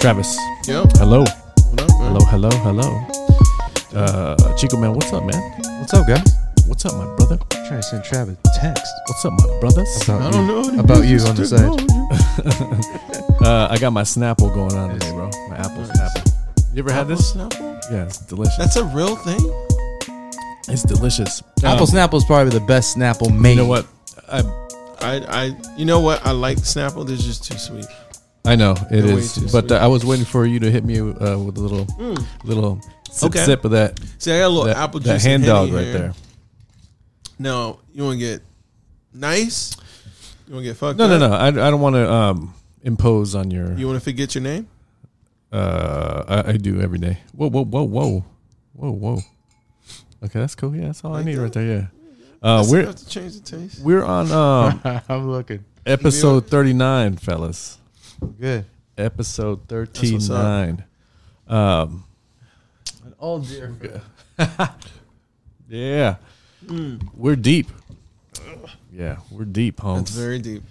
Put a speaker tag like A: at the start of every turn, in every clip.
A: Travis,
B: Yo,
A: hello,
B: what up, man?
A: hello, hello, hello. Uh, Chico, man, what's up, man?
C: What's up, guys?
A: What's up, my brother?
C: I'm trying to send Travis a text
A: What's up, my brothers?
C: about
B: I don't
C: you,
B: know any
C: about you
B: business
C: on the side.
B: technology.
A: Uh, I got my Snapple going on today, bro. My apple Snapple. You ever had
B: Apple
A: this?
B: Snapple?
A: Yeah, it's delicious.
B: That's Oh. a real thing.
A: it's delicious.
C: Apple
A: Um,
C: Snapple is probably the best Snapple made.
A: You know what? I
B: I, I, you know what? I like Snapple. They're just too sweet.
A: I know it
B: They're way
A: is,
B: too
A: but
B: sweet.
A: uh, I was waiting for you to hit me uh, with a little,
B: Mm.
A: little sip,
B: Okay.
A: sip of that,
B: See, I got a little
A: that,
B: apple
A: that
B: juice.
A: hand
B: and
A: dog
B: Henny
A: right
B: here.
A: there.
B: Now you want to get nice. You want to get fucked.
A: No, no,
B: up?
A: no. I, I don't want to um, impose on your.
B: You want to forget your name?
A: Uh, I, I do every day. Whoa, whoa, whoa, whoa, whoa, whoa. Okay, that's cool. Yeah, that's all I
B: Like
A: need
B: that?
A: right there. Yeah. Uh,
B: That's
A: we're
B: enough to change the taste.
A: we're on um,
C: I'm looking
A: episode thirty nine, fellas.
C: good.
A: Episode thirty
B: what's up.
A: nine. Um,
C: Oh dear.
A: yeah,
B: Mm.
A: we're deep. Yeah, we're deep,
B: That's
A: homes.
B: very deep.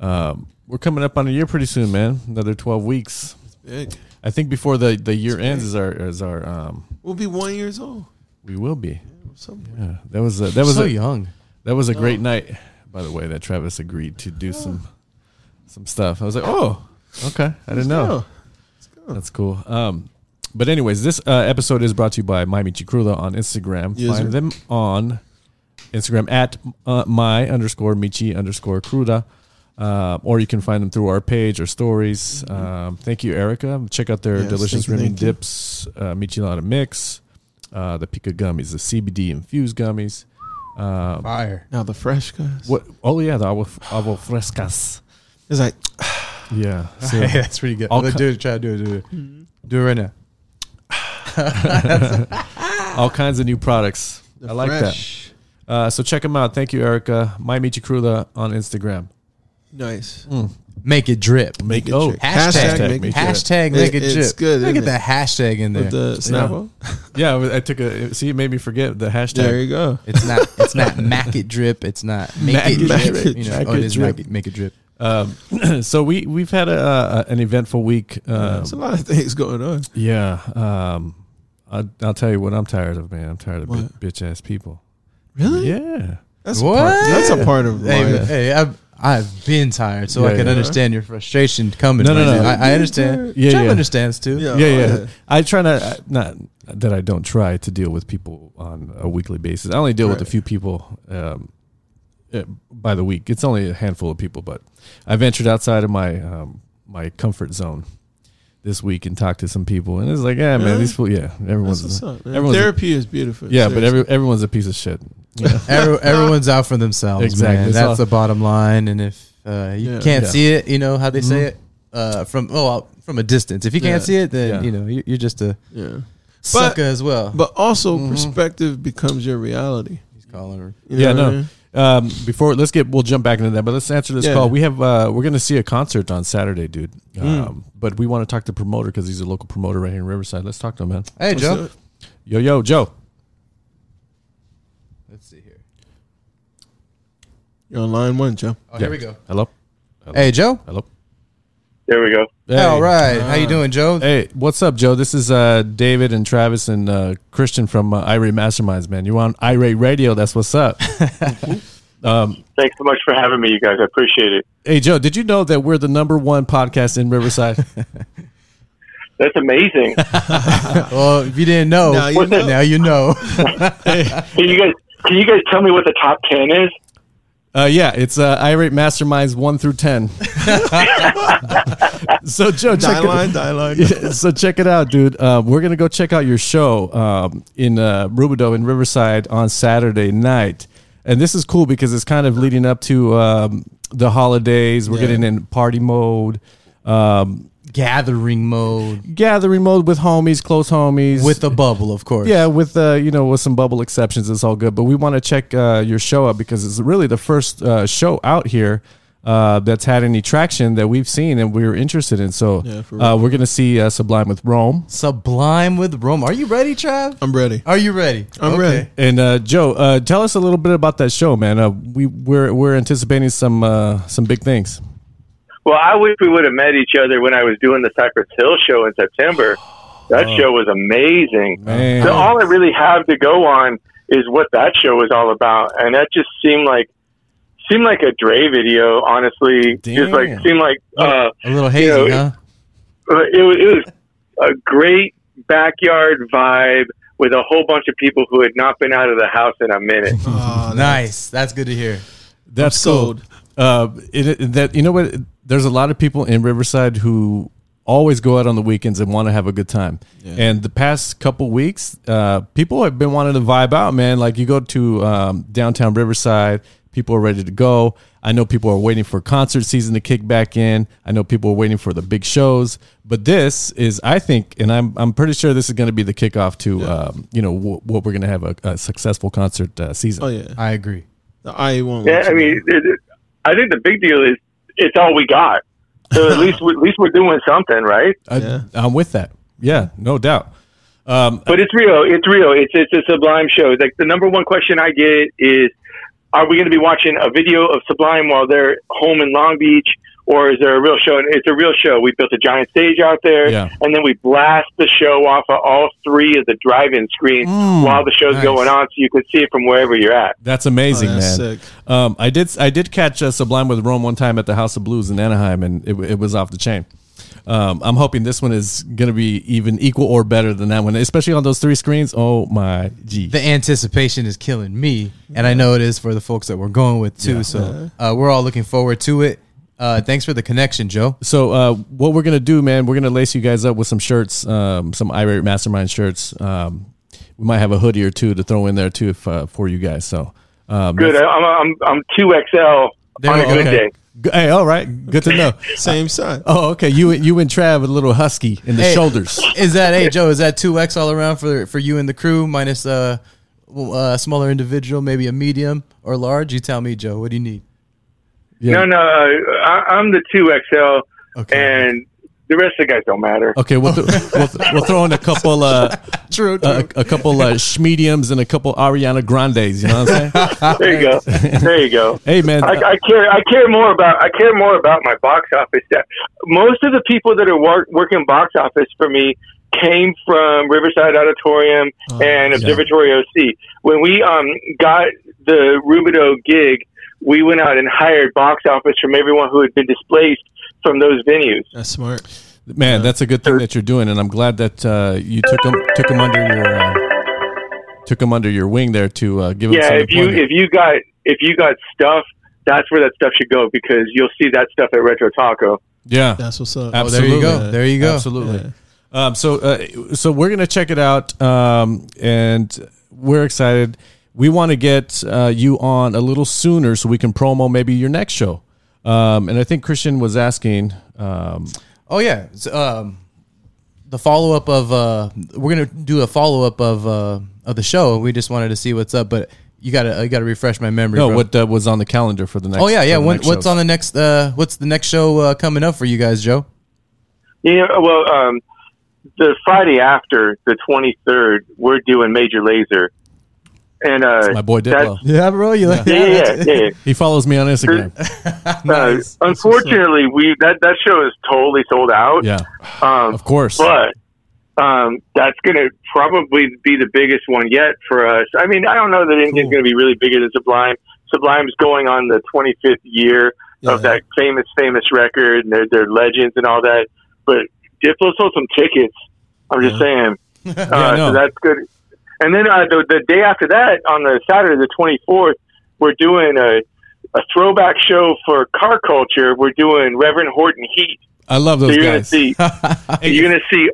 A: um, we're coming up on a year pretty soon, man. Another twelve weeks.
B: It's big.
A: I think before the, the year ends is our is our um
B: We'll be one years old.
A: we will be.
B: Some
A: Yeah, that was a, that was
C: so
A: a,
C: young.
A: That was a great
B: Oh.
A: night, by the way, that Travis agreed to do some some stuff. I was like, oh, okay. I didn't know. That's cool. Um, but anyways, this uh, episode is brought to you by Miami Chicrula on Instagram.
B: Yes,
A: Find
B: sir.
A: them on Instagram at uh, my underscore Michi underscore Cruda. Uh, or you can find them through our page or stories. Um, thank you, Erica. Check out their
B: Mm-hmm. Yes,
A: delicious
B: thank you,
A: Remy
B: thank you.
A: dips, uh, Michelada mix, uh, the Pika gummies, the CBD infused gummies. Um,
C: Fire.
B: Now the fresh guys.
A: what? Oh yeah, the agua, agua frescas.
B: It's like
A: Yeah. So,
C: Hey, that's pretty good.
A: I'll
C: Look,
A: co-
C: do it. Try to do it. Do it. Do it right now.
A: all kinds of new products.
B: the
A: I like
B: fresh.
A: that. Uh, so check them out. Thank you, Erica. My Michi Krula on Instagram.
B: Nice.
C: Make it drip.
A: Make
B: it
A: Mm, oh
B: drip.
C: Hashtag,
A: Hashtag
C: make
A: make it
C: it hashtag
B: drip.
C: make it,
B: It-
C: drip.
B: it's good,
C: Look
B: isn't
C: at the hashtag in there.
B: With the Snapple.
A: yeah. I was- I took a see. It made me forget the
B: There
A: hashtag.
B: you go.
C: it's not. It's not mac it drip. It's not make
A: Mac
C: it,
A: it
C: drip.
A: drip.
C: You know.
A: Mac
C: oh, it
A: it
C: is
A: drip.
C: Mac it, make it drip.
A: Um, so we we've had a, uh an eventful week. Um,
B: There's a lot of things going on.
A: yeah. Um, I, I'll tell you what I'm tired of, man. I'm tired of
B: What?
A: bitch ass people.
B: Really?
A: Yeah.
B: That's
C: What?
B: A part, that's a part of life.
C: Hey, hey, I've, I've been tired, so
A: Yeah,
C: I can
A: yeah.
C: understand your frustration coming.
A: No, no,
C: right
A: no.
C: now. I, I understand.
A: Yeah,
C: Trump
A: yeah.
C: understands too.
B: Yeah.
A: yeah, yeah.
B: Oh, yeah.
A: I try not I- not that I don't try to deal with people on a weekly basis. I only deal with
B: Right.
A: a few people um, eh, by the week. It's only a handful of people, but I ventured outside of my um, my comfort zone this week and talked to some people, and it's like, yeah, man,
B: Really?
A: these people, yeah,
B: That's
A: everyone's,
B: what's up. man.
A: everyone's-
B: Therapy is beautiful.
A: yeah, but
B: Seriously.
A: every, everyone's a piece of shit.
C: Every, everyone's out for themselves.
A: Exactly.
C: man.
A: It's
C: That's
A: all-
C: the bottom line. And if uh, you
B: Yeah.
C: can't
A: Yeah. Mm-hmm.
C: see it, you know how they say it uh, from oh from a distance. If you can't
B: Yeah.
C: see it, then
A: Yeah.
C: you know you- you're just a
B: yeah.
C: sucker as well.
B: But also,
A: Mm-hmm.
B: perspective becomes your reality.
C: He's calling her.
B: You know
A: yeah,
B: what
A: no.
B: I mean?
A: Um, before let's get we'll jump back into that, but let's answer this
B: Yeah. Hmm.
A: call. We have uh, we're gonna see a concert on Saturday, dude. Um, But we want to talk to promoter because he's a local promoter right here in Riverside. Let's talk to him, man.
C: Hey
B: What's
C: Joe.
B: up?
A: Yo, yo, Joe.
C: Let's see here.
B: You're on line one, Joe.
C: Oh,
A: Yeah.
C: here we go.
A: Hello.
C: Hey Joe.
A: Hello.
D: There we go.
A: Hey.
C: All right. how
B: Uh,
C: you doing, Joe?
A: Hey, what's up, Joe? This is uh, David and Travis and uh, Christian from uh, Irate Masterminds, man. You're on Irate Radio. That's what's up.
D: Thanks so much for having me, you guys. I appreciate it.
A: hey, Joe, did you know that we're the number one podcast in Riverside?
D: That's amazing.
C: Well, if you didn't know,
B: Now you know.
C: now you know.
D: can you guys can you guys tell me what the top ten is?
A: uh, yeah, it's uh, Irate Masterminds 1 through 10. so, Joe, check
B: Die
A: it-
B: line, die line.
A: Yeah, so check it out, dude. Uh, we're gonna go check out your show um, in uh, Rubidoux in Riverside on Saturday night, and this is cool because it's kind of leading up to um, the holidays. We're
B: Yeah.
A: getting in party mode, um,
C: Gathering mode
A: gathering mode with homies, close homies,
C: with a bubble, of course.
A: yeah, with uh, you know, with some bubble exceptions, it's all good. But we want to check uh, your show out because it's really the first uh, show out here uh, that's had any traction that we've seen and we are interested in. So
B: Yeah, for
A: uh, we're gonna see uh, Sublime with Rome.
C: Sublime with Rome. Are you ready, Trav?
B: I'm ready.
C: Are you ready?
B: I'm ready.
A: And uh, Joe, uh, tell us a little bit about that show, man. Uh, we we're we're anticipating some uh, some big things.
D: Well, I wish we would have met each other when I was doing the Cypress Hill show in September. That
C: Oh.
D: show was amazing.
A: Man.
D: So all I really have to go on is what that show was all about, and that just seemed like seemed like a Dre video. Honestly, just like
A: Damn.
D: seemed like uh,
C: A little hazy,
D: know,
C: huh?
D: Uh, it was, it was a great backyard vibe with a whole bunch of people who had not been out of the house in a minute.
B: Oh,
C: Nice. That's good to hear.
A: That's
B: sold.
A: cool. Uh, it, it- that you know what? There's a lot of people in Riverside who always go out on the weekends and want to have a good time. And the past couple weeks, uh, people have been wanting to vibe out, man. Like you go to um, downtown Riverside, people are ready to go. I know people are waiting for concert season to kick back in. I know people are waiting for the big shows. But this is, I think, and I'm I'm pretty sure this is going to be the kickoff to um, you know wh- what we're going to have a, a successful concert uh, season.
B: oh yeah,
C: I agree.
B: the I won't.
D: Yeah,
B: let
D: I
B: you
D: mean,
B: down.
D: it, it- I think the big deal is it's all we got. So at least we, at least we're doing something, right?
A: I,
B: Yeah.
A: I'm with that. Yeah, no doubt. Um,
D: But it's real. It's real. It's it's a Sublime show. Like the number one question I get is, are we going to be watching a video of Sublime while they're home in Long Beach, or is there a real show? And it's a real show. We built a giant stage out there,
A: Yeah.
D: and then we blast the show off of all three of the drive-in screens while the show's
A: nice.
D: going on, so you can see it from wherever you're at.
A: that's amazing,
B: Oh, that's
A: man.
B: sick.
A: Um, I did I did catch uh, Sublime with Rome one time at the House of Blues in Anaheim, and it, w- it was off the chain. Um, I'm hoping this one is going to be even equal or better than that one, especially on those three screens. Oh my gee!
C: The anticipation is killing me, and I know it is for the folks that we're going with too. So uh, we're all looking forward to it. Uh, thanks for the connection, Joe.
A: So uh, what we're gonna do, man, we're gonna lace you guys up with some shirts, um, some irate mastermind shirts. Um, we might have a hoodie or two to throw in there too if, uh, for you guys. So um,
D: Good. I- I'm I'm I'm two XL
C: There
D: on a
C: we go.
D: good
A: okay.
D: day.
A: G- Hey, all right, good to know.
B: same side.
A: Oh, okay. You you and Trav a little husky in the
C: Hey.
A: shoulders.
C: Is that hey Joe? Is that two X all around for for you and the crew minus uh, w- uh, smaller individual, maybe a medium or large? You tell me, Joe. What do you need?
A: Yeah.
D: No, no, uh, I, I'm the two XL,
C: Okay.
D: and the rest of the guys don't matter.
A: Okay, we'll, th- we'll, th- we'll throw in a couple, uh,
C: True.
A: a, a couple uh, schmediums and a couple Ariana Grandes. You know what I'm saying?
D: There you go. There you go.
A: hey, man.
D: I, I care. I care more about. I care more about my box office. Staff. Most of the people that are wor- working box office for me came from Riverside Auditorium and Observatory OC. When we um got the Rubido gig, we went out and hired box office from everyone who had been displaced from those venues.
B: That's smart.
A: man, that's a good thing that you're doing, and I'm glad that uh, you took them took 'em under your uh, took 'em under your wing there to uh, give 'em
D: yeah
A: some
D: if you
A: employment.
D: if you got if you got stuff that's where that stuff should go because you'll see that stuff at retro taco
A: yeah,
B: That's what's up.
A: Absolutely.
C: there you go. There you go.
A: Absolutely. Um, so, uh, so we're gonna check it out, um, and we're excited. We want to get uh, you on a little sooner so we can promo maybe your next show. Um, and I think Christian was asking. Um,
C: Oh yeah. It's, um, the follow up of uh, we're gonna do a follow up of uh, of the show. We just wanted to see what's up, but you gotta you gotta refresh my memory.
A: no,
C: bro.
A: what uh, was on the calendar for the next?
C: Oh yeah, yeah.
A: for the
C: When,
A: next
C: what's
A: shows.
C: on the next? Uh, what's the next show uh, coming up for you guys, Joe?
D: yeah well um the friday after the 23rd we're doing major laser and uh
A: My boy
D: that's-
A: Diplo.
C: Yeah, bro. You like
D: yeah yeah yeah, yeah.
A: He follows me on Instagram.
D: Uh, unfortunately we that that show is totally sold out
A: yeah,
D: um
A: of course.
D: but um, that's going to probably be the biggest one yet for us. I mean, I don't know that anything's going to be really bigger than Sublime. Sublime's going on the 25th year of
B: Yeah.
D: that famous, famous record, and they're, they're legends and all that. But Diplo sold some tickets. I'm just saying. Uh,
A: I know.
D: So that's good. And then uh, the, the day after that, on the Saturday, the 24th, we're doing a, a throwback show for car culture. We're doing Reverend Horton Heat.
A: I love
D: So
A: those
D: you're going to
A: guys.
D: see you're gonna see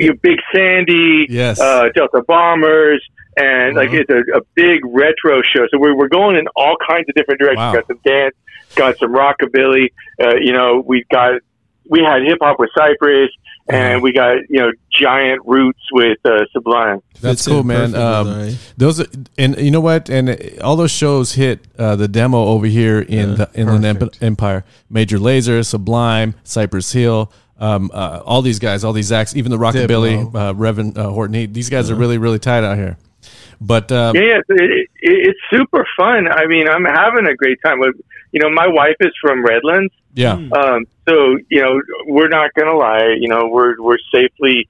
D: your big Sandy,
A: Yes. Uh-huh.
D: uh, Delta Bombers, and like it's a, a big retro show. So we're we're going in all kinds of different directions.
A: Wow.
D: Got some dance, got some rockabilly. Uh, you know, we got we had hip hop with Cypress,
A: Uh-huh.
D: and we got you know giant roots with uh, Sublime.
A: That's
B: Fits
A: cool,
B: in
A: man.
B: perfect
A: Um,
B: with our-
A: Those are, and you know what? And uh, all those shows hit uh, the demo over here in the Inland Emp- Empire. Major Laser, Sublime, Cypress Hill, um, uh, all these guys, all these acts, even the Rockabilly, uh, Reverend uh, Horton. Heat, These guys are really, really tight out here. But um,
D: Yeah, yeah, it, it, it's super fun. I mean, I'm having a great time. Like, You know, my wife is from Redlands,
A: yeah,
D: um, so you know we're not gonna lie. You know, we're we're safely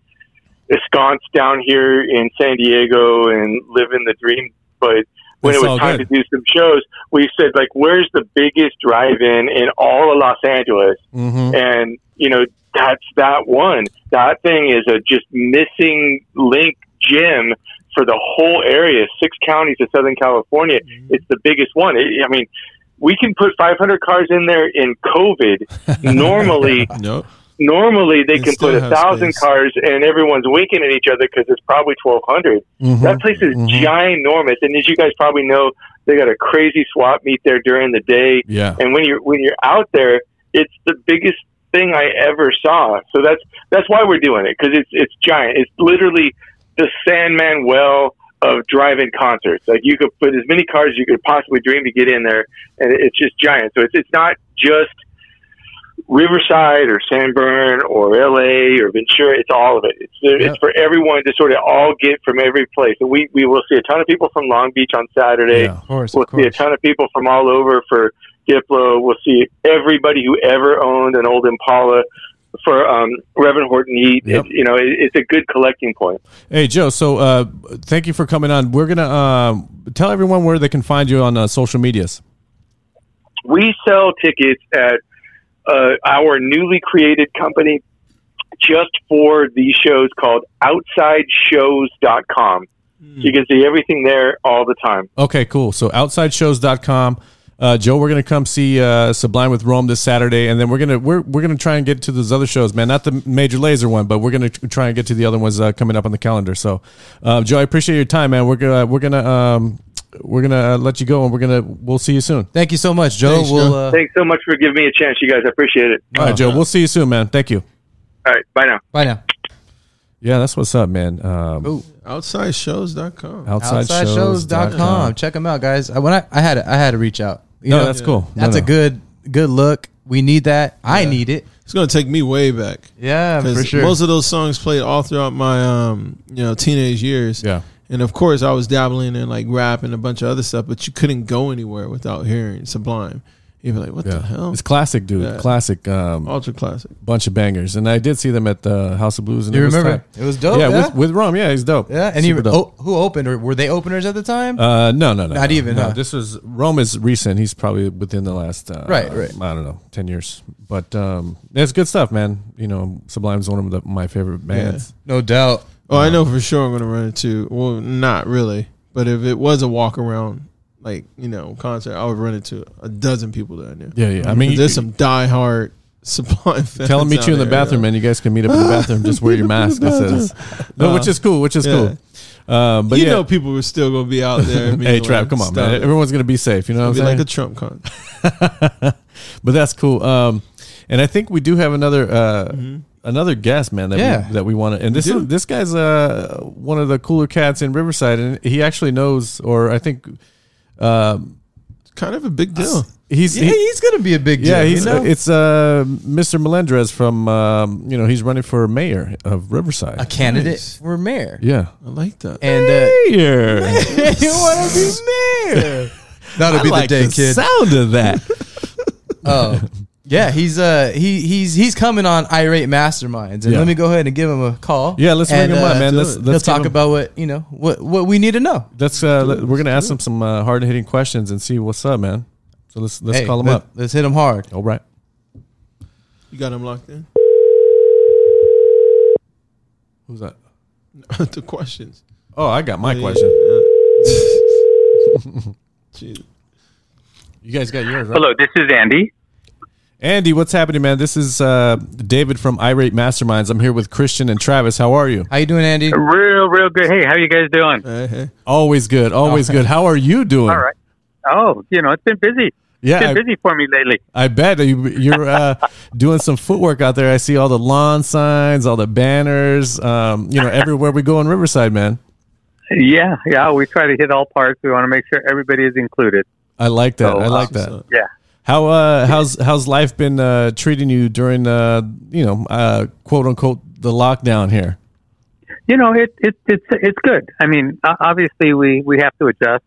D: ensconced down here in San Diego and living the dream. But when
A: That's
D: it
A: all
D: was time
A: good.
D: to do some shows, we said like, "Where's the biggest drive-in in all of Los Angeles?"
A: hmm
D: and you know that's that one that thing is a just missing link gym for the whole area six counties of southern california
B: Mm-hmm.
D: it's the biggest one it, i mean we can put 500 cars in there in covid normally
B: Nope.
D: normally they
B: They
D: can
B: still
D: put a
B: have
D: thousand
B: space.
D: cars and everyone's winking at each other because it's probably 1200
A: Mm-hmm.
D: that place is
B: Mm-hmm.
D: ginormous and as you guys probably know they got a crazy swap meet there during the day
A: yeah.
D: and when you're when you're out there, it's the biggest thing I ever saw. So that's that's why we're doing it because it's it's giant. It's literally the Sandman well of drive-in concerts. Like you could put as many cars as you could possibly dream to get in there, and it- it's just giant. So it's it's not just Riverside or Sanborn or LA or Ventura. It's all of it. It's,
A: Yeah.
D: it's for everyone to sort of all get from every place. And we, we will see a ton of people from Long Beach on Saturday
A: Yeah.
C: Of course,
D: we'll
C: of
D: see a
C: course.
D: ton of people from all over for Diplo. We'll see everybody who ever owned an old Impala for um, Reverend Horton Heat.
A: Yep.
D: It, you know, it, it's a good collecting point.
A: Hey Joe, so uh, thank you for coming on. We're gonna um tell everyone where they can find you on uh, social medias.
D: We sell tickets at uh, our newly created company just for these shows called OutsideShows.com.
C: Hmm.
D: So you can see everything there all the time.
C: Oh.
A: Okay, cool. So outsideshows.com. Uh, Joe, we're gonna come see uh, Sublime with Rome this Saturday, and then we're gonna we're we're gonna try and get to those other shows, man. Not the Major Laser one, but we're gonna tr- try and get to the other ones uh, coming up on the calendar. So, uh, Joe, I appreciate your time, man. We're gonna we're gonna um, we're gonna uh, let you go, and we're gonna we'll see you soon.
C: Thank you so much, Joe.
B: Thanks,
C: we'll
B: Joe.
C: Uh,
D: Thanks so much for giving me a chance, you guys. I appreciate it.
B: Oh,
A: All right, Joe, we'll see you soon, man. Thank you.
D: All right, bye now.
C: bye now.
A: Yeah, that's what's up, man. Um,
B: OutsideShows.com.
C: OutsideShows.com. Check them out, guys. I, when I, I had to- I had to reach out. You
A: No, that's cool. No,
C: That's a
A: no.
C: good good look. We need that. I need it.
B: It's gonna take me way back.
C: Yeah,
B: 'Cause
C: for sure.
B: Most of those songs played all throughout my um, you know, teenage years.
A: Yeah.
B: And of course I was dabbling in like rap and a bunch of other stuff, but you couldn't go anywhere without hearing Sublime. You'd be like, What the
A: Yeah.
B: hell?
A: It's classic, dude.
B: Yeah.
A: Classic. Um,
B: Ultra classic.
A: bunch of bangers, and I did see them at the House of Blues. And
C: you
A: it was
C: remember?
A: tight.
C: It was dope.
A: yeah,
C: Yeah,
A: With, with Rum. Yeah, he's dope.
C: yeah. And you,
A: Super dope.
C: oh, who opened or were they openers at the time?
A: Uh, no, no, no,
C: Not
A: no,
C: even,
A: No,
C: huh?
A: this was Rome is recent. He's probably within the last uh,
C: Right, right.
A: I don't know, ten years. But um, it's good stuff, man. You know, Sublime's one of the, my favorite bands.
C: no doubt.
B: Oh, I know for sure I'm gonna run into well, not really. But if it was a walk around like, you know, concert, I would run into a dozen people that I knew.
A: Yeah, yeah. I mean,
B: there's
A: you-
B: some diehard Sublime fans.
A: Tell him meet
B: out
A: you in the
B: there,
A: bathroom,
B: yo.
A: and you guys can meet up in the bathroom. Just wear your mask. That says no, which is cool. Which is
B: Yeah.
A: cool. Um, but
B: you
A: yeah,
B: know people were still gonna be out there. and
A: hey,
B: being
A: trap,
B: like,
A: come on,
B: "Stop
A: man.
B: it."
A: Everyone's gonna be safe. You know,
B: It'll
A: what I'm
B: be like
A: saying?
B: a Trump con.
A: but that's cool. Um, and I think we do have another uh, another guest, man. That
C: Yeah.
A: we, that we want to. And this is, this guy's uh, one of the cooler cats in Riverside, and he actually knows, or I think
B: kind of a big deal.
A: he's
C: Yeah,
A: he-
C: he's gonna be a big deal.
A: yeah, he's
C: you know?
A: it's uh, Mr. Melendrez from um, you know he's running for mayor of Riverside.
C: a candidate
B: Nice.
C: for mayor.
A: yeah,
B: I like that.
C: And uh,
A: mayor.
C: you want to be mayor? That'll
A: I
C: be
A: like
C: the day, kid.
A: sound of that.
C: Oh, yeah. He's uh he he's he's coming on irate masterminds, and
A: Yeah.
C: let me go ahead and give him a call.
A: Yeah, let's
C: and,
A: ring him up, man.
B: do
A: Let's
B: it.
A: let's
C: Let's
A: give
C: talk
A: him-
C: about what you know what what we need to know.
A: Let's uh, let- we're gonna ask him some uh, hard hitting questions and see what's up, man. So let's let's
C: Hey,
A: call him
C: let-
A: up.
C: Let's hit him hard.
A: All right.
B: You got him locked in.
A: Who's that?
B: the questions.
A: Oh, I got my question.
B: Jeez.
A: You guys got yours, right?
E: Hello, this is Andy.
A: Andy, what's happening, man? This is uh, David from Irate Masterminds. I'm here with Christian and Travis. How are you?
C: How you doing, Andy?
E: Real, real good. Hey, how you guys doing?
B: Hey, hey.
A: Always good. Always good. How are you doing?
E: All right. Oh, you know, it's been busy.
A: Yeah,
E: Been
A: I,
E: busy for me lately.
A: I bet you, you're uh, doing some footwork out there. I see all the lawn signs, all the banners. Um, you know, everywhere we go in Riverside, man.
E: Yeah, yeah. We try to hit all parts. We want to make sure everybody is included.
A: I like that.
E: Oh,
A: I
E: wow.
A: like that.
E: Yeah.
A: How uh, how's how's life been uh, treating you during uh, you know uh, quote unquote the lockdown here?
E: you know, it, it it's it's good. I mean, o- obviously we we have to adjust.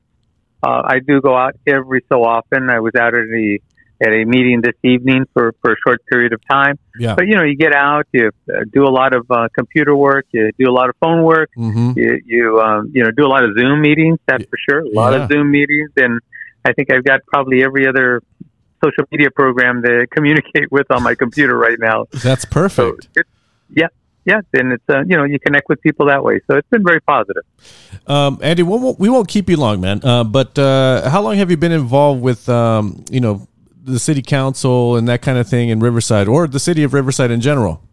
E: Uh, I do go out every so often. I was out at a at a meeting this evening for for a short period of time.
A: Yeah.
E: But you know, you get out, you uh, do a lot of uh, computer work, you do a lot of phone work,
A: Mm-hmm.
E: you you um, you know do a lot of Zoom meetings. That's for sure. A lot
A: Yeah.
E: of Zoom meetings, and I think I've got probably every other social media program to communicate with on my computer right now.
A: That's
E: So,
A: perfect.
E: it, yeah, yeah, and it's uh, you know you connect with people that way. So it's been very positive.
A: Um, Andy, we won't, we won't keep you long, man. Uh, but uh, how long have you been involved with um, you know the city council and that kind of thing in Riverside, or the city of Riverside in general?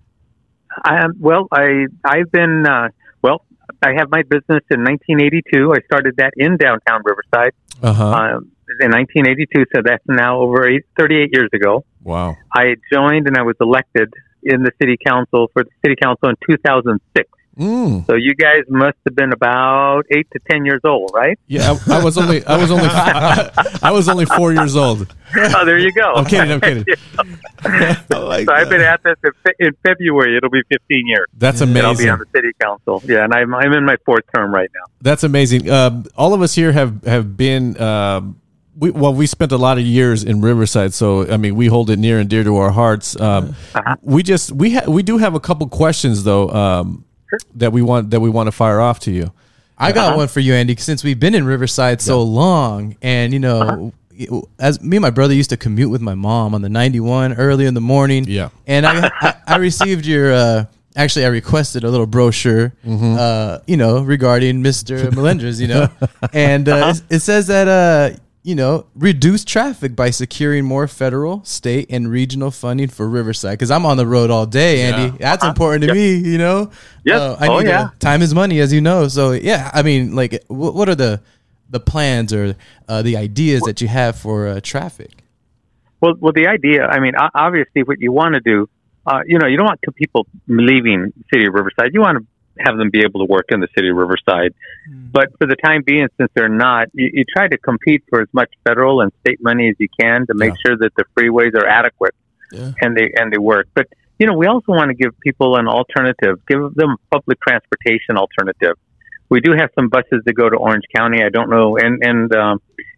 E: I am well. I I've been uh, well. I have my business in 1982. I started that in downtown Riverside
A: Uh huh.
E: um, in 1982. So that's now over eight, 38 years ago.
A: Wow.
E: I had joined and I was elected in the city council for the city council in 2006.
A: Mm.
E: So you guys must have been about eight to ten years old, right?
A: Yeah, I, I was only I was only I was only four years old.
E: oh, there you go.
A: I'm kidding. I'm kidding.
E: so I've been at this in, Fe- in February. It'll be 15 years.
A: That's
E: And I'll be
A: amazing.
E: on the city council. Yeah, and I'm, I'm in my fourth term right now.
A: That's amazing. Um, all of us here have have been. Um, we, well, we spent a lot of years in Riverside, so I mean, we hold it near and dear to our hearts. Um, We just we ha- we do have a couple questions though um, that we want that we want to fire off to you.
C: I got
E: Uh-huh.
C: one for you, Andy. Since we've been in Riverside so long, and you
E: Uh-huh.
C: know, it- as me and my brother used to commute with my mom on the 91 early in the morning.
A: Yeah.
C: and I I, I received your. Uh, Actually, I requested a little brochure,
E: Mm-hmm.
C: uh, you know, regarding Mister Melendres, you know, and uh,
E: Uh-huh.
C: it, it says that uh, you know reduce traffic by securing more federal, state, and regional funding for Riverside. Because I'm on the road all day, Andy. That's important to me, you know.
E: Yep.
C: Uh, I
E: Uh-huh. Oh,
C: need to-
E: yeah.
C: time is money, as you know. So yeah, I mean, like, wh- what are the the plans or uh, the ideas that you have for uh, traffic?
E: Well, well, the idea. I mean, o- obviously, what you want to do, uh, you know, you don't want to people leaving the city of Riverside. You want to have them be able to work in the city of Riverside. But for the time being, since they're not, you, you try to compete for as much federal and state money as you can to make sure that the freeways are adequate
B: Yeah.
E: and they and they work. But you know, we also want to give people an alternative, give them public transportation alternative. We do have some buses that go to Orange County. I don't know, and and um,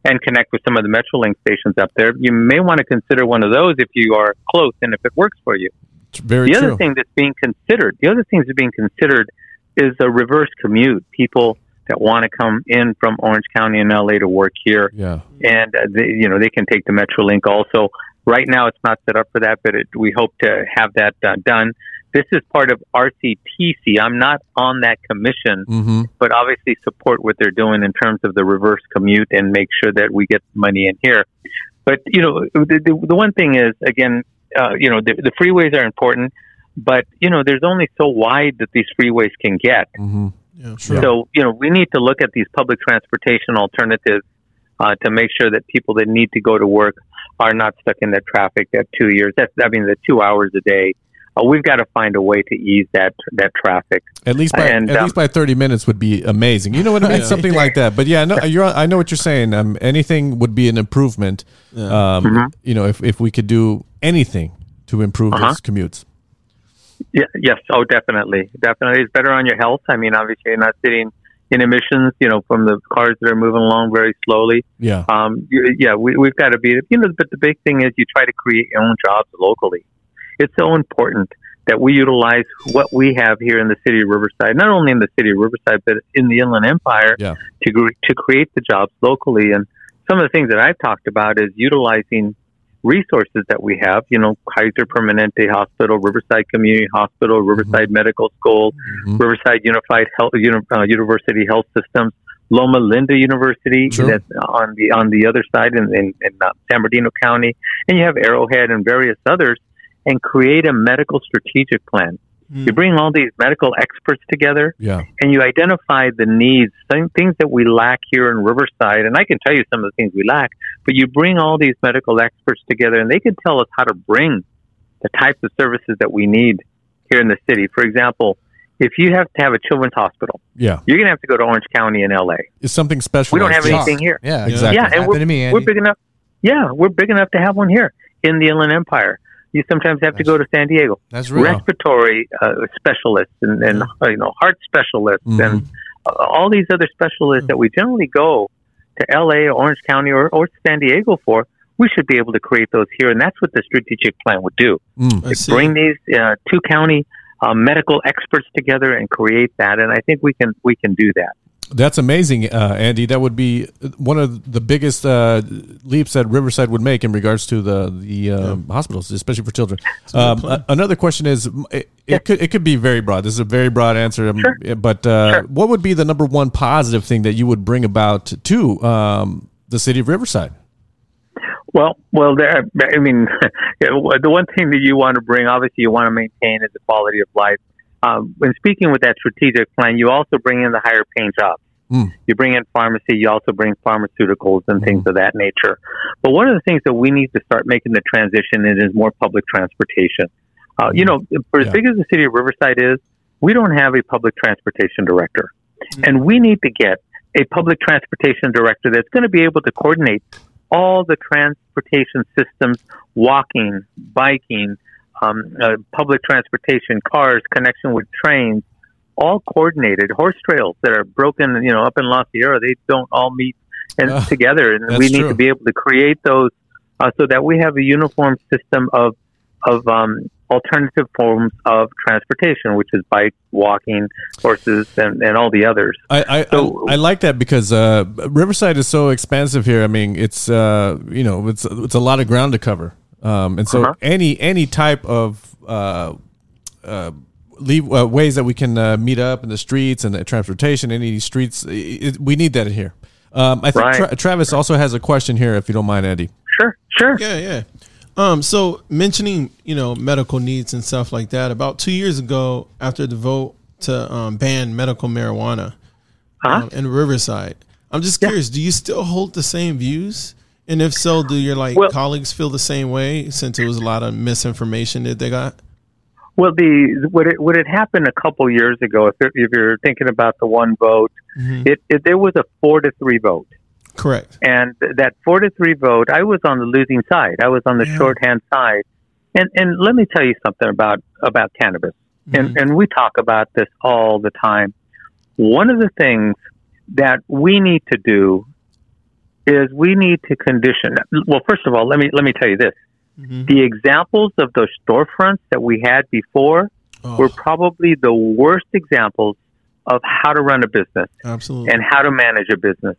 E: and connect with some of the MetroLink stations up there. You may want to consider one of those if you are close and if it works for you.
A: Tr- Very
E: The
A: true.
E: other thing that's being considered, the other thing that's being considered is a reverse commute. People that want to come in from Orange County and LA to work here,
A: yeah.
E: and uh, they, you know they can take the MetroLink also. Right now, it's not set up for that, but it, we hope to have that uh, done. This is part of RCTC. I'm not on that commission,
A: Mm-hmm.
E: but obviously support what they're doing in terms of the reverse commute and make sure that we get money in here. But you know, the, the, the one thing is again, uh, you know, the, the freeways are important, but you know, there's only so wide that these freeways can get.
A: Mm-hmm.
B: Yeah.
A: Sure.
E: So you know, we need to look at these public transportation alternatives uh, to make sure that people that need to go to work are not stuck in that traffic at two years. That's I mean, the two hours a day. Uh, we've got to find a way to ease that that traffic.
A: At least by
E: And,
A: at
E: um,
A: least by thirty minutes would be amazing. You know what I mean? Something like that. But yeah, no, you're. I know what you're saying. Um, anything would be an improvement. Um,
E: Mm-hmm.
A: you know, if if we could do anything to improve
E: Uh-huh.
A: those commutes.
E: Yeah, yes. Oh, definitely. Definitely. It's better on your health. I mean, obviously, you're not sitting in emissions, you know, from the cars that are moving along very slowly.
A: Yeah.
E: Um, you, yeah, we, we've got to be, you know, but the big thing is you try to create your own jobs locally. It's so important that we utilize what we have here in the city of Riverside, not only in the city of Riverside, but in the Inland Empire
A: Yeah.
E: to, gr- to create the jobs locally. And some of the things that I've talked about is utilizing resources that we have, you know, Kaiser Permanente Hospital, Riverside Community Hospital, Riverside
A: Mm-hmm.
E: Medical School,
A: Mhm.
E: Riverside Unified Health Uni- uh, University Health Systems, Loma Linda University
A: Sure.
E: that's on the on the other side in, in, in uh, San Bernardino County, and you have Arrowhead and various others, and create a medical strategic plan. You bring all these medical experts together
A: Mm-hmm. Yeah.
E: and you identify the needs, some things that we lack here in Riverside. And I can tell you some of the things we lack, but you bring all these medical experts together and they can tell us how to bring the types of services that we need here in the city. For example, if you have to have a children's hospital,
A: Yeah.
E: you're going to have to go to Orange County in LA.
A: It's something special.
E: We don't have anything here.
C: Yeah,
A: Exactly.
E: Yeah, and
C: Happened to me,
E: We're
C: Andy.
E: big enough. Yeah, we're big enough to have one here in the Inland Empire. You sometimes have to go to San Diego
C: That's real.
E: respiratory uh, specialists and, and uh, you know heart specialists and uh, all these other specialists that we generally go to LA or Orange County or, or San Diego for we should be able to create those here and that's what the strategic plan would do
B: I see.
E: bring these uh, two county uh, medical experts together and create that and I think we can we can do that
A: That's amazing, uh, Andy. That would be one of the biggest uh, leaps that Riverside would make in regards to the the um, hospitals, especially for children. Um, a- another question is, m- it, it could it could be very broad. This is a very broad answer, um, but uh,
E: Sure.
A: what would be the number one positive thing that you would bring about to um, the city of Riverside?
E: Well, well, there. I mean, the one thing that you want to bring, obviously, you want to maintain is the quality of life. Um, when speaking with that strategic plan, you also bring in the higher paying jobs.
A: Mm.
E: You bring in pharmacy. You also bring pharmaceuticals and things of that nature. But one of the things that we need to start making the transition in is more public transportation. Uh, you know, for
A: Yeah.
E: as big as the city of Riverside is, we don't have a public transportation director, and we need to get a public transportation director that's going to be able to coordinate all the transportation systems walking, biking, um, uh, public transportation, cars, connection with trains, all coordinated. Horse trails that are broken, you know, up in La Sierra, they don't all meet and
A: Ah,
E: together, and we
A: that's
E: need
A: true.
E: to be able to create those uh, so that we have a uniform system of of um, alternative forms of transportation, which is bike, walking, horses, and, and all the others.
A: I, I,
E: So-
A: I, I like that because uh, Riverside is so expansive here. I mean, it's uh, you know, it's it's a lot of ground to cover, um, and so
E: Uh-huh.
A: any any type of uh, uh, leave uh, ways that we can uh, meet up in the streets and the transportation, any streets, i i we need that here. Um, I think
E: Right.
A: Tra- Travis also has a question here, if you don't mind, Andy.
E: Sure, sure.
B: Yeah, yeah. Um, so mentioning you know medical needs and stuff like that. About two years ago, after the vote to um, ban medical marijuana
E: Uh-huh.
B: um, in Riverside, I'm just curious. Do you still hold the same views? And if so, do your like
E: Well-
B: colleagues feel the same way? Since it was a lot of misinformation that they got.
E: Well, the what it what had happened a couple years ago, if you're, if you're thinking about the one vote,
B: Mm-hmm.
E: it, it there was a four to three vote,
B: Correct.
E: and th- that four to three vote, I was on the losing side. I was on the
B: Yeah.
E: shorthand side, and and let me tell you something about about cannabis, and and we talk about this all the time. One of the things that we need to do is we need to condition. Well, first of all, let me let me tell you this:
B: Mhm.
E: the examples of those storefronts that we had before
B: Oh,
E: were probably the worst examples of how to run a business
B: absolutely.
E: and how to manage a business.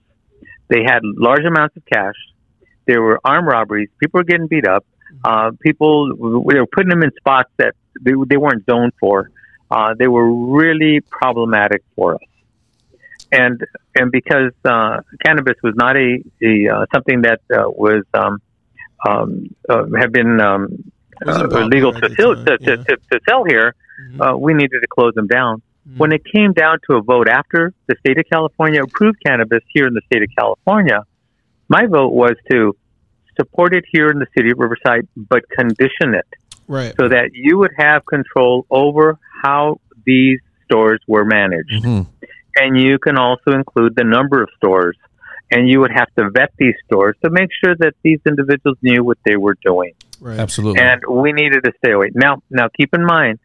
E: They had large amounts of cash. There were armed robberies. People were getting beat up. Uh, people they were putting them in spots that they, they weren't zoned for. Uh, they were really problematic for us. And and because uh, cannabis was not a, a uh, something that uh, was um, um, uh, had been um,
B: It wasn't
E: uh,
B: popular
E: legal
B: at
E: to,
B: the
E: sell
B: time,
E: to,
B: yeah. Mm-hmm.
E: to, to, to sell here, uh, we needed to close them down. When it came down to a vote after the state of California approved cannabis here in the state of California, my vote was to support it here in the city of Riverside, but condition it
B: right.
E: so that you would have control over how these stores were managed.
B: Mm-hmm.
A: Mhm.
E: And you can also include the number of stores. And you would have to vet these stores to make sure that these individuals knew what they were doing
B: Right.
A: Absolutely.
E: and we needed to stay away. Now, now keep in mind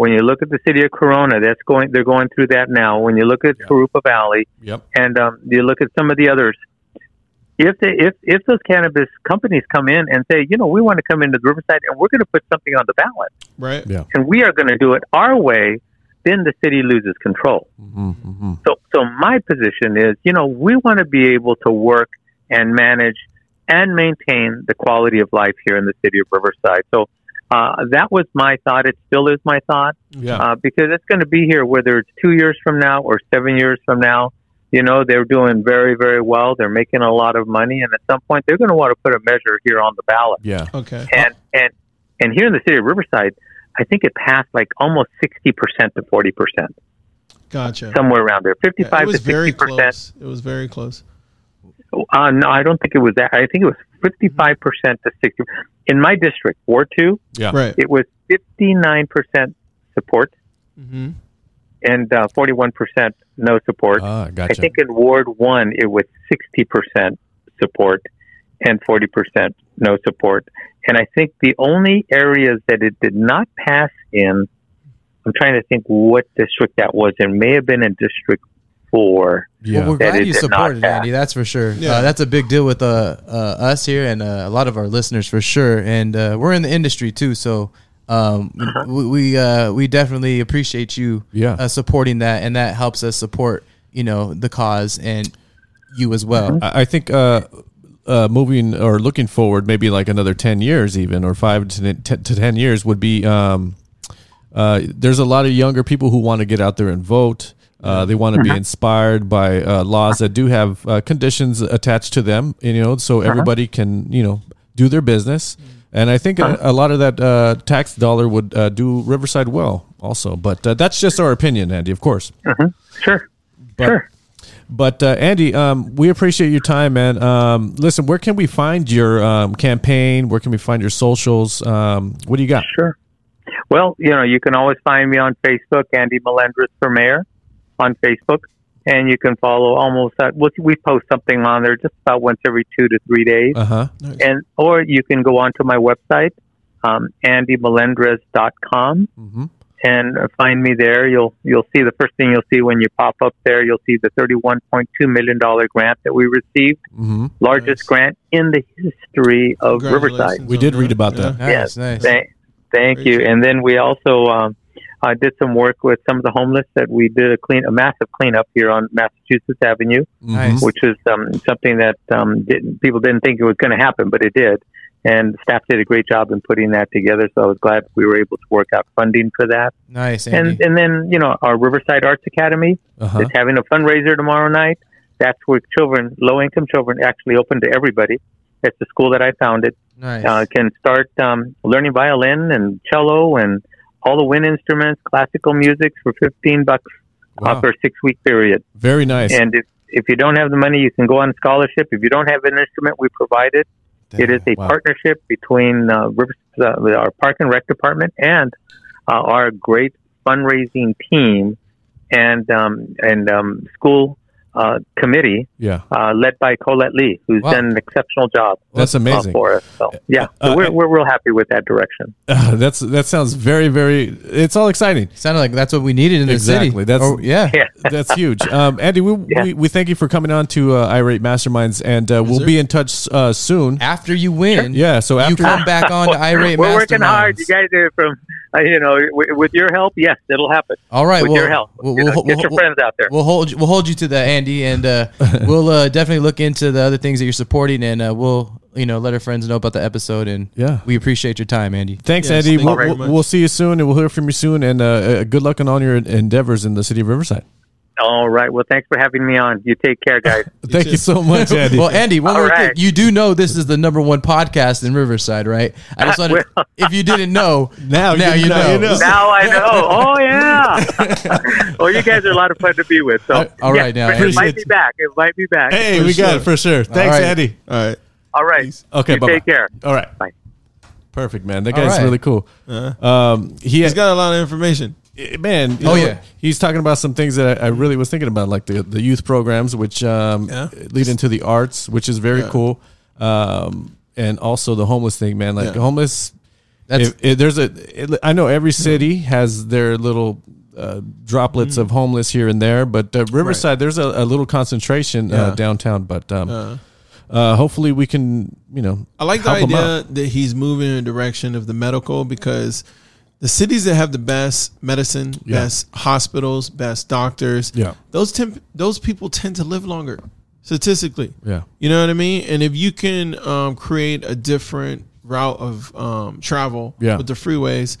E: when you look at the city of Corona, that's going they're going through that now. When you look at
A: Yeah.
E: Tarupa Valley,
A: yep.
E: and um, you look at some of the others, if they if if those cannabis companies come in and say, you know, we want to come into Riverside and we're going to put something on the ballot
B: Right.
A: Yeah.
E: and we are going to do it our way, then the city loses control.
A: Mhm, mhm.
E: So, so my position is, you know, we want to be able to work and manage and maintain the quality of life here in the city of Riverside. So, uh, that was my thought. It still is my thought
A: Yeah.
E: uh, because it's going to be here whether it's two years from now or seven years from now. You know, they're doing very, very well. They're making a lot of money, and at some point, they're going to want to put a measure here on the ballot
A: yeah.
B: Okay.
E: and and and here in the city of Riverside, I think it passed like almost 60% to 40%,
B: Gotcha.
E: somewhere around there, 55
B: it was
E: to 60%.
B: very close. It was very close.
E: Uh, no, I don't think it was that. I think it was 55% to 60 In my district, War 2,
A: Yeah.
B: Right.
E: it was 59% support
B: Mm-hmm.
E: and uh, 41% no support.
A: Ah,
E: I
A: gotcha.
E: think in Ward 1, it was 60% support and 40% no support. And I think the only areas that it did not pass in, I'm trying to think what district that was. It may have been in District 4.
A: yeah.
C: Well, we're
E: That
C: glad
E: it
C: you
E: did not
C: supported
E: pass.
C: Andy. That's for sure.
B: Yeah.
C: Uh, that's a big deal with uh, uh, us here and uh, a lot of our listeners for sure. And uh, we're in the industry too, so um, we we, uh, we definitely appreciate you
A: Yeah.
C: uh, supporting that, and that helps us support you know the cause and you as well.
A: I I think uh, uh, moving or looking forward, maybe like another ten years, even or five to ten, ten- to ten years, would be. Um, uh, there's a lot of younger people who want to get out there and vote. Uh, they want to be inspired by uh, laws that do have uh, conditions attached to them, you know, so everybody can, you know, do their business. And I think a, a lot of that uh, tax dollar would uh, do Riverside well, also. But uh, that's just our opinion, Andy, of course.
E: Sure.
A: But-
E: sure.
A: But uh, Andy, um, we appreciate your time, man. Um, listen, where can we find your um, campaign? Where can we find your socials? Um, what do you got?
E: Sure. Well, you know, you can always find me on Facebook, Andy Melendres for Mayor on Facebook. And you can follow almost that. We we post something on there just about once every two to three days.
A: Uh huh.
E: and Or you can go onto my website, um, andymelendres.com,
A: hmm
E: and find me there. You'll you'll see the first thing you'll see when you pop up there. You'll see the $31.2 million grant that we received,
A: hmm
B: Nice.
E: largest grant in the history of Riverside.
B: Congratulations
A: We
B: on
A: did read about that.
C: nice,
E: Yes.
C: nice.
E: Thank, thank
B: Great.
E: you. And then we also um, uh, did some work with some of the homeless that we did a clean, a massive cleanup here on Massachusetts Avenue,
A: Mm-hmm.
C: Nice.
E: which is um, something that um, didn't, people didn't think it was going to happen, but it did. And staff did a great job in putting that together. So I was glad we were able to work out funding for that.
C: Nice, Andy.
E: And and then you know our Riverside Arts Academy
A: Uh huh.
E: is having a fundraiser tomorrow night. That's where children, low income children, actually open to everybody. It's the school that I founded
C: nice.
E: uh, can start um, learning violin and cello and all the wind instruments, classical music for 15 bucks
A: Wow.
E: uh, for a six week period.
A: Very nice.
E: And if, if you don't have the money, you can go on scholarship. If you don't have an instrument, we provide it. It is a
A: Wow.
E: partnership between uh, Rivers, uh, our park and rec department and uh, our great fundraising team and um, and um, school uh, committee
A: Yeah,
E: uh, led by Colette Lee, who's
C: Wow.
E: done an exceptional job
A: that's
E: uh,
A: amazing.
E: for us. So yeah,
A: Uh,
E: so we're,
A: uh,
E: we're real happy with that direction.
A: that's that sounds very very. It's all exciting.
C: Sounded like that's what we needed in
A: Exactly,
C: the city.
A: that's-
C: Or- yeah.
E: Yeah,
A: That's huge, um, Andy. We,
E: Yeah.
A: we we thank you for coming on to uh, Irate Masterminds, and uh, we'll
B: sir.
A: be in touch uh, soon.
C: After you win,
A: Yeah. So
C: you
A: after
C: come back on to irate.
E: we're working hard.
C: Masterminds.
E: You guys are from uh, you know w- with your help. Yes, it'll happen
C: All right,
E: with
C: well,
E: your help.
C: we'll-
E: You know,
C: we'll-
E: get your
C: we'll-
E: friends out there.
C: We'll hold you, we'll hold you to that, Andy, and uh, we'll uh, definitely look into the other things that you're supporting, and uh, we'll you know let our friends know about the episode. And
A: Yeah.
C: we appreciate your time, Andy.
A: Thanks,
B: Yes,
A: Andy.
B: thank you
A: we'll,
E: very
A: we'll-
B: much.
A: we'll see you soon, and we'll hear from you soon. And uh, uh, good luck on all your endeavors in the city of Riverside.
E: All right. Well, thanks for having me on. You take care, guys.
A: Thank you
B: too.
A: so much, Andy.
C: Well, Andy, one
E: All
C: more
E: right.
C: thing. You do know this is the number one podcast in Riverside, right? I just wanted, if you didn't know,
A: Now you-
C: now you,
A: now
C: know.
A: you know.
E: now I know. Oh yeah. well, you guys are a lot of fun to be with. So
C: Uh, all right now,
E: it
A: Andy.
E: might be back. It might be back.
A: Hey,
B: For
A: we got
B: sure.
A: it for sure. Thanks,
C: right.
A: Andy.
B: All right.
E: All right.
A: Okay,
E: You
A: bye-bye.
E: take care.
A: All right.
E: Bye.
A: Perfect, man. That
C: All
A: guy's
C: right.
A: really cool. Um, he
B: Uh-huh. He's got a lot of information.
A: Eh, man. you know,
C: Oh, yeah.
A: he's talking about some things that I, I really was thinking about, like the, the youth programs, which um,
B: Yeah.
A: lead into the arts, which is very
B: Yeah.
A: cool, um, and also the homeless thing, man. Like
B: Yeah.
A: homeless,
C: That's
A: if, if there's a, it, I know every city has their little uh, droplets
B: Mm.
A: of homeless here and there, but uh, Riverside, there's a, a little concentration uh,
B: Yeah.
A: downtown. But um,
B: Uh,
A: uh, hopefully, we can, you know,
B: I like the
A: help 'em out.
B: idea that he's moving in the direction of the medical because the cities that have the best medicine,
A: Yeah.
B: best hospitals, best doctors,
A: Yeah.
B: those temp- those people tend to live longer statistically.
A: Yeah.
B: You know what I mean? And if you can um, create a different route of um, travel
A: Yeah.
B: with the freeways,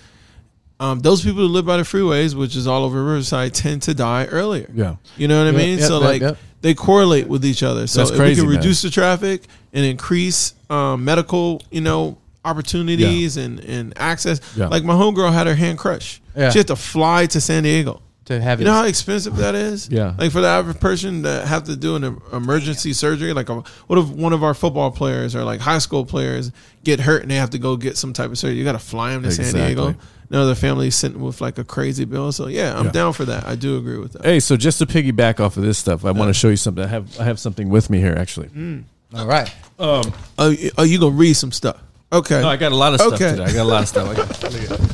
B: um, those people who live by the freeways, which is all over Riverside, tend to die earlier.
A: Yeah.
B: You know what I
C: Yep,
B: mean?
C: yep,
B: so
C: yep,
B: like
C: yep.
B: they correlate with each other. So
A: That's
B: if
A: crazy,
B: we can
A: man.
B: reduce the traffic and increase um, medical, you know, opportunities and, and access.
A: Yeah.
B: Like my homegirl had her hand crushed.
C: Yeah.
B: She had to fly to San Diego.
C: to have
B: You
C: it.
B: know how expensive that is?
A: Yeah.
B: Like for the average person to have to do an em- emergency surgery, like a, what if one of our football players or like high school players get hurt and they have to go get some type of surgery? You got to fly them to San
A: Exactly.
B: Diego. No, the family's sitting with like a crazy bill. So yeah, I'm
A: Yeah.
B: down for that. I do agree with that.
A: Hey, so just to piggyback off of this stuff, I want to show you something. I have I have something with me here actually.
C: All right.
B: Oh, you, oh, you gonna read some stuff? Okay,
A: No, I got a lot of stuff
B: Okay.
A: today. I got a lot of stuff. I got-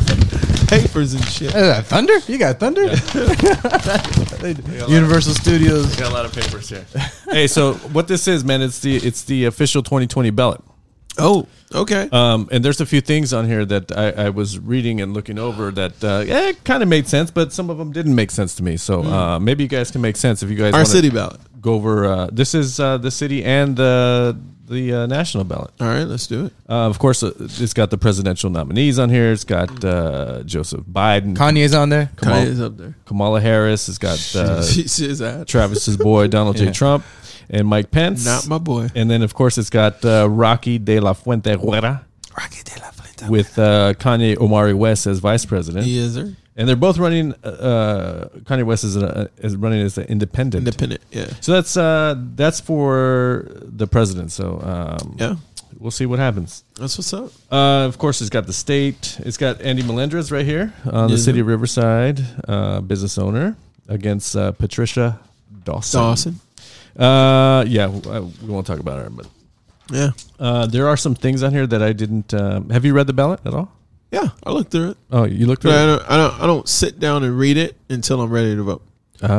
B: papers and shit.
C: Uh, thunder? You got thunder? Universal Studios.
A: got a lot of papers here. hey, so what this is, man, it's the it's the official 2020 ballot.
B: Oh, okay.
A: Um, and there's a few things on here that I, I was reading and looking over that uh, yeah, it kind of made sense, but some of them didn't make sense to me. So uh, maybe you guys can make sense if you guys
B: Mm. Our
A: wanna
B: city ballot.
A: go over. Uh, this is uh, the city and the the uh, national ballot.
B: All right, let's do it.
A: Uh, of course, uh, it's got the presidential nominees on here. It's got uh, Joseph Biden,
C: Kanye's on there.
A: Kamala,
B: Kanye's up there.
A: Kamala Harris. It's got uh,
B: she, she's at
A: Travis's boy Donald J.
C: Yeah.
A: Trump and Mike Pence.
B: not my boy.
A: and then, of course, it's got uh, Rocky de la Fuente Guerra
B: Rocky de la Fuente.
A: with uh, Kanye Omari West as vice president.
B: He is there.
A: And they're both running. Uh, Kanye West is, a, is running as an independent.
B: Independent. Yeah.
A: so that's uh, that's for the president. So um,
B: Yeah.
A: we'll see what happens.
B: That's what's up.
A: Uh, of course, it's got the state. It's got Andy Melendres right here on the
B: Yes.
A: city of Riverside, uh, business owner, against uh, Patricia Dawson.
B: Dawson.
A: Uh, yeah, w- uh, we won't talk about her, but
B: Yeah.
A: uh, there are some things on here that I didn't. Um, have you read the ballot at all?
B: Yeah. I looked through it.
A: Oh, you looked
B: But I
A: through it.
B: don't, I don't I don't sit down and read it until I'm ready to vote.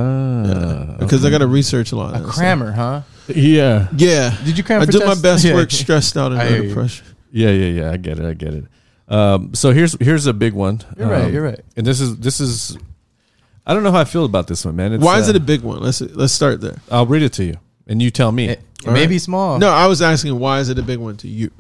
A: Ah,
B: Because I gotta research a lot.
C: A
B: of that
C: crammer, huh?
A: yeah,
B: stuff. Yeah.
C: Did you cram
B: I
C: for
B: do my
C: test?
B: best
C: Yeah.
B: work stressed out and
C: I hear
B: under
C: you.
B: pressure.
A: yeah, yeah, yeah. I get it. I get it. Um, so here's here's a big one.
C: You're right,
A: Um,
C: you're right.
A: And this is this is. I don't know how I feel about this one, man. It's,
B: Why is
A: uh,
B: it a big one? Let's let's start there.
A: I'll read it to you, and you tell me.
C: It, it may
B: right.
C: be small.
B: No, I was asking why is it a big one to you?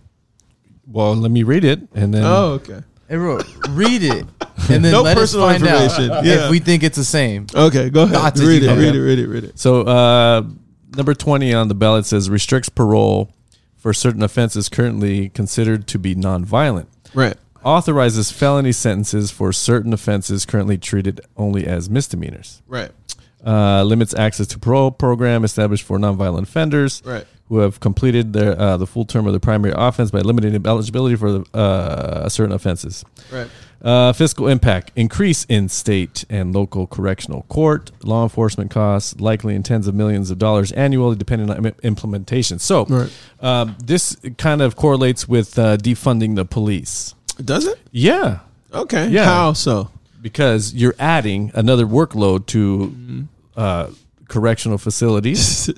A: Well, let me read it, and then
B: Oh, okay.
C: It wrote, read it and then
B: No
C: let us
B: personal
C: find out
B: information. Yeah.
C: if we think it's the same.
B: Okay, go ahead.
C: Thoughts if
B: read
C: you
B: it,
C: can.
B: read it, read it, read it.
A: So uh, number twenty on the ballot says restricts parole for certain offenses currently considered to be nonviolent.
B: Right.
A: Authorizes felony sentences for certain offenses currently treated only as misdemeanors.
B: Right.
A: Uh, limits access to parole program established for nonviolent offenders
B: Right.
A: who have completed their uh, the full term of their primary offense by limiting eligibility for uh, certain offenses.
B: Right.
A: Uh, fiscal impact increase in state and local correctional court law enforcement costs likely in tens of millions of dollars annually depending on im- implementation so
B: Right.
A: um, this kind of correlates with uh, defunding the police
B: Does it?
A: yeah
B: Okay.
A: Yeah.
B: How so?
A: because you're adding another workload
B: Mm-hmm.
A: to uh, correctional facilities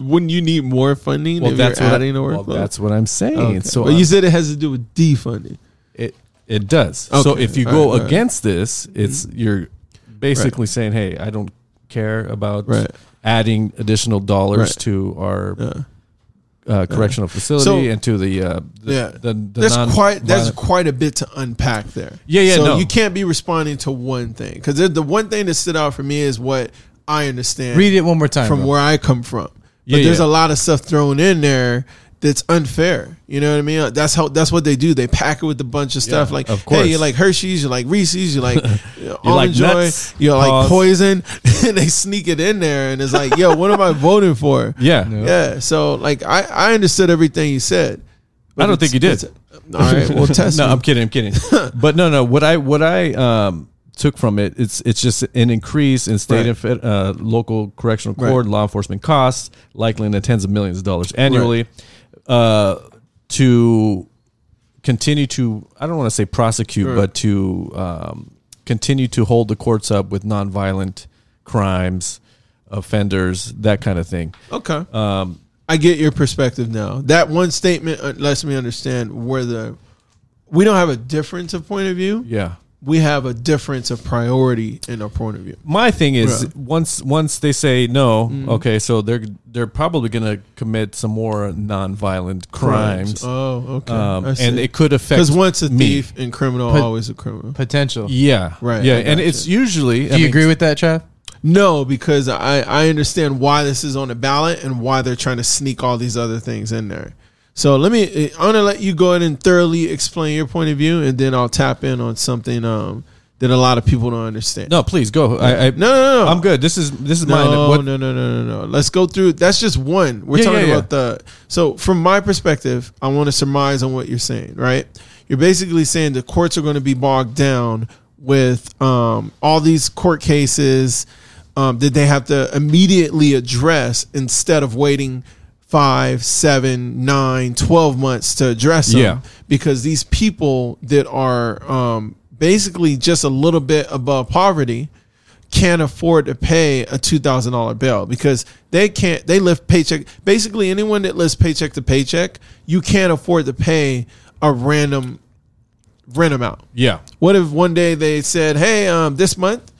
B: Wouldn't you need more funding if you're
A: what I-
B: adding a
A: well,
B: workload?
A: that's what i'm saying
B: Okay.
A: so
B: but
A: I'm-
B: you said it has to do with defunding.
A: it it does. So
B: Okay.
A: if you
B: All
A: go
B: right, Mm-hmm. all right.
A: against this, it's you're basically saying, "Hey, I don't care about
B: Right.
A: adding additional dollars
B: Right.
A: to our
B: Yeah.
A: uh, correctional facility
B: So-
A: and to the uh, the,
B: Yeah,
A: the, the
B: that's
A: non-
B: quite that's
A: violent-
B: quite a bit to unpack there.
A: Yeah, yeah,
B: So
A: no.
B: you can't be responding to one thing because the one thing that stood out for me is what I understand
C: Read it one more time.
B: from
C: bro.
B: where I come from. But
A: Yeah,
B: there's
A: yeah.
B: a lot of stuff thrown in there that's unfair. You know what I mean? That's how that's what they do. They pack it with a bunch of stuff like,
A: of course.
B: hey, you like Hershey's, you like Reese's, you like you
A: like
B: Almond Joy,
A: nuts.
B: you like
A: Pause.
B: poison, and they sneak it in there, and it's like, yo, what am I voting for?
A: yeah.
B: Yeah, so like I, I understood everything you said.
A: I don't think you did.
B: All right, well test.
A: no,
B: me.
A: I'm kidding. I'm kidding. but no, no. What I what I um, took from it, it's it's just an increase in state
B: Right.
A: and fed- uh, local correctional court law enforcement costs, likely in the tens of millions of dollars annually, uh, to continue to I don't want to say prosecute, but to um, continue to hold the courts up with nonviolent crimes, offenders, that kind of thing.
B: okay.
A: Um,
B: I get your perspective now. That one statement uh, lets me understand where the we don't have a difference of point of view.
A: Yeah.
B: We have a difference of priority in our point of view.
A: my thing is
B: Right.
A: once once they say no,
B: Mm.
A: okay, so they're they're probably going to commit some more nonviolent crimes,
B: Oh, okay.
A: um,
B: I see.
A: and it could affect
B: because once a
A: me.
B: thief and criminal,
C: Put-
B: always a criminal.
C: Potential.
A: Yeah,
B: Right,
A: Yeah,
B: I
A: and
B: gotcha.
A: it's usually.
C: Do you agree with that, Trav?
B: No, because I, I understand why this is on the ballot and why they're trying to sneak all these other things in there. So let me. eh, I'm gonna let you go ahead and thoroughly explain your point of view, and then I'll tap in on something um, that a lot of people don't understand.
A: No, please go. I, I,
B: no, no, no.
A: I'm good. This is this is mine.
B: No,
A: What-
B: no, no, no, no, no. Let's go through. That's just one. We're
A: Yeah,
B: talking
A: yeah, yeah.
B: about the. So, from my perspective, I want to surmise on what you're saying. Right? You're basically saying the courts are going to be bogged down with um, all these court cases um, that they have to immediately address instead of waiting five, seven, nine, twelve months to address them.
A: Yeah.
B: Because these people that are um, basically just a little bit above poverty can't afford to pay a two thousand dollar bill because they can't. They live paycheck. Basically, anyone that lives paycheck to paycheck, you can't afford to pay a random rent amount.
A: Yeah.
B: What if one day they said, "Hey, um, this month,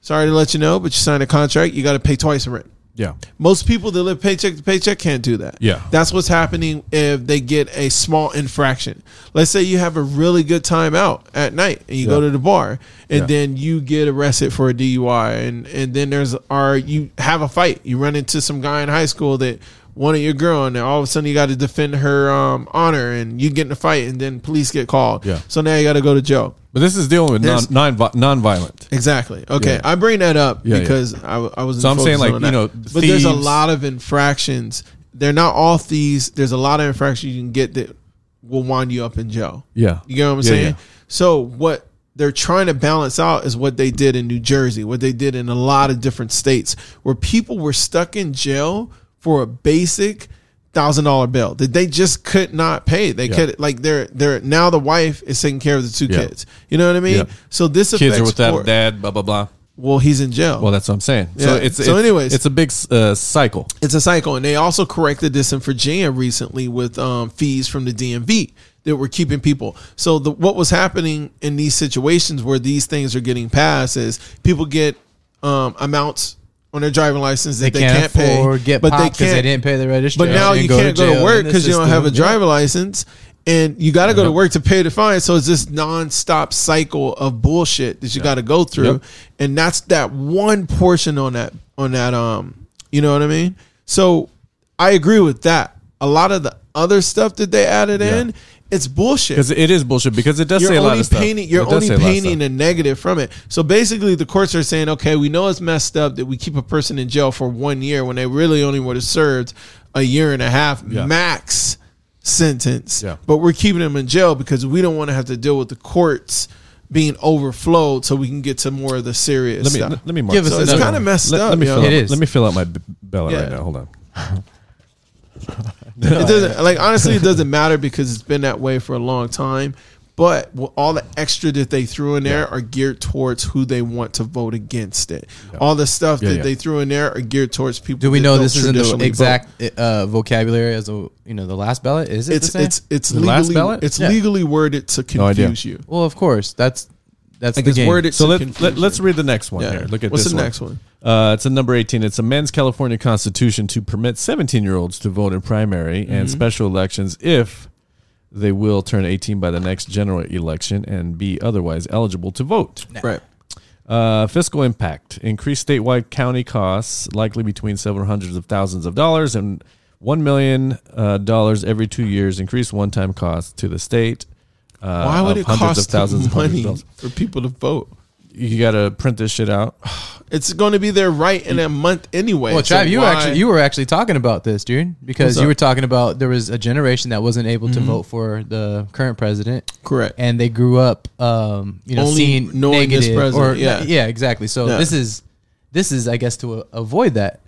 B: sorry to let you know, but you signed a contract. You got to pay twice the rent."
A: Yeah.
B: Most people that live paycheck to paycheck can't do that.
A: Yeah.
B: That's what's happening if they get a small infraction. Let's say you have a really good time out at night and you go to the bar and
A: Yeah.
B: then you get arrested for a DUI and, and then there's are you have a fight. You run into some guy in high school that wanted your girl and then all of a sudden you gotta defend her um, honor and you get in a fight and then police get called.
A: Yeah.
B: So now you gotta go to jail.
A: But this is dealing with non
B: There's-
A: non nonviolent.
B: Exactly. Okay,
A: Yeah.
B: I bring that up
A: Yeah, yeah.
B: because I, I was.
A: So I'm saying, like, you know,
B: but there's a
A: thieves-
B: lot of infractions. They're not all thieves. There's a lot of infractions you can get that will wind you up in jail.
A: Yeah.
B: You get what I'm
A: Yeah,
B: saying?
A: yeah.
B: So what they're trying to balance out is what they did in New Jersey, what they did in a lot of different states, where people were stuck in jail for a basic thousand dollar bill that they just could not pay. They could like they're they're now the wife is taking care of the two
A: Yeah.
B: kids. You know what I mean?
A: Yeah.
B: So this
A: Kids are
B: affects
A: without
B: poor-
A: a dad. Blah blah blah.
B: well, he's in jail.
A: Well, that's what I'm saying.
B: Yeah.
A: So it's
B: So
A: it's-
B: anyways.
A: it's a big uh, cycle.
B: it's a cycle, and they also corrected this in Virginia recently with um, fees from the DMV that were keeping people. So the, what was happening in these situations where these things are getting passed is people get um, amounts on their driving license that they, can't,
C: afford
B: pay,
C: get
B: but they
C: popped because they
B: can't
C: didn't pay the registration.
B: but now
C: and
B: you can't go to
C: jail
B: work
C: in the
B: because you don't
C: system.
B: have a
C: Yeah.
B: driver license, and you got to go to work to pay the fine. So it's this nonstop cycle of bullshit that you got to go through,
A: Yep.
B: and that's that one portion on that on that um, you know what I mean. So I agree with that. A lot of the other stuff that they added in, it's bullshit
A: Because it is bullshit. Because it does
B: you're
A: say a lot
B: only
A: of stuff.
B: painting
A: It
B: you're
A: does
B: only
A: say a lot of stuff.
B: painting a negative from it. So basically, the courts are saying, okay, we know it's messed up that we keep a person in jail for one year when they really only would have served a year and a half
A: Yeah.
B: max sentence.
A: Yeah.
B: But we're keeping them in jail because we don't want to have to deal with the courts being overflowed, so we can get to more of the serious
A: Let me
B: stuff.
A: let, let me mark
C: Give us
A: this.
B: so it's
C: another
B: kind of
C: one.
B: messed
A: let,
B: up.
A: let me
B: yo.
A: fill
C: It
A: out,
C: is.
A: let me fill out my b- bella
B: Yeah.
A: right now. Hold on.
B: It
A: Oh,
B: doesn't like honestly, it doesn't matter because it's been that way for a long time. But wh- all the extra that they threw in there are geared towards who they want to vote against it. All the stuff
A: Yeah,
B: that
A: yeah.
B: they threw in there are geared towards people.
C: Do we
B: that
C: know
B: don't
C: this isn't the
B: traditionally vote.
C: exact uh, vocabulary as a you know the last ballot? Is it?
B: It's
C: the same?
B: it's it's
A: The last
B: legally
A: ballot?
B: it's
C: Yeah.
B: legally worded to
A: idea.
B: confuse you.
C: well, of course. That's that's
B: Like
C: the
B: it's
C: game.
B: worded
A: So
B: to
A: let,
B: confuse
A: let let's
B: you.
A: read the next one
B: Yeah.
A: here. Look at
B: What's
A: this
B: the
A: one.
B: next one?
A: Uh, it's a number 18. It's amends California Constitution to permit 17 year olds to vote in primary
C: Mm-hmm.
A: and special elections if they will turn 18 by the next general election and be otherwise eligible to vote.
B: Right.
A: Uh, fiscal impact increased statewide county costs, likely between several hundreds of thousands of dollars and one million uh, dollars every two years. Increased one time costs to the state. Uh,
B: Why would
A: of
B: it
A: hundreds
B: cost
A: of thousands of hundreds
B: money
A: of dollars.
B: for people to vote?
A: You got to print this shit out.
B: It's going to be their right in a month anyway.
C: Well,
B: so
C: Trav, you
B: why-
C: actually you were actually talking about this, dude,
B: What's
C: because you
B: up? Mm-hmm.
C: were talking about there was a generation that wasn't able to vote for the current president,
B: Correct.
C: And they grew up, um, you know,
B: Only
C: seeing
B: knowing this
C: negative or
B: president, yeah.
C: yeah, exactly. So
B: Yeah.
C: this is this is, I guess, to a- avoid that.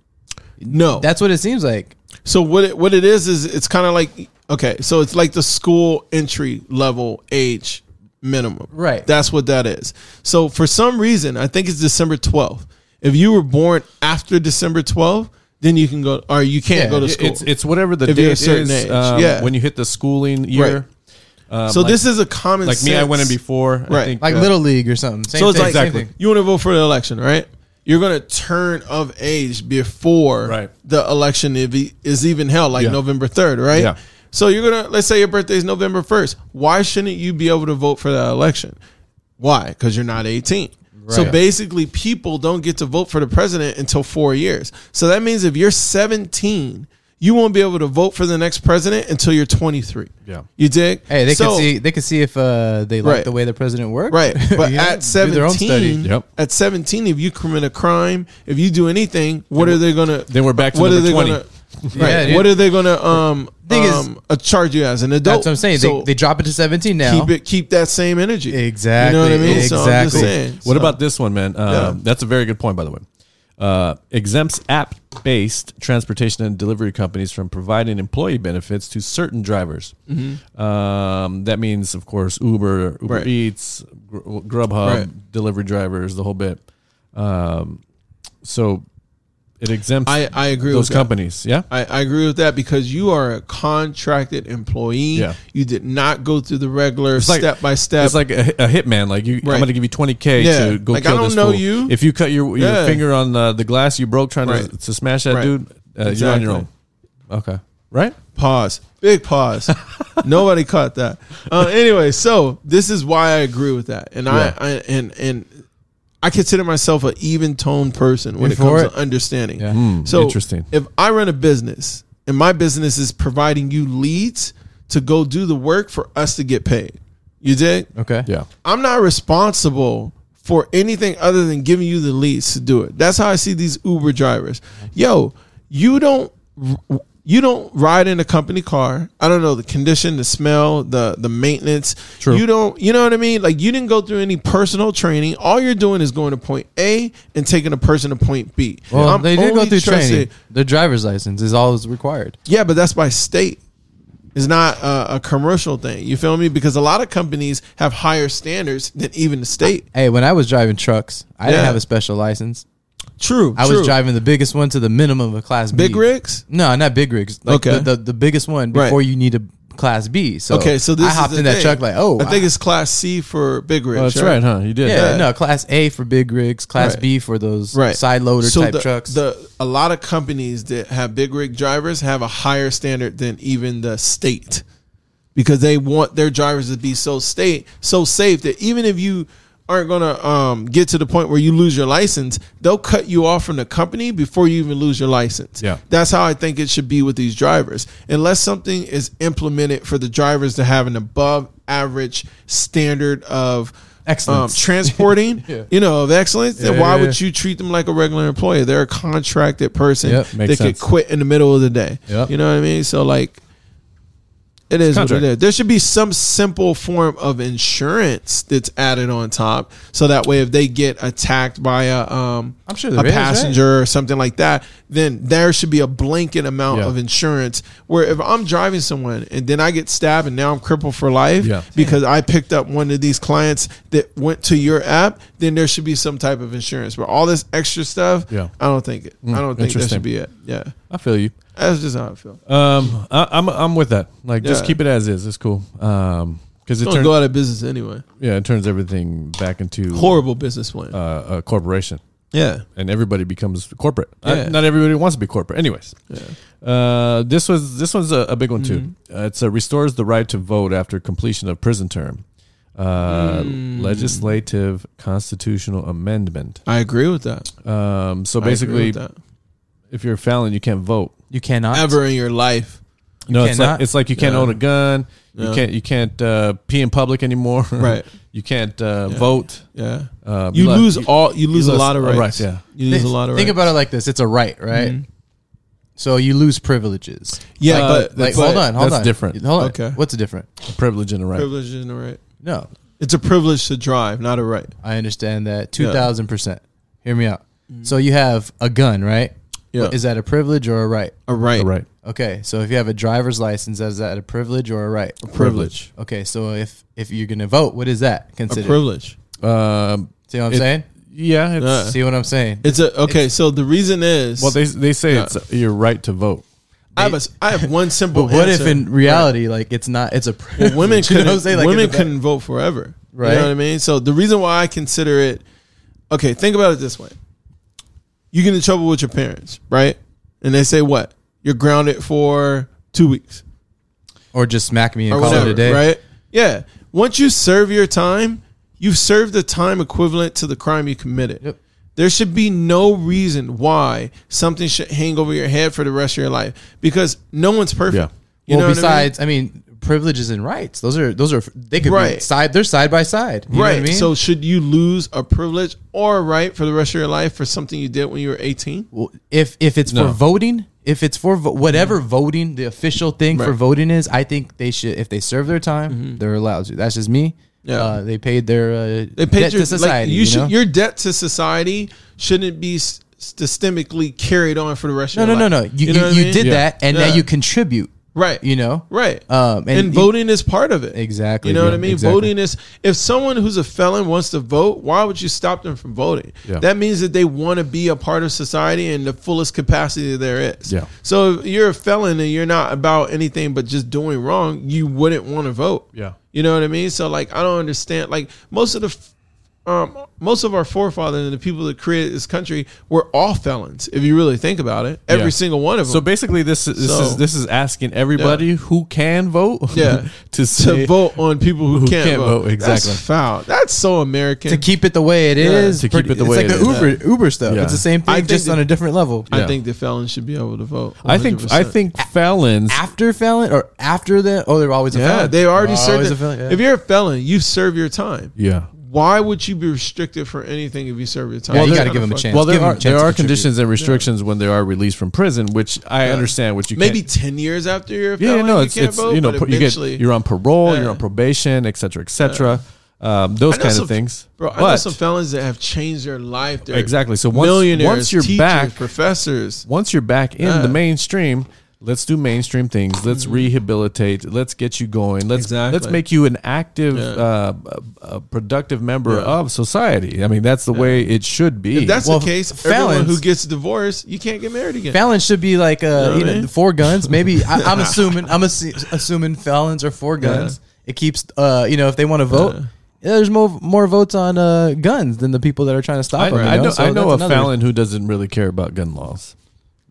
B: no.
C: That's what it seems like.
B: So what it, what it is is it's kind of like okay, so it's like the school entry level age minimum.
C: Right.
B: That's what that is. So for some reason, I think it's December 12th. If you were born after December 12th, then you can go or you can't
C: Yeah,
B: go to
C: it-
B: school.
A: It's it's whatever the
B: If you're a
A: date
B: certain
A: is
B: age,
A: um,
B: yeah.
A: when you hit the schooling year.
B: Right. so
A: um, like-
B: this is a common
A: Like me, I went in
B: sense-
A: before. I
B: Right.
A: think,
C: Like
A: uh,
C: little league or something. Same
B: So it's
C: thing,
B: like
C: same
A: Exactly.
C: thing.
B: you want to vote for the election, right? You're going to turn of age before
A: Right.
B: the election if he- is even held, like
A: Yeah.
B: November 3rd, right?
A: Yeah.
B: So you're going to, let's say your birthday is November 1st. Why shouldn't you be able to vote for that election? Why? Because you're not 18. So
C: Right.
B: basically, people don't get to vote for the president until four years. So that means if you're 17, you won't be able to vote for the next president until you're 23.
A: Yeah.
B: You dig?
C: Hey, they
B: So-
C: can see they can see if uh, they like
B: Right.
C: the way the president worked.
B: Right. But
C: You know,
B: at
C: do their own study.
B: 17,
A: Yep.
B: at 17, if you commit a crime, if you do anything, what are they going to,
A: Then we're back to
B: what are
A: number
B: they
A: 20.
B: going to,
C: Yeah,
B: right.
C: dude.
B: what are they going to, um,
C: Thing is-
B: um, uh, charge you as an adult?
C: That's what I'm saying.
B: So
C: they, they drop it to 17 now.
B: keep it, keep that same energy.
C: Exactly.
B: You know what I mean? So I'm just
C: Exactly.
B: saying.
A: What
B: So-
A: about this one, man? Um, That's a very good point, by the way. Uh, exempts app based transportation and delivery companies from providing employee benefits to certain drivers. Um, that means, of course, Uber, Uber
B: Mm-hmm. Right.
A: Eats, Gr- Grubhub,
B: Right.
A: delivery drivers, the whole bit. Um, so it exempts
B: I, I agree
A: those
B: with that.
A: companies. Yeah.
B: I, I agree with that because you are a contracted employee.
A: Yeah.
B: You did not go through the regular
A: like-
B: step by step.
A: It's like a, a hitman. Like you, I'm
B: Right.
A: going to give you 20k
B: Yeah.
A: to go
B: Like, I
A: kill
B: don't
A: this
B: know
A: fool.
B: you.
A: If you cut your, your
B: Yeah.
A: finger on uh, the, the glass you broke trying to,
B: Right.
A: to smash that
B: Right.
A: dude, uh, you're on your own.
B: Exactly.
A: Okay, right?
B: pause, big pause. Nobody caught that. Uh, anyway, so this is why I agree with that, and
A: Yeah.
B: I, I and and I consider myself an even toned person when
C: You're
B: it comes
C: for it?
B: to understanding.
A: Yeah. Hmm,
B: so
A: interesting.
B: If I run a business and my business is providing you leads to go do the work for us to get paid, you dig?
C: Okay.
A: Yeah,
B: I'm not responsible for anything other than giving you the leads to do it. That's how I see these Uber drivers. Yo, you don't you don't ride in a company car. I don't know the condition, the smell, the the maintenance.
A: True.
B: You don't you know what I mean? Like you didn't go through any personal training. All you're doing is going to point A and taking a person to point B.
C: Well,
B: I'm
C: they did go
B: only
C: through
B: trusted-
C: training. Their driver's license is always required.
B: yeah, but that's by state. It's not a, a commercial thing. You feel me? Because a lot of companies have higher standards than even the state.
C: Hey, when I was driving trucks, I didn't
B: Yeah.
C: have a special license.
B: True.
C: I
B: true.
C: was driving the biggest one to the minimum of a class B.
B: Big rigs?
C: No, not big rigs. Like
B: Okay.
C: the, the, the biggest one
B: Right.
C: before you need a class B. So
B: Okay, so this
C: I
B: is
C: hopped
B: the
C: in that
B: thing.
C: truck like, oh,
B: I think it's class C for big rigs.
A: oh, that's right, huh? You did.
C: yeah,
B: yeah.
C: no, class A for big rigs, class
B: Right.
C: B for those
B: Right.
C: side loader
B: So
C: type
B: the,
C: trucks.
B: The a lot of companies that have big rig drivers have a higher standard than even the state. Because they want their drivers to be so state so safe that even if you aren't gonna um, get to the point where you lose your license, they'll cut you off from the company before you even lose your license.
A: Yeah.
B: That's how I think it should be with these drivers. Unless something is implemented for the drivers to have an above average standard of um,
C: Excellence.
B: transporting, you know, of excellence, then
C: Yeah,
B: why
C: yeah,
B: would you treat them like a regular employee? They're a contracted person
C: Yep,
B: that
A: makes sense.
B: could quit in the middle of the day.
A: Yep.
B: You know what I mean? So like, it is what it
A: contract.
B: is. There should be some simple form of insurance that's added on top, so that way if they get attacked by a um
C: I'm sure
B: a
C: there is, right?
B: passenger or something like that, then there should be a blanket amount
A: Yeah.
B: of insurance. Where if I'm driving someone and then I get stabbed and now I'm crippled for life
A: Yeah.
B: because I picked up one of these clients that went to your app, then there should be some type of insurance. But all this extra stuff,
A: Yeah.
B: I don't think it. I don't think that
A: interesting.
B: should be it. Yeah,
A: I feel you.
B: that's just how I feel.
A: Um, I, I'm I'm with that. Like, just
B: Yeah.
A: keep it as is. It's cool. Um, because it
B: Don't
A: turns
B: go out of business anyway.
A: yeah, it turns everything back into
B: Horrible business plan.
A: uh, a corporation.
B: yeah.
A: and everybody becomes corporate. Uh,
B: Yeah.
A: not everybody wants to be corporate. Anyways, uh, this was this one's a, a big one too.
B: Mm-hmm.
A: Uh, it's uh, restores the right to vote after completion of prison term. Uh,
B: Mm.
A: Legislative constitutional amendment.
B: I agree with that.
A: Um, so
B: I agree
A: basically,
B: with that.
A: if you're a felon, you can't vote.
C: you cannot
B: ever in your life.
A: no, it's like
C: cannot?
A: it's like you can't
B: Yeah.
A: own a gun. You
B: Yeah.
A: can't you can't uh, pee in public anymore.
B: Right.
A: you can't uh, vote.
B: Yeah.
A: Uh,
B: you
A: blood-
B: lose all. You lose, a lot of rights.
A: Yeah.
B: You lose a lot of
C: Think
B: rights.
C: about it like this: it's a right, right? So you lose privileges.
B: Yeah,
C: Like-
B: but-
C: like,
B: but-
C: hold on, hold
A: that's
C: on.
A: different.
C: Hold on.
B: Okay.
C: What's different?
A: Privilege and a right.
B: privilege isn't a right.
C: No,
B: It's a privilege to drive, not a right.
C: I understand that two thousand percent. Hear me out. So you have a gun, right?
B: Mm-hmm. Yeah.
C: Is that a privilege or a right?
B: A right.
A: A right.
C: Okay, so if you have a driver's license, is that a privilege or a right?
B: Privilege.
C: Okay, so if if you're gonna vote, what is that
B: A
C: considered?
B: privilege.
A: Um,
C: See what I'm
A: It-
C: saying?
A: yeah. It's,
B: Yeah.
C: See what I'm saying?
B: It's a okay. so the reason is
A: Well, they they say it's your right to vote.
B: I have a, I have one simple.
C: but what if
B: answer.
C: in reality, like it's not? It's a privilege.
B: Well, women
C: you know
B: couldn't
C: what I'm saying? Like,
B: women
C: it's a-
B: couldn't vote forever. You
C: Right.
B: know what I mean? So the reason why I consider it okay, think about it this way. You get in trouble with your parents, right? And they say what? You're grounded for two weeks
C: or just smack me and
B: or
C: call
B: whatever,
C: it a day.
B: right? Yeah. Once you serve your time, you've served the time equivalent to the crime you committed.
C: Yep.
B: There should be no reason why something should hang over your head for the rest of your life because no one's perfect.
A: Yeah.
B: You
C: well,
B: know what I mean?
C: besides, I mean? privileges and rights. Those are those are they could be
B: Right.
C: side. They're side by side. You know what
B: right.
C: I mean?
B: So should you lose a privilege or a right for the rest of your life for something you did when you were 18?
C: Well, if if it's
A: No.
C: for voting, if it's for vo- whatever voting the official thing for
B: Mm-hmm. Right. Mm-hmm.
C: voting is, I think they should. If they serve their time, they're allowed to. That's just me.
B: Yeah.
C: Uh, they paid their uh,
B: They paid
C: debt
B: your
C: to
B: Like,
C: society. you,
B: you, should
C: know?
B: your debt to society shouldn't be s- systemically carried on for the rest
C: no,
B: of your
C: no, no,
B: life.
C: no. You you,
B: know what I
C: you
B: mean?
C: did that, and now
B: Yeah.
C: you contribute.
B: Right.
C: You know.
B: Right.
C: Um, and
B: and,
C: you-
B: voting is part of it.
C: Exactly,
B: You know
C: yeah,
B: what I mean?
C: exactly.
B: Voting is if someone who's a felon wants to vote, why would you stop them from voting?
A: Yeah.
B: That means that they want to be a part of society in the fullest capacity there is.
A: Yeah.
B: So if you're a felon and you're not about anything but just doing wrong, you wouldn't want to vote.
A: Yeah.
B: You know what I mean? So like I don't understand like most of the f- um, most of our forefathers and the people that created this country were all felons, if you really think about it. Every
A: Yeah.
B: single one of them.
A: So basically, this is this
B: So-
A: is this is asking everybody who can vote,
B: Yeah.
A: to
B: to
A: say,
B: vote on people who,
A: who
B: can't,
A: can't
B: vote.
A: vote, exactly.
B: That's foul. That's so American.
C: To keep it the way it is.
A: to keep
C: pretty-
A: it the
C: it's
A: way
C: like
A: it
C: the
A: is.
C: Uber Uber stuff.
A: Yeah.
C: It's the same
B: I
C: thing,
B: think
C: just
B: that-
C: on a different level.
B: I
A: Yeah.
B: think the felons should be able to vote.
A: I think I
B: 100%.
A: think felons.
C: after felon or after the oh, they're always a
B: yeah,
C: felon.
B: they already
C: Always
B: served.
C: a felon, yeah.
B: If you're a felon, you serve your time.
A: yeah.
B: Why would you be restricted for anything if you serve your time?
C: Yeah, you
B: That's
C: gotta
B: kinda
C: give 'em a
B: fucked
C: chance.
B: up.
A: Well, there
C: give 'em a
A: are there
C: to
A: are
C: contribute.
A: conditions and restrictions when they are released from prison, which I understand. What you
B: Maybe
A: can't,
B: ten years after you're a felon,
A: yeah, no, it's
B: you can't
A: it's
B: vote.
A: you know
B: but
A: pu- you get
B: eventually,
A: you're on parole,
B: Yeah.
A: you're on probation, et cetera, et cetera, um, those
B: I know
A: kind
B: some-
A: of things.
B: Bro, I know
A: But-
B: some felons that have changed their life. They're
A: Exactly. So once-
B: millionaires,
A: once you're
B: teachers,
A: back-
B: professors.
A: once you're back in
B: Yeah.
A: the mainstream, let's do mainstream things. Let's rehabilitate. Let's get you going. Let's
B: Exactly.
A: let's make you an active,
B: Yeah.
A: uh, uh, productive member
B: Yeah.
A: of society. I mean, that's the way it should be.
B: If that's
C: Well,
B: the case, everyone
C: felons-
B: who gets divorced, you can't get married again.
C: Felons should be like uh,
B: what
C: you
B: I
C: know,
B: mean?
C: four guns. Maybe I, I'm assuming I'm assu- assuming felons are four guns. It keeps uh, you know if they want to vote, yeah, there's more more votes on uh, guns than the people that are trying to stop
A: I,
C: them. you
A: I know,
C: So
A: I know a
C: that's another-
A: Fallon who doesn't really care about gun laws.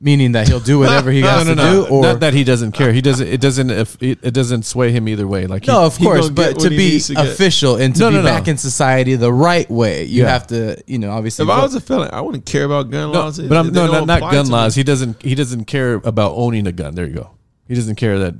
C: meaning that he'll do whatever he has to do, or
A: Not that he doesn't care. He doesn't. It doesn't. If it, it doesn't sway him either way. Like he-
C: no, of
B: he
C: course,
B: gonna
C: but
B: get
C: to
B: what he
C: be
B: needs to get.
C: official and to
A: No,
C: be
A: no, no.
C: back in society the right way, you
A: Yeah.
C: have to you know obviously.
B: If I
C: vote.
B: was a felon, I wouldn't care about gun
A: No,
B: laws.
A: but I'm
B: They
A: no,
B: don't
A: not, not
B: apply
A: gun
B: to me.
A: laws. He doesn't. He doesn't care about owning a gun. There you go. He doesn't care that.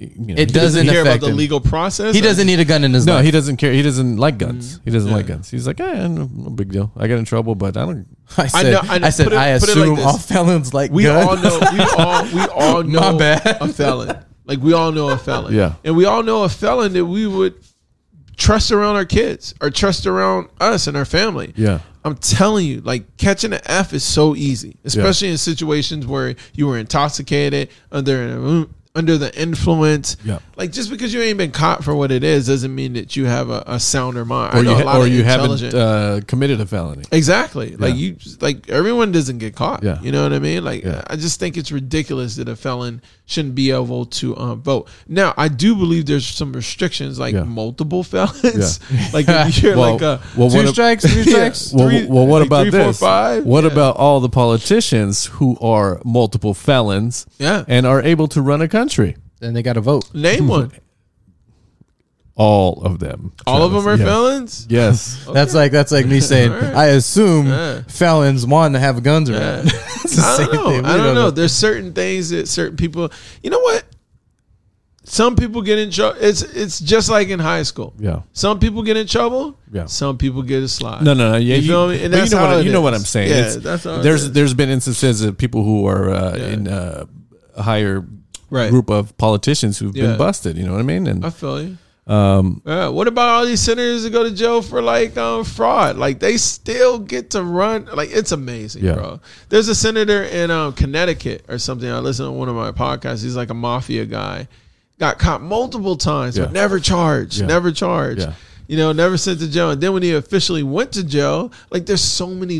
A: You know,
C: It
A: he
C: doesn't
B: doesn't care about
C: affect
B: the
C: him.
B: legal process.
C: he doesn't need a gun in his
A: No,
C: life.
A: he doesn't care. He doesn't like
B: Mm.
A: guns. He doesn't like guns. He's like, eh, no, no big deal. I got in trouble, but I don't.
C: I said, I,
B: know- I know-
C: said,
B: put it-
C: I
B: put it like
C: assume
B: this.
C: all felons like
B: We
C: guns.
B: all know. We all we all
C: My
B: know
C: bad.
B: a felon. Like we all know a felon.
A: Yeah.
B: and we all know a felon that we would trust around our kids or trust around us and our family.
A: Yeah.
B: I'm telling you, like catching an F is so easy, especially in situations where you were intoxicated under under the influence.
A: Yeah.
B: Like just because you ain't been caught for what it is doesn't mean that you have a, a sounder mind. I
A: Or
B: know
A: you,
B: a lot
A: ha- or
B: of
A: you
B: intelligent-
A: haven't uh, committed a felony.
B: Exactly. Like
A: Yeah.
B: you, just- like everyone doesn't get caught.
A: Yeah.
B: You know what I mean? Like
A: Yeah.
B: I just think it's ridiculous that a felon shouldn't be able to um, vote. Now I do believe there's some restrictions, like
A: Yeah.
B: multiple felons. like if you're
A: Well,
B: like a
A: well,
C: Two
A: what ab-
C: strikes, three
B: Yeah.
C: strikes.
A: Well,
B: Three-
A: well, what
B: like
A: about
B: three, four,
A: this?
B: five?
A: What
B: Yeah.
A: about all the politicians who are multiple felons
B: Yeah.
A: and are able to run a country?
C: Then they got to vote.
B: name one.
A: All of them.
B: All of them are
A: Travis.
B: felons.
A: Yes. Yes.
C: That's like that's like me saying
B: Alright.
C: I assume
B: Yeah.
C: felons want to have guns around.
B: Yeah.
C: It's the
B: I
C: same
B: don't know.
C: thing. We
B: I don't know. There's certain things that certain people. You know what? Some people get in trouble. It's it's just like in high school.
A: Yeah.
B: Some people get in trouble.
A: Yeah.
B: Some people get a slide.
A: No, no, no. Yeah,
B: You
A: you,
B: feel me? And
A: but
B: that's
A: you know
B: how
A: what I-
B: it
A: you know what
B: is.
A: I'm saying.
B: Yeah,
A: It's-
B: that's how it
A: there's
B: is.
A: there's been instances of people who are uh, in uh, a higher
B: Right.
A: group of politicians who've
B: Yeah.
A: been busted. You know what I mean? And
B: I feel you. Um, yeah, what about all these senators that go to jail for like um, fraud? Like they still get to run. Like it's amazing,
A: Yeah.
B: bro. There's a senator in um, Connecticut or something. I listened to one of my podcasts. He's like a mafia guy. Got caught multiple times,
A: Yeah.
B: but never charged.
A: Yeah.
B: Never charged.
A: Yeah.
B: You know, never sent to jail. And then when he officially went to jail, like there's so many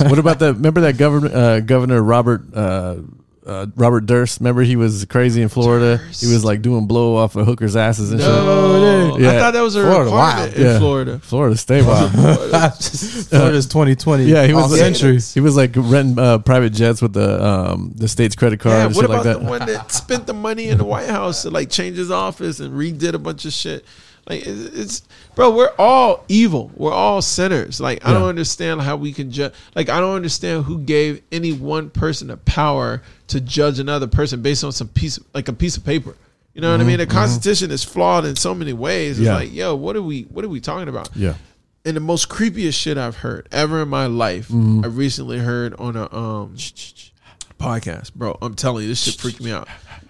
A: what about that? Remember that governor, uh, Governor Robert uh, uh, Robert Durst? Remember he was crazy in Florida. He was like doing blow off of hookers' asses and
B: No,
A: shit. Yeah.
B: I thought that was a
C: Florida,
B: Florida,
C: wow.
B: in
A: Yeah.
B: Florida.
A: Florida, stay wild.
C: Florida's 2020.
A: yeah, he
C: all
A: was like,
C: centuries.
A: He was like renting uh, private jets with the um, the state's credit card
B: Yeah,
A: and
B: what
A: shit
B: about
A: like that.
B: the one that spent the money in the White House to like change his office and redid a bunch of shit? Like it's, it's bro, we're all evil. We're all sinners. Like I don't understand how we can judge. Like I don't understand who gave any one person the power to judge another person based on some piece, like a piece of paper. You know what I mean? The Constitution is flawed in so many ways.
A: Mm-hmm,
B: It's
A: Yeah.
B: like, yo, what are we? What are we talking about?
A: Yeah.
B: and the most creepiest shit I've heard ever in my life. I recently heard on a um podcast, bro. I'm telling you, this shit freaked me out.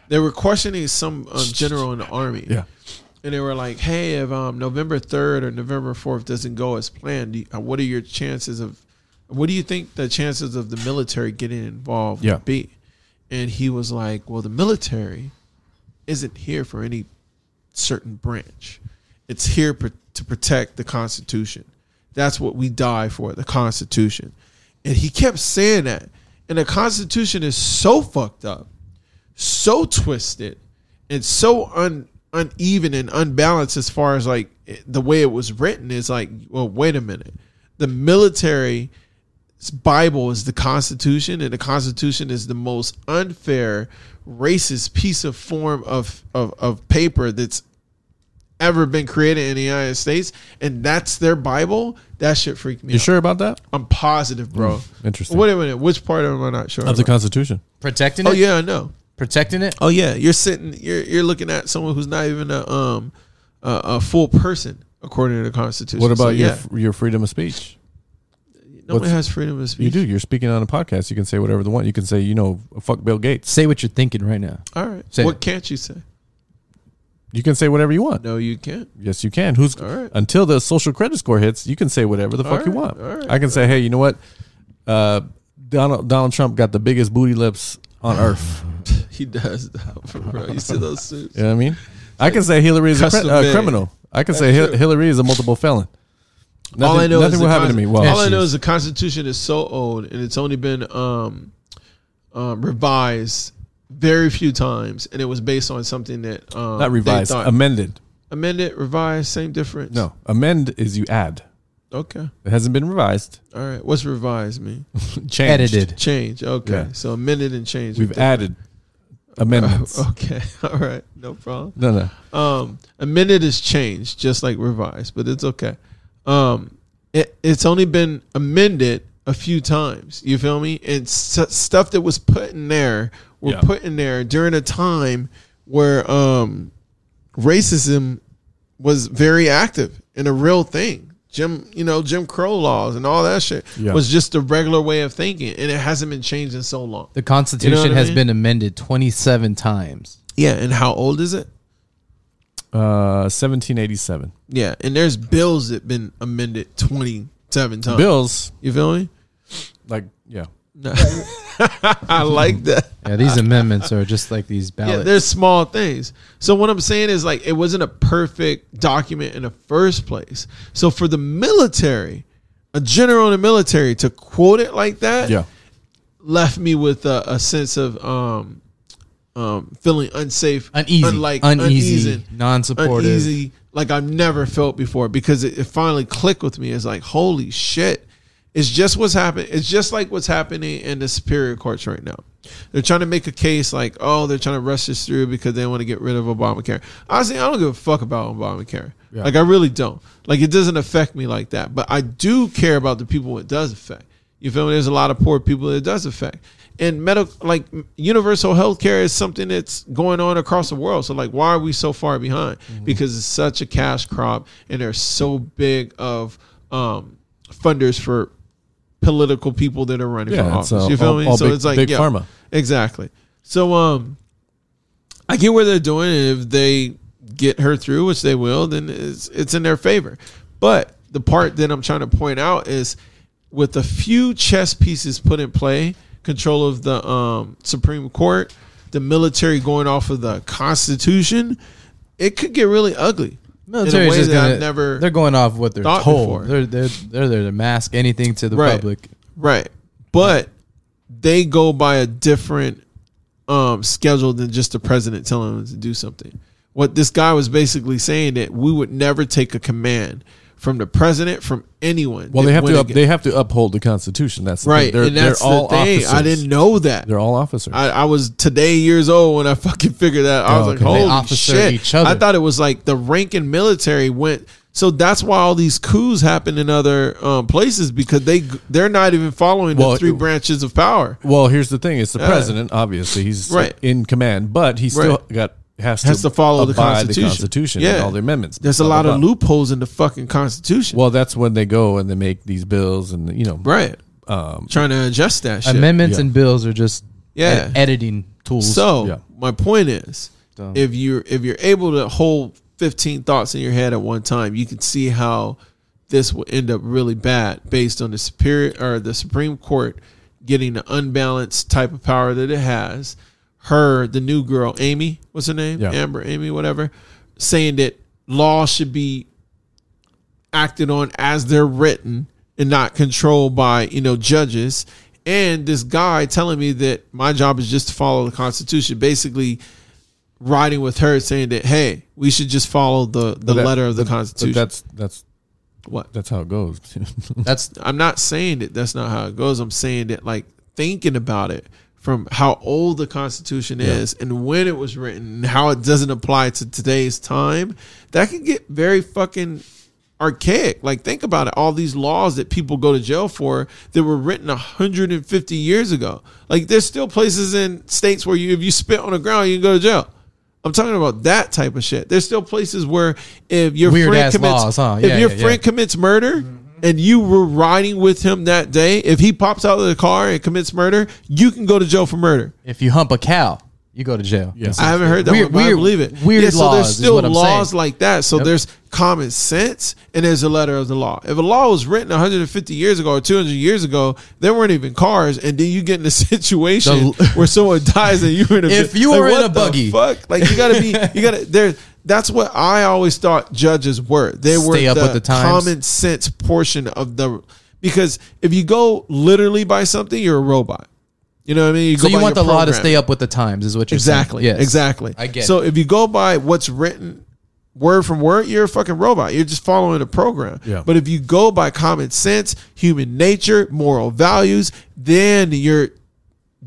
B: They were questioning some um, general in the army,
A: Yeah.
B: and they were like, "Hey, if um, November 3rd or November 4th doesn't go as planned, do you, uh, what are your chances of? What do you think the chances of the military getting involved
A: Yeah.
B: would be?" And he was like, "Well, the military isn't here for any certain branch. It's here pr- to protect the Constitution. That's what we die for, the Constitution. And he kept saying that. And the Constitution is so fucked up, so twisted, and so un- uneven and unbalanced as far as like it- the way it was written is like, well, wait a minute. The military Bible is the Constitution, and the Constitution is the most unfair, racist piece of form of of, of paper that's ever been created in the United States, and that's their Bible. That shit freaked me
A: You
B: out.
A: sure about that?
B: I'm positive, bro.
A: Interesting.
B: Wait a minute, which part am I not sure?
A: Of the
B: about?
A: Constitution.
C: Protecting
B: oh
C: it?
B: yeah, I know.
C: Protecting it?
B: Oh yeah, you're sitting, you're you're looking at someone who's not even a um a, a full person according to the Constitution.
A: What about
B: So,
A: your
B: yeah,
A: your freedom of speech?
B: no one
A: what's-
B: has freedom of speech.
A: You do. You're speaking on a podcast. You can say whatever you want. You can say, you know, fuck Bill Gates.
C: Say what you're thinking right now.
B: All right.
C: Say
B: what
C: it.
B: can't you say?
A: You can say whatever you want.
B: No, you can't.
A: Yes, you can. Who's
B: All right.
A: until the social credit score hits? You can say whatever the fuck you
B: right,
A: want.
B: all right,
A: I can say, hey, you know what? Uh, Donald Donald Trump got the biggest booty lips on earth.
B: He does, though, for real. You see those suits?
A: You know what I mean? I can say Hillary is a cri-
B: Custom
A: uh,
B: made.
A: criminal. I can say Hil-
B: true.
A: Hillary is a multiple felon. Nothing,
B: all I know
A: nothing
B: is
A: will
B: the
A: happen to
B: Consti-
A: me. Well,
B: all I know is the Constitution is so old, and it's only been um, um, revised very few times, and it was based on something that um,
A: not
B: they
A: revised,
B: thought-
A: amended.
B: amended, revised, same difference.
A: No, amend is you add.
B: Okay.
A: It hasn't been revised.
B: All right. What's revised mean?
A: Changed.
C: Edited.
B: Change. Okay.
A: Yeah.
B: So amended and changed.
A: We've added amendments.
B: Okay. All right. No problem.
A: No, no.
B: Um, amended is changed, just like revised, but it's okay. Um, it, it's only been amended a few times. You feel me? And s- stuff that was put in there were
A: Yeah.
B: put in there during a time where um, racism was very active and a real thing. Jim, you know, Jim Crow laws and all that shit
A: Yeah.
B: was just a regular way of thinking, and it hasn't been changed in so long.
C: The Constitution
B: what I
C: has
B: mean?
C: been amended 27 times.
B: Yeah, and how old is it?
A: Uh, 1787.
B: Yeah, and there's bills that been amended twenty seven times.
A: Bills,
B: you feel me?
A: like, yeah.
B: No. I like that.
C: Yeah, these amendments are just like these
B: Yeah,
C: ballots.
B: there's small things. So what I'm saying is like it wasn't a perfect document in the first place. So for the military, a general in the military to quote it like that
A: Yeah.
B: left me with a, a sense of um um feeling unsafe,
C: uneasy,
B: unlike
C: uneasy,
B: uneasy
C: non-supportive.
B: uneasy like I've never felt before because it, it finally clicked with me. It's like, holy shit. It's just what's happening. It's just like what's happening in the superior courts right now. They're trying to make a case like, oh, they're trying to rush this through because they want to get rid of Obamacare. Honestly, I don't give a fuck about Obamacare. Like, I really don't. Like, it doesn't affect me like that. But I do care about the people it does affect. You feel me? There's a lot of poor people it does affect. And medical, like m- universal health care is something that's going on across the world. So, like, why are we so far behind?
A: Mm-hmm.
B: Because it's such a cash crop and there's so big of um, funders for political people that are running
A: Yeah,
B: for
A: it's,
B: office.
A: uh,
B: you feel
A: all-
B: me?
A: all
B: so
A: big-
B: it's like,
A: big
B: yeah,
A: pharma.
B: Exactly. So, um, I get where they're doing, and if they get her through, which they will, then it's it's in their favor. But the part that I'm trying to point out is with a few chess pieces put in play, control of the um, Supreme Court, the military going off of the Constitution, it could get really ugly.
C: Military
B: in
C: is
B: ways
C: just
B: that
C: gonna,
B: I've never
C: they're going off what they're
B: thought
C: told.
B: before.
C: They're they're they're there to mask anything to the
B: Right.
C: public.
B: Right. But they go by a different um, schedule than just the president telling them to do something. What this guy was basically saying that we would never take a command from the president, from anyone.
A: Well,
B: that
A: they have
B: went
A: to up,
B: against-
A: they have to uphold the Constitution. That's the thing.
B: right,
A: They're,
B: and that's
A: they're all
B: the thing.
A: officers.
B: I didn't know that.
A: They're all officers.
B: I, I was today years old when I fucking figured that. I
A: Oh,
B: was
A: okay.
B: like,
A: They
B: holy
C: officer
B: shit!
C: each other.
B: I thought it was like the rank and military went. So that's why all these coups happen in other um, places because they they're not even following
A: Well,
B: the three
A: it-
B: branches of power.
A: well, here's the thing: it's the
B: Yeah.
A: president. Obviously, he's
B: Right.
A: in command, but he still
B: Right.
A: got has,
B: Has to follow the
A: abide
B: Constitution.
A: and
B: Yeah.
A: all the amendments.
B: There's a
A: blah,
B: lot
A: blah,
B: of
A: blah.
B: loopholes in the fucking Constitution.
A: Well, that's when they go and they make these bills, and you know,
B: right,
A: um,
B: trying to adjust that shit.
C: Amendments
A: Yeah.
C: and bills are just
B: Yeah.
C: ed- editing tools.
B: So
A: Yeah.
B: my point is,
C: Dumb.
B: if you're if you're able to hold 15 thoughts in your head at one time, you can see how this will end up really bad based on the superior or the Supreme Court getting the unbalanced type of power that it has. Her, the new girl, Amy, what's her name?
A: Yeah.
B: Amber, Amy, whatever, saying that law should be acted on as they're written and not controlled by you know judges and this guy telling me that my job is just to follow the constitution basically riding with her saying that hey we should just follow the the
A: But that-
B: letter of the
A: but
B: constitution
A: that's that's
B: what
A: that's how it goes.
C: that's
B: I'm not saying that that's not how it goes. I'm saying that like thinking about it from how old the Constitution is and when it was written and how it doesn't apply to today's time, that can get very fucking archaic. Like think about it. All these laws that people go to jail for that were written 150 years ago. Like there's still places in states where you if you spit on the ground, you can go to jail. I'm talking about that type of shit. There's still places where if your
C: Weird
B: friend
C: ass
B: commits,
C: laws, huh?
B: if
C: Yeah,
B: your
C: yeah, yeah.
B: friend commits murder and you were riding with him that day, if he pops out of the car and commits murder, you can go to jail for murder.
C: if you hump a cow, you go to jail.
A: Yeah.
B: I haven't heard that one,
C: Weird-
B: but I
C: weird-
B: believe it.
C: weird
B: so
C: laws
B: there's
C: is
B: still
C: what I'm
B: laws
C: saying.
B: like that. So
C: Yep.
B: there's common sense and there's a letter of the law. If a law was written 150 years ago or 200 years ago, there weren't even cars, and then you get in a situation
C: The-
B: where someone dies and you're in a
C: If you were in
B: what the
C: a buggy.
B: fuck? Like you gotta be, you gotta there. That's what I always thought judges were. They were
C: Stay up
B: the
C: with the times.
B: common sense portion of the because if you go literally by something, you're a robot. You know what I mean?
C: So
B: go
C: you
B: by
C: want the
B: your
C: law to
B: program.
C: stay up with the times, is what you're
B: Exactly.
C: saying. Yes.
B: Exactly.
C: I get
B: So
C: it.
B: if you go by what's written word from word, you're a fucking robot. You're just following a program.
A: Yeah.
B: But if you go by common sense, human nature, moral values, then you're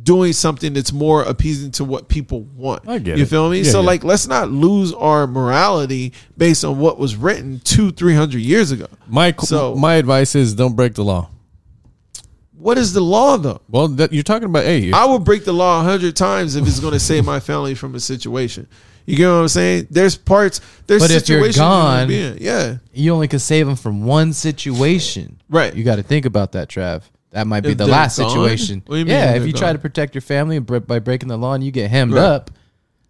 B: doing something that's more appeasing to what people want.
A: I get
B: you
A: it.
B: feel me?
A: Yeah,
B: so
A: yeah.
B: like let's not lose our morality based on what was written two, three hundred years ago.
A: my
B: So-
A: my advice is don't break the law.
B: What is the law though?
A: Well, that, you're talking about hey,
B: I would break the law a hundred times if it's going to save my family from a situation. You get what I'm saying? There's parts. There's
C: But if you're
B: situations. you
C: gone-
B: be in. yeah,
C: You only can save them from one situation.
B: Right.
C: You got to think about that, Trav. That might be
B: If
C: the
B: they're
C: last
B: gone?
C: situation.
B: What do you mean
C: yeah,
B: if
C: if
B: they're
C: you try
B: gone?
C: to protect your family and br- by breaking the law and you get hemmed
B: Right.
C: up,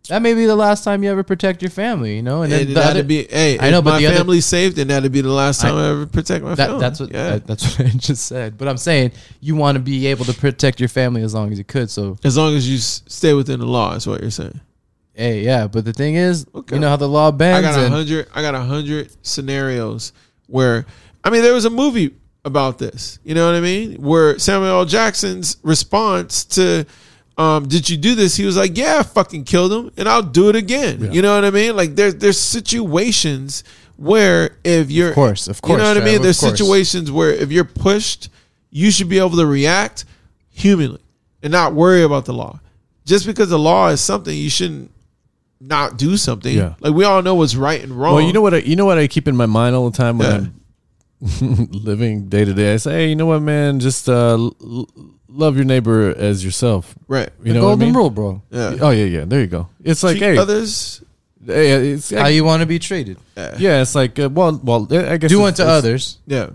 C: that may be the last time you ever protect your family, you know? And,
B: and
C: then the
B: that'd
C: other-
B: be. Hey,
C: I know,
B: if
C: but
B: my
C: the other-
B: family saved, and that'd be the last time I, ever protect my
C: That,
B: family.
C: that's what uh,
B: Yeah.
C: that- that's what I just said. But I'm saying you want to be able to protect your family as long as you could. So
B: as long as you s- stay within the law, is what you're saying.
C: hey, yeah. But the thing is,
B: Okay.
C: you know how the law
B: I
C: bends.
B: got a
C: and-
B: hundred. I got a hundred scenarios where, I mean, there was a movie about this. You know what I mean? Where Samuel L. Jackson's response to, um, "Did you do this?" He was like, "Yeah, I fucking killed him, and I'll do it again." You know what I mean? Like there's there's situations where if you're of
C: course, of
B: you know what
C: course,
B: I mean.
C: Trav,
B: There's
C: of course.
B: situations where if you're pushed, you should be able to react humanly and not worry about the law. Just because the law is something, you shouldn't not do something.
A: Yeah.
B: Like we all know what's right and wrong.
A: Well, you know what? I, you know what I keep in my mind all the time when
B: Yeah.
A: I'm living day to day. I say, hey, you know what, man? Just uh, l- l- love your neighbor as yourself.
B: right?
A: You
C: the
A: know what I
C: golden
A: mean?
C: rule, bro.
B: Yeah.
A: Oh yeah, yeah. There you go. It's like
B: Treat
A: hey,
B: others.
A: hey, uh, it's
C: How you want to be treated?
A: yeah. It's like uh, well, well. I guess
C: Do
A: it's-
C: unto
A: it's-
C: others
B: Yeah.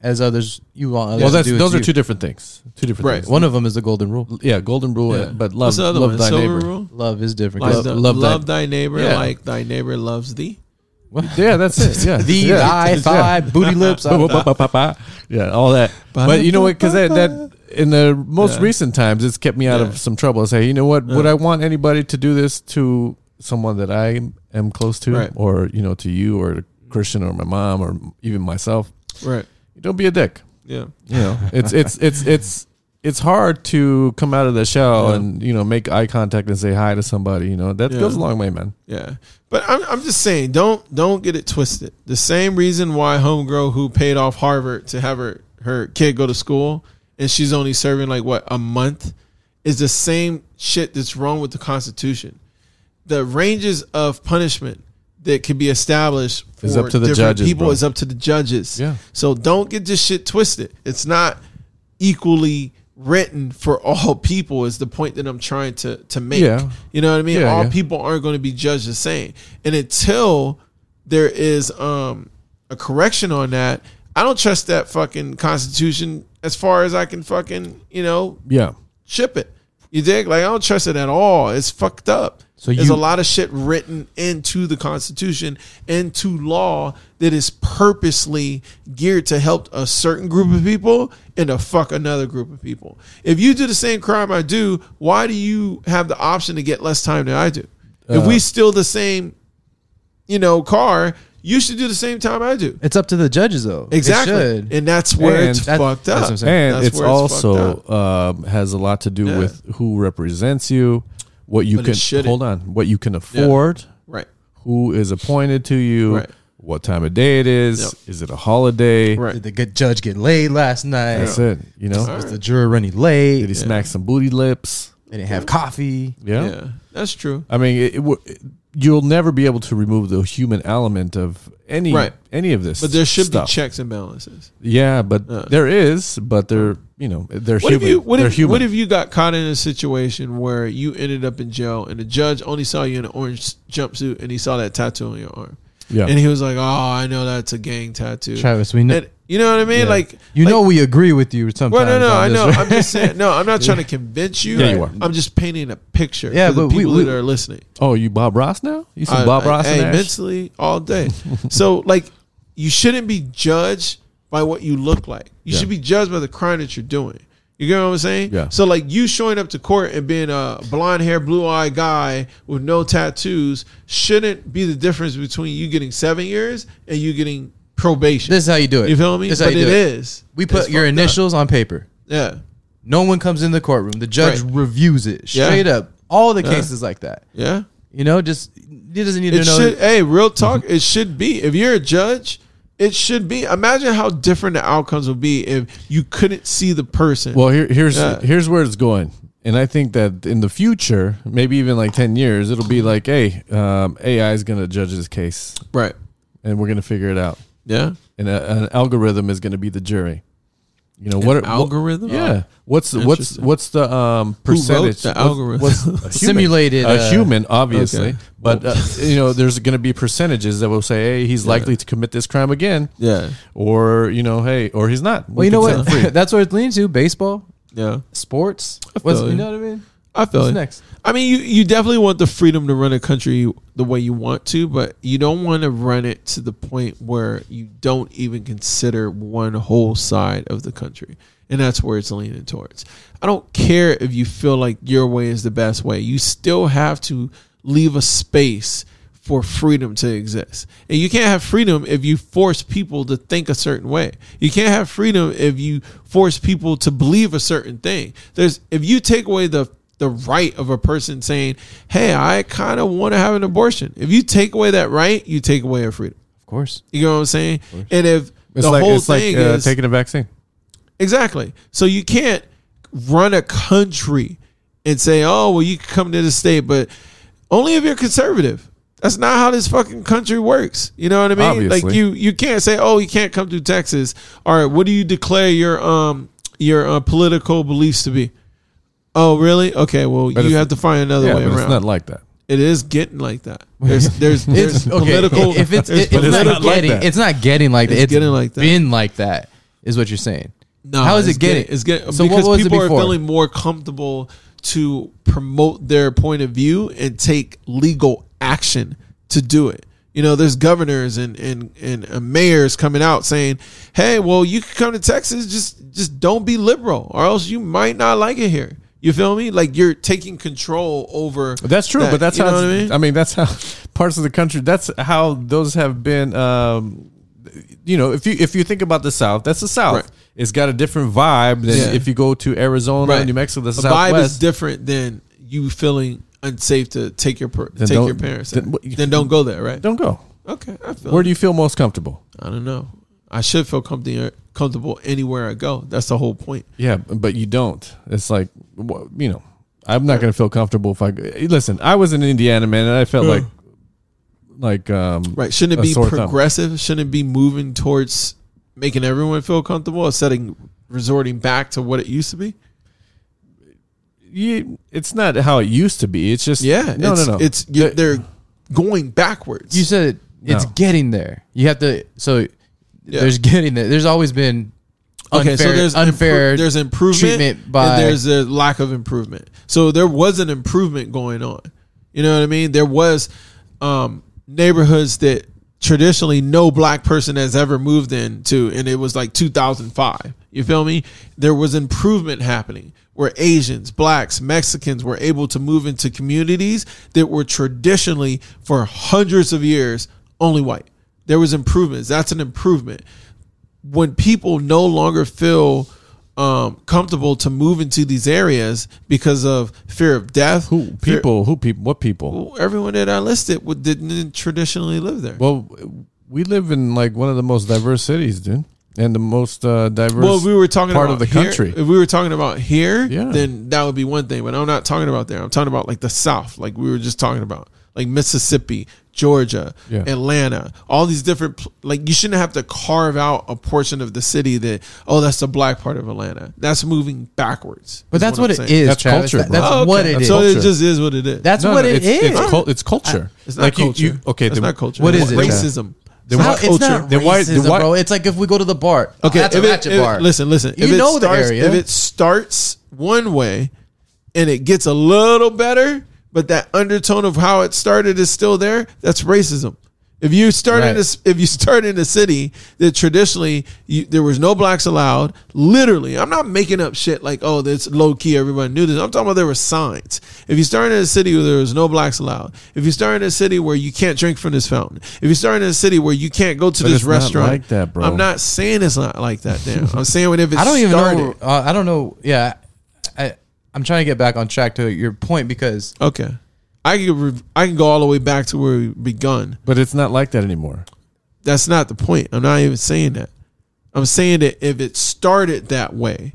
C: as others you want others
A: Well, that's
C: to do.
A: those
C: unto
A: are
C: you.
A: two different things. Two different
B: Right.
A: things.
C: One of them is the golden rule.
A: yeah, golden rule,
B: Yeah.
A: but love
B: What's the other
A: love
B: one?
A: thy
B: Silver
A: neighbor.
B: rule.
C: Love is different.
B: Like
A: Love-
B: the-
A: love
B: love,
A: thy-
B: thy, neighbor
A: Yeah.
B: like thy neighbor loves thee.
A: Yeah, that's it. Yeah,
C: the
A: yeah.
C: thigh,
A: Yeah.
C: thigh, booty lips.
A: Ba- ba- ba- ba- ba. yeah, all that. But you know what? Because that, that in the most
B: Yeah.
A: recent times, it's kept me out
B: Yeah.
A: of some trouble. I say, you know what? Would I want anybody to do this to someone that I am close to,
B: Right.
A: or you know, to you, or to Christian, or my mom, or even myself?
B: Right.
A: Don't be a dick.
B: Yeah.
A: You know, it's it's it's it's it's hard to come out of the shell and you know make eye contact and say hi to somebody. You know that
B: Yeah.
A: goes a long way, man.
B: Yeah, but I'm I'm just saying, don't don't get it twisted. The same reason why homegirl who paid off Harvard to have her her kid go to school and she's only serving like what a month is the same shit that's wrong with the Constitution. The ranges of punishment that can be established for
A: Is up to the
B: different
A: judges,
B: people
A: bro.
B: is up to the judges.
A: Yeah.
B: So don't get this shit twisted. It's not equally written for all people is the point that I'm trying to to make.
A: Yeah.
B: You know what I mean?
A: Yeah,
B: all
A: yeah.
B: people aren't going to be judged the same. And until there is um a correction on that, I don't trust that fucking constitution as far as I can fucking, you know,
A: Yeah,
B: ship it. You dig? Like I don't trust it at all. It's fucked up.
C: So
B: There's
C: you-
B: a lot of shit written into the Constitution, into law that is purposely geared to help a certain group of people and to fuck another group of people. If you do the same crime I do, why do you have the option to get less time than I do?
C: Uh.
B: if we steal the same, you know, car, you should do the same time I do.
C: It's up to the judges though. They should.
B: Exactly. And that's where
A: And
B: it's
C: that-
B: fucked
C: that's
B: up.
C: what I'm saying.
A: and
B: That's
A: it's
B: where it's fucked
A: also um, has a lot to do
B: Yeah.
A: with who represents you, what you
B: But it
A: can
B: shouldn't.
A: hold on, what you can afford.
B: Right.
A: who is appointed to you,
B: Right.
A: what time of day it is.
B: Yep.
A: Is it a holiday?
B: Right.
C: Did the good judge get laid last night?
A: That's it. You know,
B: All
C: Was
B: right.
C: the juror running late?
A: did he smack some booty lips?
C: They didn't have coffee.
A: Yeah.
B: Yeah. That's true.
A: I mean, it, it, wo- it- you'll never be able to remove the human element of any
B: Right.
A: any of this.
B: But there should
A: stuff.
B: be checks and balances.
A: Yeah, but there is. But they're you know they're
B: What
A: human.
B: if you what
A: they're
B: if,
A: human.
B: what if you got caught in a situation where you ended up in jail and the judge only saw you in an orange jumpsuit and he saw that tattoo on your arm
A: yeah.
B: and he was like, "Oh, I know that's a gang tattoo."
C: Travis, we know
B: And- you know what I mean?
C: Yeah.
B: Like
C: you
B: like-
C: know we agree with you sometimes.
B: Well, no, no,
C: on
B: I
C: this,
B: know.
C: right?
B: I'm just saying. No, I'm not trying to convince you.
A: Yeah, you are.
B: I'm just painting a picture
C: Yeah,
B: for the
C: but we-
B: people
C: we-
B: that are listening.
A: oh, you Bob Ross now? You some
B: I-
A: Bob
B: I-
A: Ross?
B: hey,
A: and Ash?
B: mentally all day. so like, you shouldn't be judged by what you look like. You
A: Yeah.
B: should be judged by the crime that you're doing. You get what I'm saying?
A: Yeah.
B: So like, you showing up to court and being a blonde hair, blue eyed guy with no tattoos shouldn't be the difference between you getting seven years and you getting probation.
C: This is how you do it.
B: you feel me?
C: This is how
B: but
C: you
B: it
C: do it.
B: is.
C: We put
B: It's
C: your
B: fucked up.
C: initials on paper.
B: Yeah.
C: No one comes in the courtroom. The judge
B: Right.
C: reviews it
B: Yeah.
C: straight up. All the
B: Yeah.
C: cases like that.
B: Yeah.
C: You know, just it doesn't need
B: It
C: to know.
B: should. Hey, real talk. It should be. If you're a judge, it should be. Imagine how different the outcomes would be if you couldn't see the person.
A: Well, here, here's
B: Yeah.
A: here's where it's going, and I think that in the future, maybe even like ten years, it'll be like, hey, um, AI is going to judge this case,
B: right.
A: and we're going to figure it out,
B: Yeah.
A: and a, an algorithm is going to be the jury. You know what? what-
B: algorithm?
A: yeah. What's what's
B: Interesting.
A: what's the um
B: wrote
A: percentage?
B: the
A: What-
B: algorithm?
A: what's a human-
C: Simulated,
A: a
C: uh,
A: human, obviously,
B: okay.
A: but uh, you know, there's going to be percentages that will say, hey, he's likely to commit this crime again,
B: Yeah.
A: or you know, hey, or he's not.
C: Well, you know what? That's where it's leaning to. Baseball,
B: Yeah.
C: sports. What's,
B: feel
C: you
B: you.
C: know what I mean?
B: I feel
C: What's
B: it.
C: next?
B: I mean, you, you definitely want the freedom to run a country the way you want to, but you don't want to run it to the point where you don't even consider one whole side of the country. And that's where it's leaning towards. I don't care if you feel like your way is the best way, you still have to leave a space for freedom to exist. And you can't have freedom if you force people to think a certain way. You can't have freedom if you force people to believe a certain thing. There's if you take away the the right of a person saying, "Hey, I kind of want to have an abortion." If you take away that right, you take away our freedom.
C: Of course.
B: You know what I'm saying? And if
A: It's
B: the
A: like
B: whole
A: it's like
B: thing
A: uh,
B: is
A: taking a vaccine.
B: Exactly. So you can't run a country and say, "Oh, well, you can come to the state, but only if you're conservative." That's not how this fucking country works. You know what I mean? Like
A: Obviously.
B: you, you can't say, "Oh, you can't come to Texas." All right, what do you declare your um your uh, political beliefs to be? Oh, really? Okay, well, you
A: it's-
B: have to find another
A: Yeah,
B: way
A: but
B: around.
A: it's not like that.
B: it is getting like that. There's there's, there's political.
C: If it's,
B: there's
C: it- it's
A: political-
C: not getting,
A: like that.
C: it's not getting like that.
B: It's
C: It's
B: getting like that.
C: Been like that is what you're saying.
B: No,
C: How is it
B: it's
C: getting-
B: It's getting
C: So what
B: because
C: was it
B: people are
C: before?
B: feeling more comfortable to promote their point of view and take legal action to do it. You know, there's governors and and and uh, mayors coming out saying, "Hey, well, you can come to Texas, just just don't be liberal, or else you might not like it here." You feel me? Like you're taking control over.
A: That's true,
B: that,
A: but that's
B: you
A: how
B: know what
A: I mean? that's how parts of the country. That's how those have been um, you know, if you if you think about the South, that's the South.
B: Right.
A: It's got a different vibe than
B: Yeah.
A: if you go to Arizona,
B: Right.
A: New Mexico, the
B: The vibe is
A: Southwest.
B: different than you feeling unsafe to take your per- take
A: don't-
B: your parents.
A: then
B: Then,
A: what you-
B: don't go there, right?
A: Don't go.
B: Okay, I feel.
A: Where do you feel most comfortable?
B: I don't know. I should feel comfortable comfortable anywhere I go. That's the whole point.
A: Yeah, but you don't. It's like wh- you know, I'm not gonna feel comfortable if I g- eh, listen. I was in Indiana, man, and I felt like like um
B: Right? Shouldn't
A: A
B: it be
A: sore thumb.
B: progressive? Shouldn't it be moving towards making everyone feel comfortable, instead of resorting back to what it used to be?
A: you, it's not how it used to be. It's just
B: Yeah,
A: no,
B: it's,
A: no, no.
B: It's you, they're going backwards.
C: You said it's
A: No.
C: getting there. You have to. So there's getting there. There's always been unfair,
B: okay, so there's
C: unfair.
B: unfair there's improvement
C: treatment by-
B: and there's a lack of improvement. So there was an improvement going on. You know what I mean? There was um, neighborhoods that traditionally no black person has ever moved into, and it was like 2005. You feel me? There was improvement happening where Asians, blacks, Mexicans were able to move into communities that were traditionally for hundreds of years only white. There was improvements. That's an improvement when people no longer feel um, comfortable to move into these areas because of fear of death,
A: who
B: fear-
A: people who people what people?
B: well, everyone that I listed would, didn't traditionally live there. Well,
A: Well, we live in like one of the most diverse cities, dude, and the most uh, diverse.
B: if we were talking
A: part
B: about
A: of the
B: here-
A: country.
B: If we were talking about here,
A: Yeah.
B: then that would be one thing. But I'm not talking about there. I'm talking about like the South, like we were just talking about, like Mississippi, Georgia,
A: Yeah.
B: Atlanta, all these different. pl- Like you shouldn't have to carve out a portion of the city that oh that's the black part of Atlanta. That's moving backwards.
C: but
B: is
C: that's what,
B: I'm
C: it
B: saying.
C: is.
A: That's
C: Travis.
A: culture,
C: That- that's
A: bro.
B: Oh, okay.
C: what it
A: That's
C: is.
B: So
A: culture.
B: it just is what it is.
C: That's what it
A: it's,
C: is.
A: It's, cul- it's culture.
B: it's not
A: like you-
B: culture.
A: You, okay,
B: it's
A: then-
B: not culture.
C: What
B: It's
C: is it,
B: Racism. It's
A: Then
C: No,
B: not
A: what-
C: it's
B: culture.
C: not
A: Then why- then
C: racism,
A: why-
C: bro. It's like if we go to the bar. Okay, that's a
B: if it-
C: ratchet
B: if-
C: bar.
B: Listen, listen.
C: You
B: if
C: know
B: it
C: the
B: starts,
C: area.
B: If it starts one way, and it gets a little better, but that undertone of how it started is still there. That's racism. If you start in
C: Right.
B: a, s- if you start in a city that traditionally you, there was no blacks allowed, literally, I'm not making up shit like oh that's low key everyone knew this. I'm talking about there were signs. If you start in a city where there was no blacks allowed, if you start in a city where you can't drink from this fountain, if you start in a city where you can't go to
A: But
B: this
A: it's not
B: restaurant,
A: like that, bro.
B: I'm not saying it's not like that. Damn, I'm saying what if it
C: I don't even
B: started.
C: know. Uh, I don't know. Yeah, I, I'm trying to get back on track to your point because
B: Okay, I can re- I can go all the way back to where we begun.
A: But it's not like that anymore.
B: That's not the point. I'm not even saying that. I'm saying that if it started that way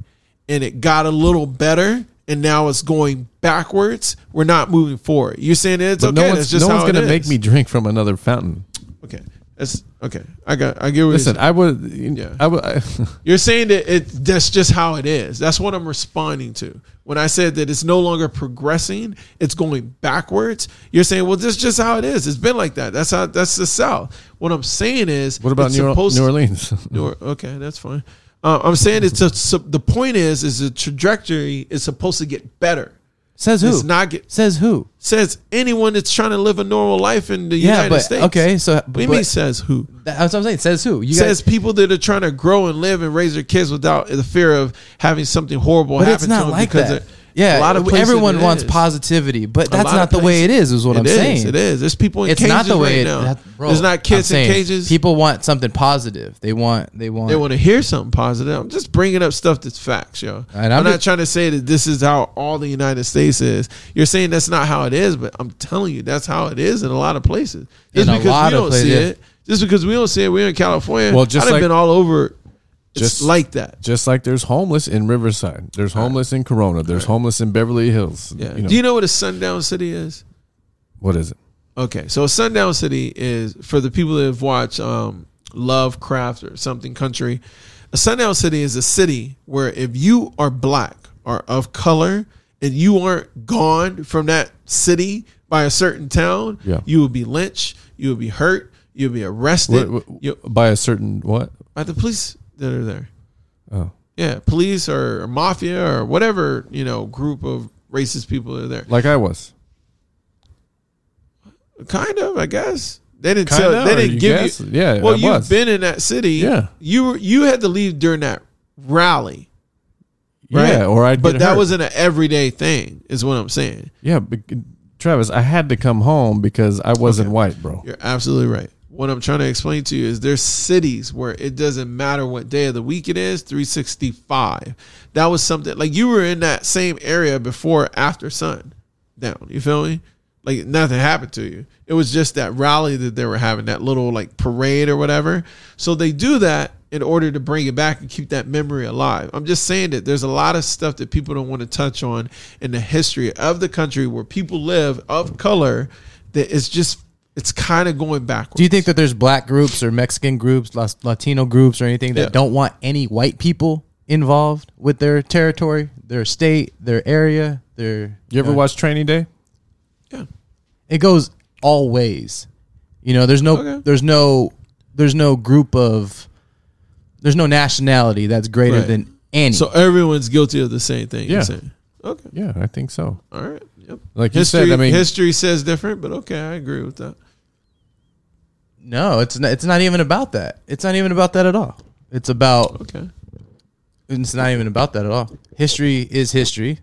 B: and it got a little better and now it's going backwards, we're not moving forward. You're saying that it's
A: But no
B: okay. that's
A: one's,
B: just
A: no
B: how
A: one's
B: it
A: gonna make
B: is.
A: me drink from another fountain.
B: Okay, that's okay. I got. I get what
A: Listen,
B: Listen,
A: I would.
B: Yeah.
A: I would. I,
B: you're saying. You're saying that it. That's just how it is. That's what I'm responding to. When I said that it's no longer progressing, it's going backwards. You're saying, well, this is just how it is. It's been like that. That's how. That's the South. What I'm saying is,
A: what about
B: it's
A: New, Or-
B: supposed
A: New
B: to-
A: Orleans?
B: New Or- okay, that's fine. Uh, I'm saying it's a, so the point is is the trajectory is supposed to get better.
C: says who
B: It's not get
C: says who.
B: says anyone that's trying to live a normal life in the
C: Yeah,
B: United
C: but-
B: States.
C: okay, so-
B: what do you
C: but-
B: mean says who?
C: That's what I'm saying. Says who. You
B: says
C: guys,
B: people that are trying to grow and live and raise their kids without the fear of having something horrible
C: but
B: happen
C: it's
B: to
C: not
B: them
C: like
B: because
C: that.
B: they're-
C: Yeah,
B: a lot of places
C: everyone
B: it
C: wants
B: is.
C: positivity, but
B: A
C: that's
B: lot
C: not
B: of
C: the way it
B: places.
C: is. Is what I'm
B: It is,
C: saying.
B: It is. There's people in
C: It's
B: cages
C: not the way
B: right
C: it,
B: now.
C: that- bro,
B: There's not
C: I'm
B: kids in
C: saying,
B: cages.
C: People want something positive. They want. They want.
B: they want to hear something positive. I'm just bringing up stuff that's facts, yo.
C: And
B: I'm,
C: I'm
B: not
C: just-
B: trying to say that this is how all the United States is. You're saying that's not how it is, but I'm telling you that's how it is in a lot of places. Just
C: In a
B: because
C: lot
B: we
C: of
B: don't
C: places,
B: see
C: yeah.
B: it, just because we don't see it, we're in California.
A: Well, just
B: I'd
A: like-
B: have been all over. It's
A: Just-
B: like that.
A: Just like there's homeless in Riverside, there's homeless in Corona, there's homeless in Beverly Hills.
B: Yeah.
A: You know,
B: Do you know what a sundown city is?
A: what is it?
B: Okay, so a sundown city is for the people that have watched um, Lovecraft or something country. A sundown city is a city where if you are black or of color and you aren't gone from that city by a certain town,
A: Yeah.
B: you will be lynched, you will be hurt, you'll be arrested
A: What- what-
B: you-
A: by a certain what?
B: by the police that are there.
A: Oh.
B: Yeah, police or mafia or whatever you know group of racist people that are there.
A: Like I was.
B: Kind of, I guess. They didn't
A: Kinda,
B: tell. They
A: or
B: didn't
A: you
B: give
A: guess?
B: you.
A: Yeah, I
B: Well, you've
A: was.
B: been in that city.
A: Yeah.
B: You were. You had to leave during that rally, right?
A: Yeah, or I'd
B: But
A: get
B: that
A: hurt.
B: wasn't an everyday thing, is what I'm saying.
A: Yeah, but, Travis, I had to come home because I wasn't white, bro.
B: You're absolutely right. What I'm trying to explain to you is there's cities where it doesn't matter what day of the week it is, 365. That was something like you were in that same area before after sun down. You feel me? Like nothing happened to you. It was just that rally that they were having, that little like parade or whatever. So they do that in order to bring it back and keep that memory alive. I'm just saying that there's a lot of stuff that people don't want to touch on in the history of the country where people live of color that is just it's kind of going backwards.
C: Do you think that there's black groups or Mexican groups, Las- Latino groups, or anything that
B: Yeah.
C: don't want any white people involved with their territory, their state, their area, their?
A: You ever
C: uh,
A: watch Training Day?
C: It goes all ways. You know, there's no,
B: Okay.
C: there's no, there's no group of, there's no nationality that's greater
B: Right.
C: than any.
B: so everyone's guilty of the same thing.
A: Yeah.
B: You're saying. Okay.
A: Yeah, I think so.
B: All right. Yep.
A: Like you
B: History,
A: said, I mean,
B: history says different, but okay, I agree with that.
C: no, it's not, it's not even about that. It's not even about that at all. It's about
B: Okay.
C: it's not even about that at all. History is history,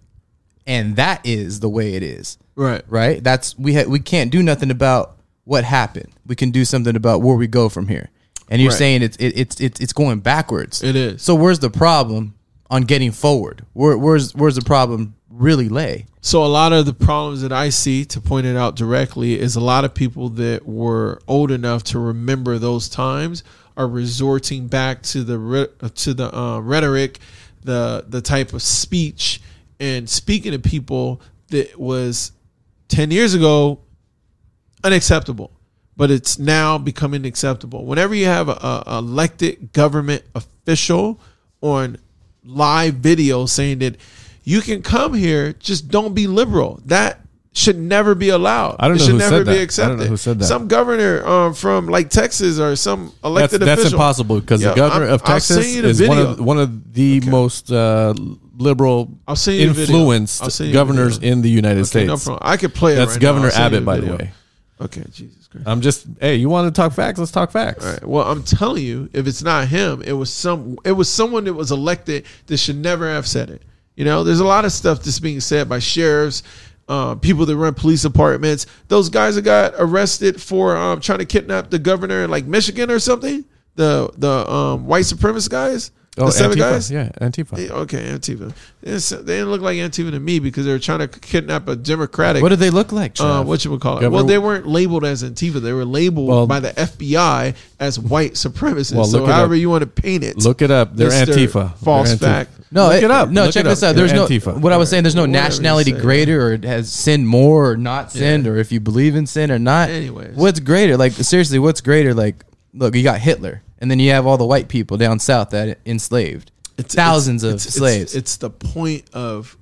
C: and that is the way it is.
B: Right.
C: right? That's we ha- we can't do nothing about what happened. We can do something about where we go from here. And you're
B: Right.
C: saying it's it, it's it's it's going backwards.
B: It is.
C: So where's the problem on getting forward? Where, where's where's the problem really lay?
B: So a lot of the problems that I see, to point it out directly, is a lot of people that were old enough to remember those times are resorting back to the re- to the uh, rhetoric, the the type of speech, and speaking to people that was ten years ago unacceptable, but it's now becoming acceptable. Whenever you have a, a elected government official on live video saying that you can come here, just don't be liberal. That should never be allowed.
A: I don't
B: it
A: know
B: should
A: who
B: never
A: said
B: be
A: that. I don't
B: accepted.
A: know who said that.
B: Some governor um, from like Texas or some
A: that's,
B: elected
A: that's
B: official.
A: impossible because
B: Yeah,
A: the governor
B: I'm-
A: of
B: I'll
A: Texas
B: send you the
A: is one of
B: video.
A: one of the most uh, liberal
B: I'll send you the video. I'll
A: influenced
B: send you the
A: governors
B: video.
A: in the United
B: Okay, no
A: States.
B: problem. I could play it.
A: That's
B: right now.
A: Governor
B: I'll send you
A: Abbott, by the
B: video.
A: way.
B: Okay, Jesus Christ.
A: I'm just hey, you want to talk facts? Let's talk facts.
B: All right. Well, I'm telling you, if it's not him, it was some. It was someone that was elected that should never have said it. You know, there's a lot of stuff that's being said by sheriffs, uh, people that run police departments. Those guys that got arrested for um, trying to kidnap the governor in like Michigan or something. The the um, white supremacist guys, the seven
A: Oh, Antifa.
B: guys.
A: Yeah, Antifa.
B: They- Okay, Antifa. It's- they didn't look like Antifa to me because they were trying to kidnap a Democratic.
C: What do they look like?
B: Uh,
C: Trav?
B: what you would call it?
A: Governor-
B: Well, they weren't labeled as Antifa. They were labeled
A: Well-
B: by the FBI as white supremacists.
A: Well,
B: so
A: look it
B: however
A: up.
B: you want to paint it,
A: Look it up. They're
B: Mr.
A: Antifa.
B: False
A: They're Antifa.
B: fact.
C: no,
A: Look
C: it-
A: it up.
C: No,
A: Look
C: check
A: it
C: this
A: up.
C: out. There's
A: They're
C: no
A: Antifa.
C: what I was saying. There's no
B: Whatever you
C: nationality
B: say.
C: greater or it has sinned more or not sinned or if you believe in sin or not.
B: Anyways.
C: what's greater? Like seriously, what's greater? Like look, you got Hitler, and then you have all the white people down south that enslaved thousands of
B: it's-
C: slaves.
B: It's, it's the point of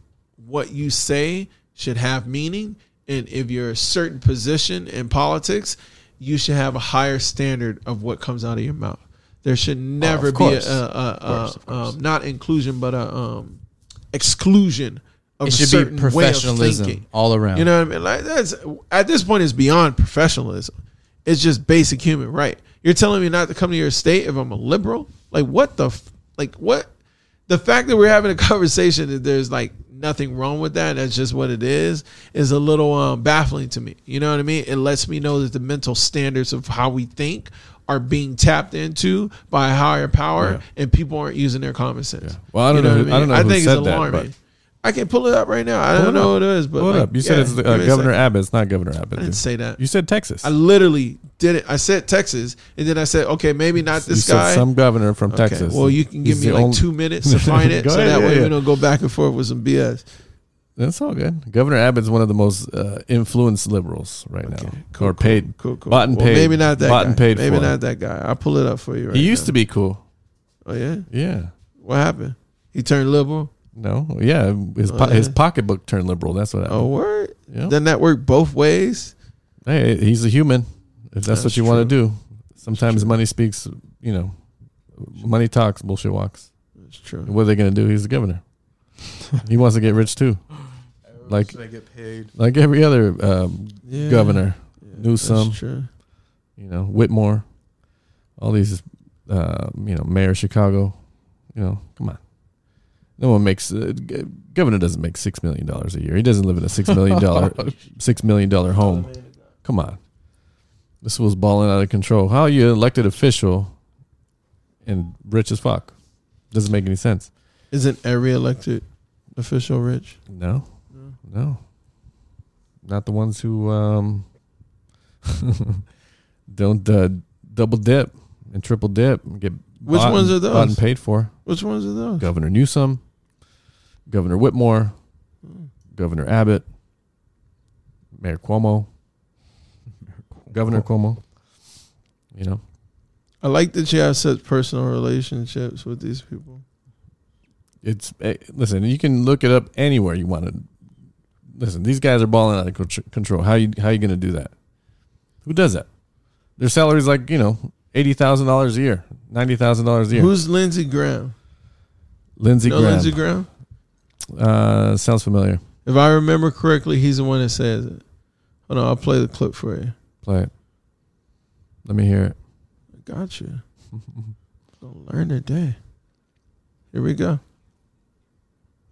B: what you say should have meaning, and if you're a certain position in politics, you should have a higher standard of what comes out of your mouth. There should never be
C: Oh, course.
B: a, a, a, a um, not inclusion, but a um, exclusion. Of
C: it
B: a
C: should
B: certain
C: be
B: way of
C: professionalism
B: thinking.
C: all around.
B: You know what I mean? Like that's at this point it's beyond professionalism. It's just basic human right. You're telling me not to come to your state if I'm a liberal? Like what the f- like what the fact that we're having a conversation that there's like nothing wrong with that, that's just what it is, is a little um, baffling to me. You know what I mean? It lets me know that the mental standards of how we think are being tapped into by a higher power and people aren't using their common sense.
A: Well, I don't know who- I don't know who said that, but-
B: I can pull it up right now. I
A: Pull
B: don't
A: it
B: know
A: up.
B: what it is, but
A: Pull it
B: like,
A: up. You said
B: yeah,
A: it's the,
B: give
A: uh,
B: me a
A: Governor
B: sec.
A: Abbott. It's not Governor Abbott.
B: I didn't say that.
A: You said Texas.
B: I literally did it. I said Texas, and then I said, okay, maybe not
A: you
B: this
A: said
B: guy.
A: some governor from
B: Okay,
A: Texas.
B: Well, you can give
A: He's
B: me
A: the
B: like
A: only-
B: two minutes to find it,
A: Go
B: so
A: ahead,
B: that
A: yeah,
B: way
A: yeah.
B: we don't go back and forth with some BS.
A: That's all good. Governor Abbott's one of the most uh, influenced liberals right now,
B: Cool,
A: or paid,
B: Cool, cool.
A: bought and
B: Well,
A: paid.
B: Maybe not that.
A: Bought
B: guy.
A: and paid
B: Maybe
A: for.
B: not that guy. I'll pull it up for you. Right
A: He used to be cool.
B: Oh yeah.
A: Yeah.
B: What happened? He turned liberal.
A: No. Yeah. His po-
B: Oh, yeah.
A: his pocketbook turned liberal. That's what happened.
B: Oh word.
A: Yeah.
B: Doesn't that work both ways?
A: Hey, he's a human. If that's,
B: Oh. That's
A: what you want to do, sometimes money speaks. You know, money talks, bullshit walks.
B: That's true.
A: What are they going to do? He's the governor. he wants to get rich too, like like every other um,
B: Yeah.
A: governor. Newsom.
B: That's true.
A: You know, Whitmore, all these. Uh, you know, mayor of Chicago. You know, come on. No one makes uh, g- governor doesn't make six million dollars a year. He doesn't live in a six million dollar six million dollar home. Come on. This was balling out of control. How are you an elected official and rich as fuck? Doesn't make any sense.
B: Isn't every elected official rich?
A: No, no, not the ones who um, don't uh, double dip and triple dip and get
B: Which
A: bought
B: ones
A: and-
B: are those?
A: bought and paid for.
B: Which ones are those?
A: Governor Newsom, Governor Whitmore, Governor Abbott, Mayor Cuomo, Governor Cuomo. You know,
B: I like that you have such personal relationships with these people.
A: it's eh, listen. You can look it up anywhere you want to. Listen, these guys are balling out of contr- control. How you how you going to do that? Who does that? Their salaries like you know eighty thousand dollars a year, ninety thousand dollars a year.
B: Who's Lindsey Graham?
A: Lindsey
B: No
A: Graham?
B: Lindsey Graham?
A: uh, sounds familiar.
B: If I remember correctly, he's the one that says it. Hold on, I'll play the clip for you.
A: Play it. Let me hear it.
B: I got you. Gonna learn today. Here we go.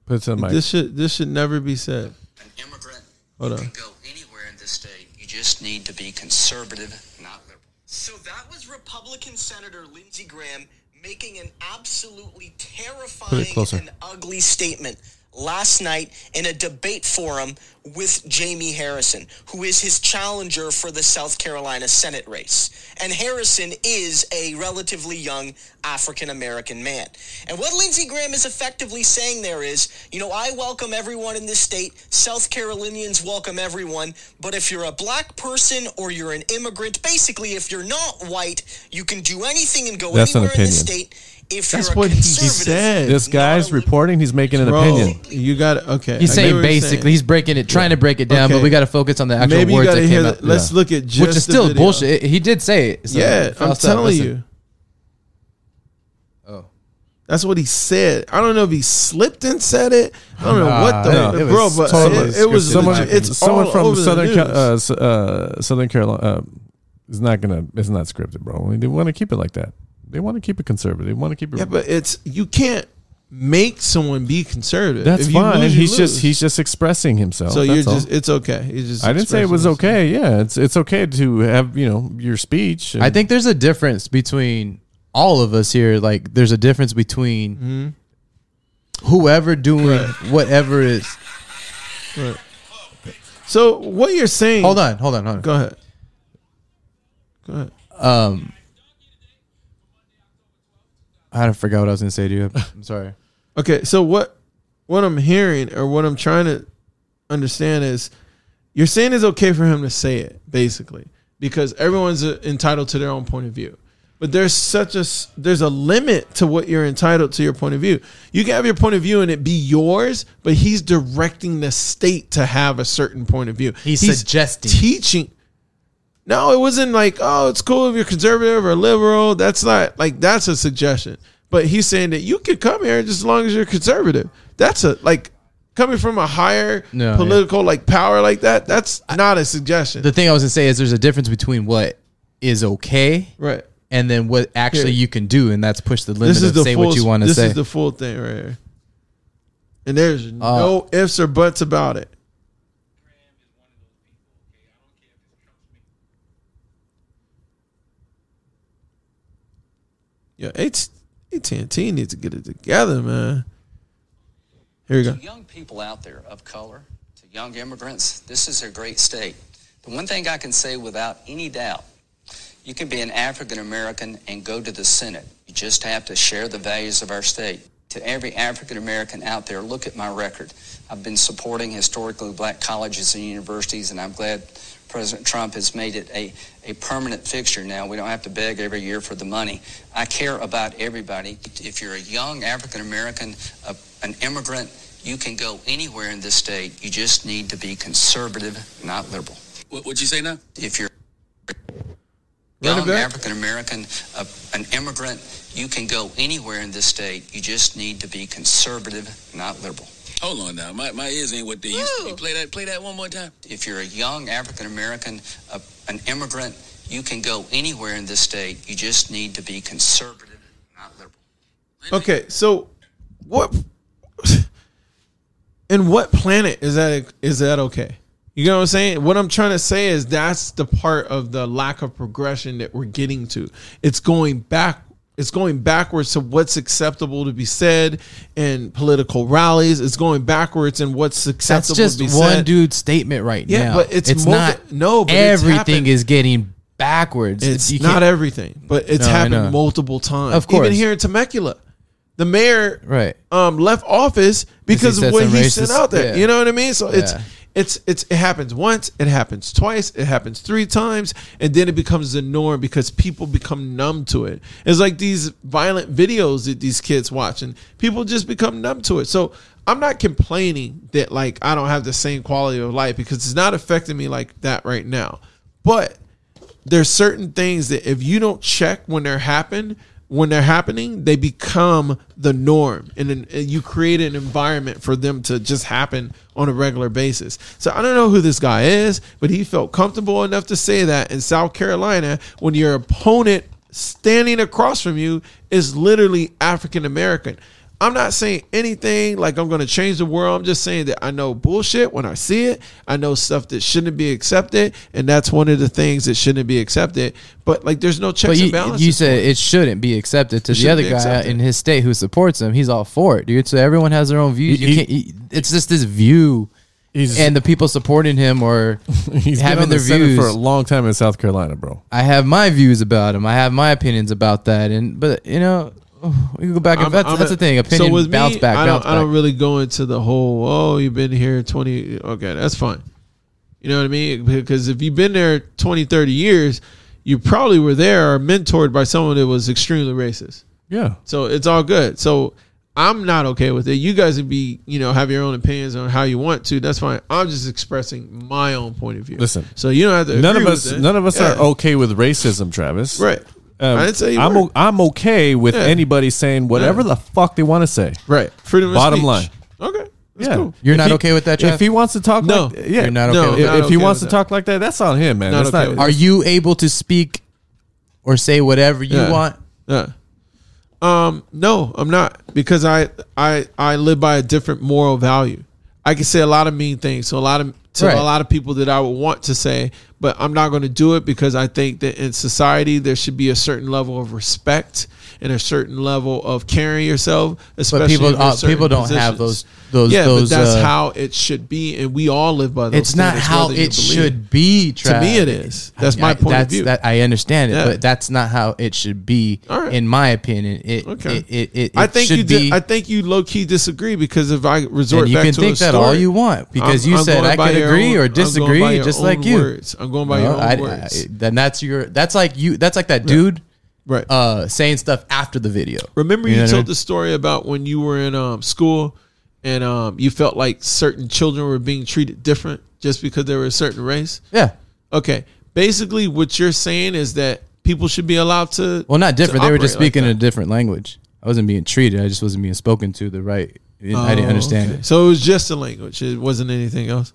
A: Put it to the mic.
B: This should this should never be said.
F: an immigrant
B: Hold
F: can
B: on.
F: go anywhere in this state. You just need to be conservative, not liberal.
G: So that was Republican Senator Lindsey Graham making an absolutely terrifying
A: closer.
G: and ugly statement last night in a debate forum with Jamie Harrison, who is his challenger for the South Carolina Senate race. And Harrison is a relatively young African American man. And what Lindsey Graham is effectively saying there is, you know, I welcome everyone in this state. South Carolinians welcome everyone. But if you're a black person or you're an immigrant, basically, if you're not white, you can do anything and go
A: That's an
G: anywhere in this
A: opinion.
G: state. If
B: That's
G: you're a
B: what he
G: conservative,
B: said.
A: This guy's
G: not a-
A: reporting. He's making an
B: Bro,
A: opinion.
B: You got to okay.
C: He's
B: I get
C: saying
B: what you're
C: basically,
B: saying.
C: he's breaking it, trying to break it down,
B: Okay.
C: but we got to focus on the actual
B: maybe you
C: words
B: got
C: that
B: to
C: came
B: hear.
C: out.
B: The, let's
A: Yeah.
B: look at just
C: Which is
B: the
C: still
B: video.
C: bullshit. It- he did say it. so,
B: Yeah, I'm
C: Faust,
B: telling
C: listen.
B: you.
C: Oh.
B: That's what he said. I don't know if he slipped and said it. I don't know what
A: Nah,
B: the
A: it
B: bro,
A: was
B: but
A: totally
B: it, it was.
A: someone.
B: it's
A: someone
B: all
A: from
B: over the
A: Southern Ca-
B: news.
A: uh, S- uh, Southern Carolina. Uh, is not gonna. It's not scripted, bro. They want to keep it like that. They want to keep it conservative. They want to keep it.
B: yeah, but it's you can't make someone be conservative.
A: that's
B: If you
A: fine.
B: lose, you
A: he's
B: lose.
A: just he's just expressing himself.
B: so
A: that's
B: you're
A: all.
B: just it's okay. He's just.
A: I didn't say it was
B: expressing
A: okay. Yeah, it's it's okay to have you know your speech. and-
C: I think there's a difference between all of us here. Like, there's a difference between whoever doing whatever is.
B: himself. So what you're saying?
C: Hold on, hold on, hold on.
B: Go ahead. Go ahead.
C: Um, I forgot what I was gonna say to you. I'm sorry.
B: Okay, so what what I'm hearing or what I'm trying to understand is you're saying it's okay for him to say it, basically, because everyone's uh, entitled to their own point of view. But there's such a s- there's a limit to what you're entitled to your point of view. You can have your point of view and it be yours, but he's directing the state to have a certain point of view.
C: He's suggesting.
B: teaching. No, it wasn't like, oh, it's cool if you're conservative or liberal. That's not like that's a suggestion. But he's saying that you could come here just as long as you're conservative. That's a like coming from a higher
C: No,
B: political like power like that. That's not a suggestion,
C: The thing I was gonna say is there's a difference between what is okay
B: right?
C: and then what actually
B: Here.
C: you can do, and that's push the limit
B: This is
C: and
B: the
C: say
B: full,
C: what you want to
B: This
C: say. Uh,
B: is the full thing right here, and there's no ifs or buts about it. Yo, AT and T needs to get it together, man. Here we go.
F: To young people out there of color, to young immigrants, this is a great state. The one thing I can say without any doubt, you can be an African American and go to the Senate. You just have to share the values of our state. To every African American out there, look at my record. I've been supporting historically black colleges and universities, and I'm glad President Trump has made it a, a permanent fixture now. We don't have to beg every year for the money. I care about everybody. If you're a young African American, a- an immigrant, you can go anywhere in this state. You just need to be conservative, not liberal. What would you say now? If you're
B: Run it
F: young
B: back.
F: African American, a- an immigrant, you can go anywhere in this state. You just need to be conservative, not liberal.
H: Hold on now, my, my ears ain't what they used to be.
G: Woo.
H: Play that, play that one more time.
F: If you're a young African American, a- an immigrant, you can go anywhere in this state. You just need to be conservative, not liberal.
B: Okay, so what? In what planet is that? Is that okay? You know what I'm saying? What I'm trying to say is that's the part of the lack of progression that we're getting to. It's going back it's going backwards to what's acceptable to be said in political rallies. It's going backwards in what's
C: That's
B: acceptable
C: just
B: to be
C: one
B: said.
C: dude's statement right
B: Yeah,
C: now.
B: but it's multi-
C: not.
B: no, but it's
C: everything
B: happened.
C: is getting backwards.
B: It's
C: You
B: not
C: can't-
B: everything, but it's
C: No, I know.
B: happened multiple times.
C: Of course.
B: Even here in Temecula, the mayor
C: right.
B: um, left office because
C: said
B: of what
C: some
B: he sent
C: racist-
B: out there.
C: yeah.
B: You know what I mean? So it's
C: Yeah.
B: it's it's it happens once, it happens twice, it happens three times, and then it becomes the norm because people become numb to it. It's like these violent videos that these kids watch, and people just become numb to it. So I'm not complaining that like I don't have the same quality of life because it's not affecting me like that right now. But there's certain things that if you don't check when they're happen when they're happening they become the norm and, then and you create an environment for them to just happen on a regular basis so i don't know who this guy is but he felt comfortable enough to say that in south carolina when your opponent standing across from you is literally african american I'm not saying anything like I'm going to change the world. I'm just saying that I know bullshit when I see it. I know stuff that shouldn't be accepted, and that's one of the things that shouldn't be accepted. But like, there's no checks
C: But you,
B: and balances.
C: you said it shouldn't be accepted to the
B: shouldn't
C: other
B: be
C: guy
B: accepted.
C: in his state who supports him. He's all for it, dude. So everyone has their own views.
A: He-
C: You
A: he-
C: can't. He, it's just this view,
A: He's-
C: and the people supporting him or
A: He's been
C: having
A: on the
C: their
A: Senate
C: views
A: for a long time in South Carolina, bro.
C: I have my views about him. I have my opinions about that. And but you know, we can go back.
B: I'm-
C: and that's
B: I'm
C: that's
B: a-
C: the thing. Opinion
B: so with
C: bounce
B: me,
C: back.
B: I don't,
C: bounce
B: I don't
C: back.
B: really go into the whole. Oh, you've been here 20. Okay, that's fine. You know what I mean? Because if you've been there 20, 30 years, you probably were there or mentored by someone that was extremely racist.
A: Yeah.
B: So it's all good. So I'm not okay with it. You guys can be, you know, have your own opinions on how you want to. That's fine. I'm just expressing my own point of view.
A: Listen.
B: so you don't have to.
A: None of
B: agree
A: us,
B: with it.
A: none of us
B: Yeah.
A: are okay with racism, Travis.
B: Right.
A: Um,
B: I didn't say you
A: I'm
B: were.
A: o- I'm okay with
B: Yeah.
A: anybody saying whatever
B: Yeah.
A: the fuck they want to say.
B: Right. Freedom. of
A: Bottom
B: speech.
A: line.
B: Okay. That's
A: yeah,
B: cool.
C: You're
A: If
C: not
A: he-
C: okay with that, Jeff?
A: If he wants to talk,
B: No.
A: like, yeah,
C: You're not
A: no,
C: okay with
A: if,
B: that.
A: if he
B: Not
A: wants
B: okay
A: to
B: with
A: talk like that, that's on him, man.
B: Not
A: that's
B: okay
A: not.
B: with
C: Are you able to speak or say whatever you
B: Yeah.
C: want?
B: Yeah. Um, no, I'm not because I I I live by a different moral value. I can say a lot of mean things to a lot of to
C: Right.
B: a lot of people that I would want to say, but I'm not going to do it because I think that in society there should be a certain level of respect and a certain level of caring yourself.
C: But
B: Especially
C: people
B: in
C: uh,
B: certain
C: people don't have
B: positions.
C: those those
B: yeah,
C: those.
B: but that's
C: uh,
B: how it should be, and we all live by those.
C: it's not
B: standards,
C: how
B: whether you
C: it
B: believe
C: should be.
B: To me, it
C: Trav.
B: is. That's
C: I-
B: my
C: I-
B: point
C: that's,
B: of view.
C: That I understand it,
B: Yeah.
C: but that's not how it should be,
B: All right.
C: in my opinion. It,
B: Okay.
C: it, it, it,
B: I
C: it
B: think
C: should
B: you.
C: be.
B: Di- I think you low key disagree because if I resort
C: and you
B: back
C: can
B: to
C: think
B: a
C: that
B: story,
C: all you want because
B: I'm-
C: you
B: I'm
C: said
B: going
C: I
B: by
C: could
B: your
C: agree
B: own-
C: or
B: I'm going by
C: disagree,
B: your
C: just
B: own
C: like you.
B: Words. I'm going by
C: No,
B: your own
C: I- I-
B: words.
C: then that's your. That's like you. That's like that dude
B: right.
C: uh, saying stuff after the video.
B: Remember
C: You
B: you,
C: know what I
B: told
C: mean?
B: the story about when you were in um, school and um, you felt like certain children were being treated different just because they were a certain race.
C: Yeah.
B: Okay, basically what you're saying is that people should be allowed to.
C: Well, not different.
B: to
C: They were just
B: operate like
C: speaking
B: that.
C: a different language. I wasn't being treated. I just wasn't being spoken to the right. I didn't
B: Oh,
C: understand
B: okay.
C: it.
B: So it was just the language. It wasn't anything else.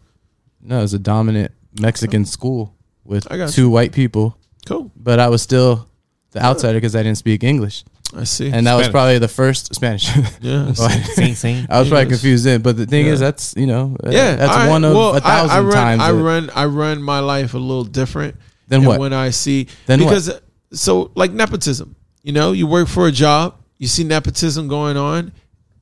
C: No, it was a dominant Mexican school with
B: I got
C: two white people,
B: Cool.
C: but I was still the outsider because I didn't speak English,
B: I see.
C: and that was
A: Spanish.
C: probably the first Spanish.
B: yeah. I see.
C: I was probably
B: English.
C: confused then, but the thing is, that's you know, uh,
B: Yeah,
C: that's
B: all right.
C: one of
B: Well,
C: a thousand
B: I, I run,
C: times.
B: I
C: that-
B: run, I run my life a little different
C: Then
B: and
C: what?
B: When I see
C: Then what?
B: because uh, so like nepotism, you know, you work for a job, you see nepotism going on,